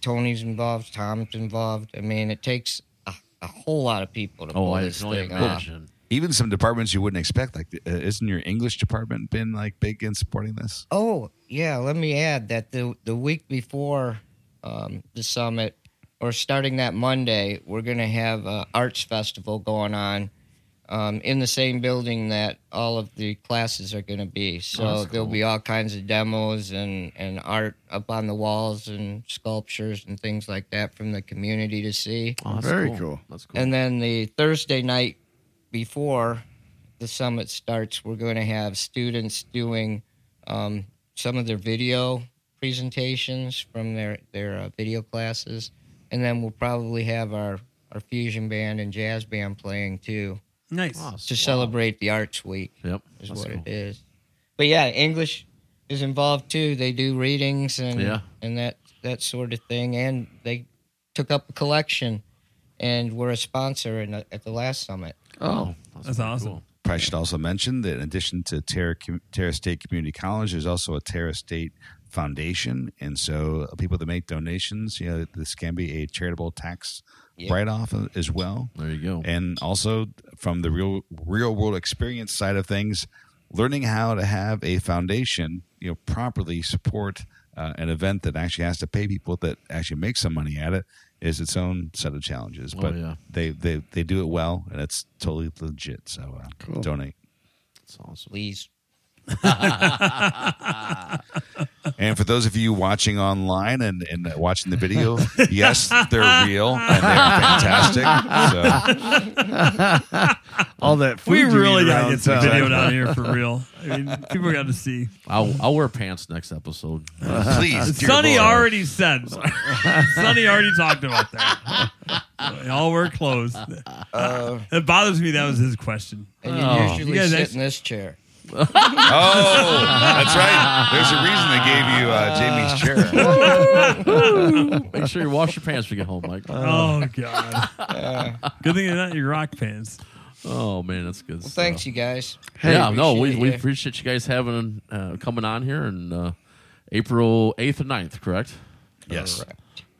Speaker 5: Tony's involved. Tom's involved. I mean, it takes a, a whole lot of people to
Speaker 1: Oh,
Speaker 5: pull
Speaker 1: I
Speaker 5: this
Speaker 1: can only
Speaker 5: thing off.
Speaker 1: imagine.
Speaker 4: Even some departments you wouldn't expect, like uh, isn't your English department been like big in supporting this?
Speaker 5: Oh yeah, let me add that the the week before um, the summit, or starting that Monday, we're going to have a arts festival going on um, in the same building that all of the classes are going to be. So there'll be all kinds of demos and and art up on the walls and sculptures and things like that from the community to see.
Speaker 1: Oh, that's
Speaker 2: Very cool.
Speaker 1: That's cool.
Speaker 5: And then the Thursday night before the summit starts, we're going to have students doing um, some of their video presentations from their their uh, video classes, and then we'll probably have our our fusion band and jazz band playing too
Speaker 3: Nice.
Speaker 5: to celebrate the Arts Week
Speaker 1: Yep.
Speaker 5: is
Speaker 1: that's
Speaker 5: what
Speaker 1: cool.
Speaker 5: it is. But yeah, English is involved too. They do readings and
Speaker 1: Yeah.
Speaker 5: and that that sort of thing. And they took up a collection, and were a sponsor in the, at the last summit.
Speaker 1: Oh,
Speaker 3: That's
Speaker 1: pretty
Speaker 3: awesome.
Speaker 1: cool.
Speaker 4: Probably should also mention that in addition to Terra, Com- Terra State Community College, there's also a Terra State Foundation, and so people that make donations, you know, this can be a charitable tax
Speaker 5: Yeah.
Speaker 4: write-off as well.
Speaker 1: There you go.
Speaker 4: And also from the real real world experience side of things, learning how to have a foundation, you know, properly support uh, an event that actually has to pay people that actually make some money at it is its own set of challenges. but
Speaker 1: yeah.
Speaker 4: they, they they do it well, and it's totally legit. So uh, donate.
Speaker 1: It's awesome.
Speaker 5: Please.
Speaker 4: And for those of you watching online and, and watching the video, yes, they're real and they're fantastic. So
Speaker 2: All that food
Speaker 3: We
Speaker 2: you eat
Speaker 3: really got
Speaker 2: around
Speaker 3: to get some
Speaker 2: town.
Speaker 3: video down here for real. I mean, people got to see.
Speaker 1: I'll, I'll wear pants next episode.
Speaker 4: please, dear
Speaker 3: Sonny
Speaker 4: Lord.
Speaker 3: already said. Sonny already talked about that. They all wear clothes. it bothers me that was his question.
Speaker 5: And you usually
Speaker 3: You guys
Speaker 5: sit
Speaker 3: act-
Speaker 5: in this chair.
Speaker 4: Oh, that's right. There's a reason they gave you uh, Jamie's chair.
Speaker 1: Make sure you wash your pants when you get home, Mike.
Speaker 3: Oh God! Good thing they're not your rock pants.
Speaker 1: Oh man, that's good.
Speaker 5: Well, thanks, you guys.
Speaker 1: yeah, no, we,
Speaker 5: appreciate
Speaker 1: we
Speaker 5: you.
Speaker 1: appreciate you guys having uh, coming on here and uh, April eighth and 9th, correct?
Speaker 4: Yes.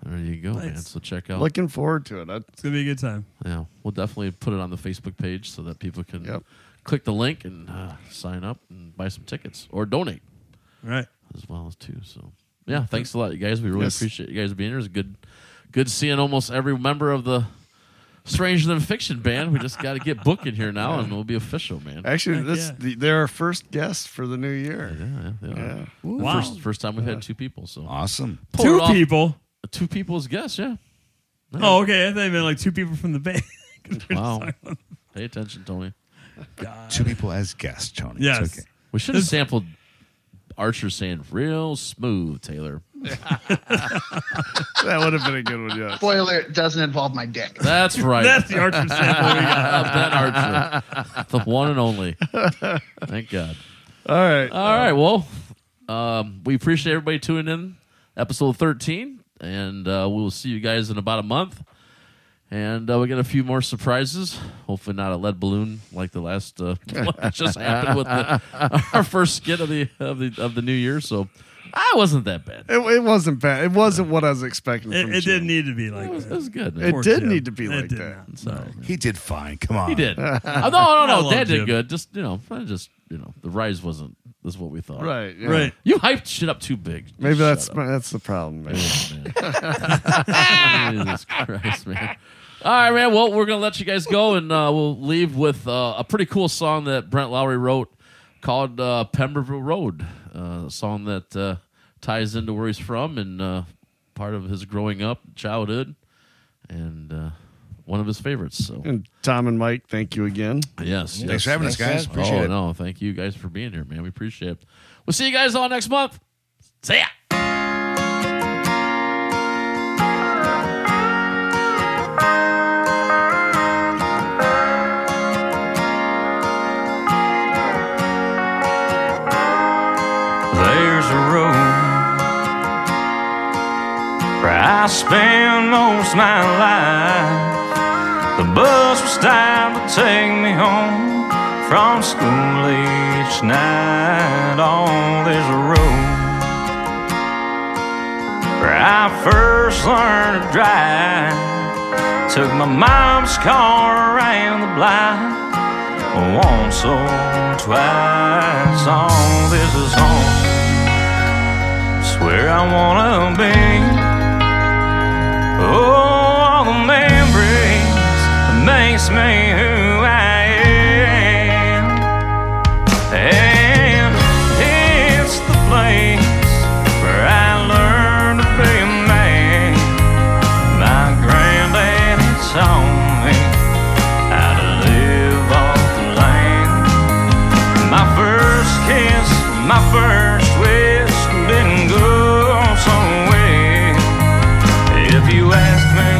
Speaker 1: There you go, man.
Speaker 3: Nice.
Speaker 1: So check out.
Speaker 2: Looking forward to it. I,
Speaker 3: It's gonna be a good time.
Speaker 1: yeah, we'll definitely put it on the Facebook page so that people can
Speaker 2: Yep.
Speaker 1: click the link and uh, sign up and buy some tickets or donate
Speaker 3: All right.
Speaker 1: as well as too. So yeah, thanks a lot, you guys. We really
Speaker 2: Yes.
Speaker 1: appreciate you guys being here. It's good, good seeing almost every member of the Stranger Than Fiction band. We just got to get booked in here now, and we'll be official, man.
Speaker 2: actually,
Speaker 3: Heck
Speaker 2: this
Speaker 3: yeah.
Speaker 2: the, they're our first guest for the new year.
Speaker 1: Yeah, yeah, they are.
Speaker 2: Yeah.
Speaker 1: The
Speaker 3: Wow.
Speaker 1: First, first time we've had two people. So
Speaker 4: Awesome.
Speaker 1: Pulled
Speaker 3: Two
Speaker 1: it off.
Speaker 3: people.
Speaker 1: two people as guests. Yeah.
Speaker 3: Oh, okay. I thought you meant like two people from the band. 'Cause they're
Speaker 1: Wow.
Speaker 3: just like,
Speaker 1: Pay attention, Tony.
Speaker 4: Two people as guests, Tony.
Speaker 3: Yes.
Speaker 4: It's okay.
Speaker 1: We should have sampled Archer saying "real smooth," Taylor.
Speaker 2: That would have been a good one. Yeah.
Speaker 9: Spoiler, it doesn't involve my dick.
Speaker 1: That's right.
Speaker 3: That's the Archer sample we got.
Speaker 1: Of that Archer, the one and only. Thank God.
Speaker 2: All right.
Speaker 1: All right. Well, um, we appreciate everybody tuning in. Episode thirteen, and uh, we will see you guys in about a month. And uh, we got a few more surprises. Hopefully, not a lead balloon like the last uh, what just happened with the, our first skit of the of the of the new year. So, I wasn't that bad.
Speaker 2: It, it wasn't bad. It wasn't what I was expecting.
Speaker 3: It,
Speaker 2: from
Speaker 3: it
Speaker 2: Jim.
Speaker 3: didn't need to be like
Speaker 1: It
Speaker 3: that.
Speaker 1: was good.
Speaker 2: It
Speaker 3: Poor
Speaker 2: did
Speaker 3: Jim.
Speaker 2: need to be
Speaker 3: It
Speaker 2: like
Speaker 3: did
Speaker 2: that.
Speaker 3: not. Sorry.
Speaker 4: He did fine. Come on.
Speaker 1: He did. oh, no, no, no.
Speaker 3: love
Speaker 1: Dad did
Speaker 3: Jim.
Speaker 1: good. Just you know, I just you know, the rise wasn't. This is what we thought.
Speaker 2: Right. yeah.
Speaker 3: Right.
Speaker 1: You hyped shit up too big. Just
Speaker 2: Maybe
Speaker 1: shut
Speaker 2: that's
Speaker 1: up.
Speaker 2: my, that's the problem. Man.
Speaker 1: Jesus Christ, man. All right, man. Well, we're gonna let you guys go, and uh, we'll leave with uh, a pretty cool song that Brent Lowry wrote called uh, "Pemberville Road," uh, a song that uh, ties into where he's from and uh, part of his growing up, childhood, and uh, one of his favorites. So,
Speaker 2: And Tom and Mike, thank you again.
Speaker 1: yes,
Speaker 4: Thanks
Speaker 1: yes,
Speaker 4: for having us, guys.
Speaker 5: Thanks, guys.
Speaker 4: Appreciate
Speaker 1: oh,
Speaker 4: it.
Speaker 1: no, thank you guys for being here, man. We appreciate it. We'll see you guys all next month. See ya.
Speaker 7: There's a road where I spend most of my life. The bus was timed to take me home from school each night. On there's a road where I first learned to drive. Took my mom's car around the block once or twice. All this is home. It's where I wanna be. Oh, all the memories that makes me who I am. And it's the place where I learned to be a man. My granddaddy taught me how to live off the land. My first kiss, my first whistle didn't go somewhere. If you ask me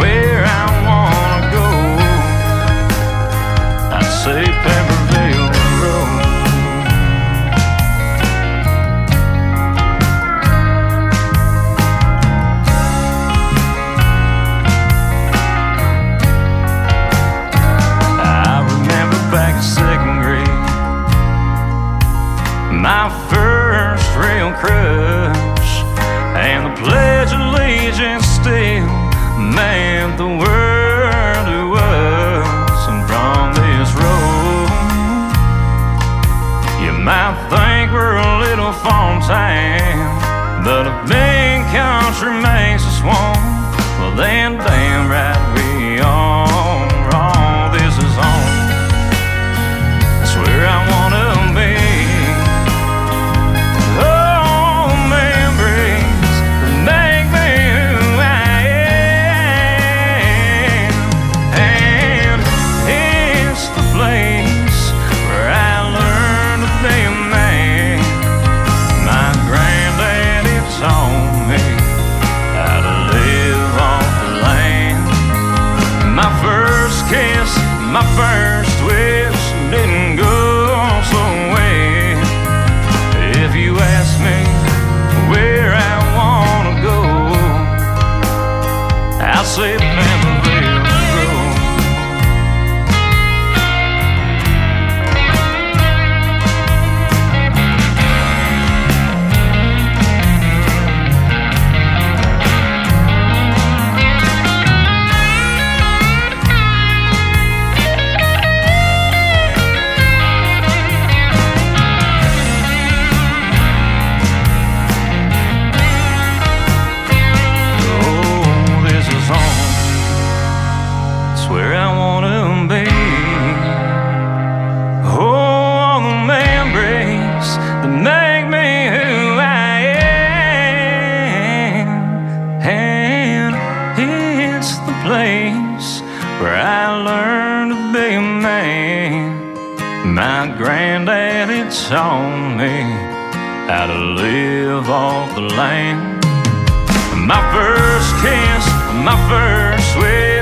Speaker 7: where I wanna go, I'd say Pepperville Road. I remember back in second grade, my first real crush, and the Pledge of Allegiance still meant the world to us. And from this road, you might think we're a little farm town, but a big country makes us one. then damn right we are wrong. This is on. That's where I wanna be. Oh, memories that make me who I am, and it's the place where I learned to be a man. My granddaddy taught me how to live off the land. My first kiss, my first wish didn't go so well. If you ask me where I wanna go, I'll say Pamela Grove. Oh, this is home. It's where I wanna be. Oh, all the memories that make me who I am. And it's the place where I learned to be a man. My granddaddy taught me how to live off the land. My first kiss, my first wish oh, Oh, Oh,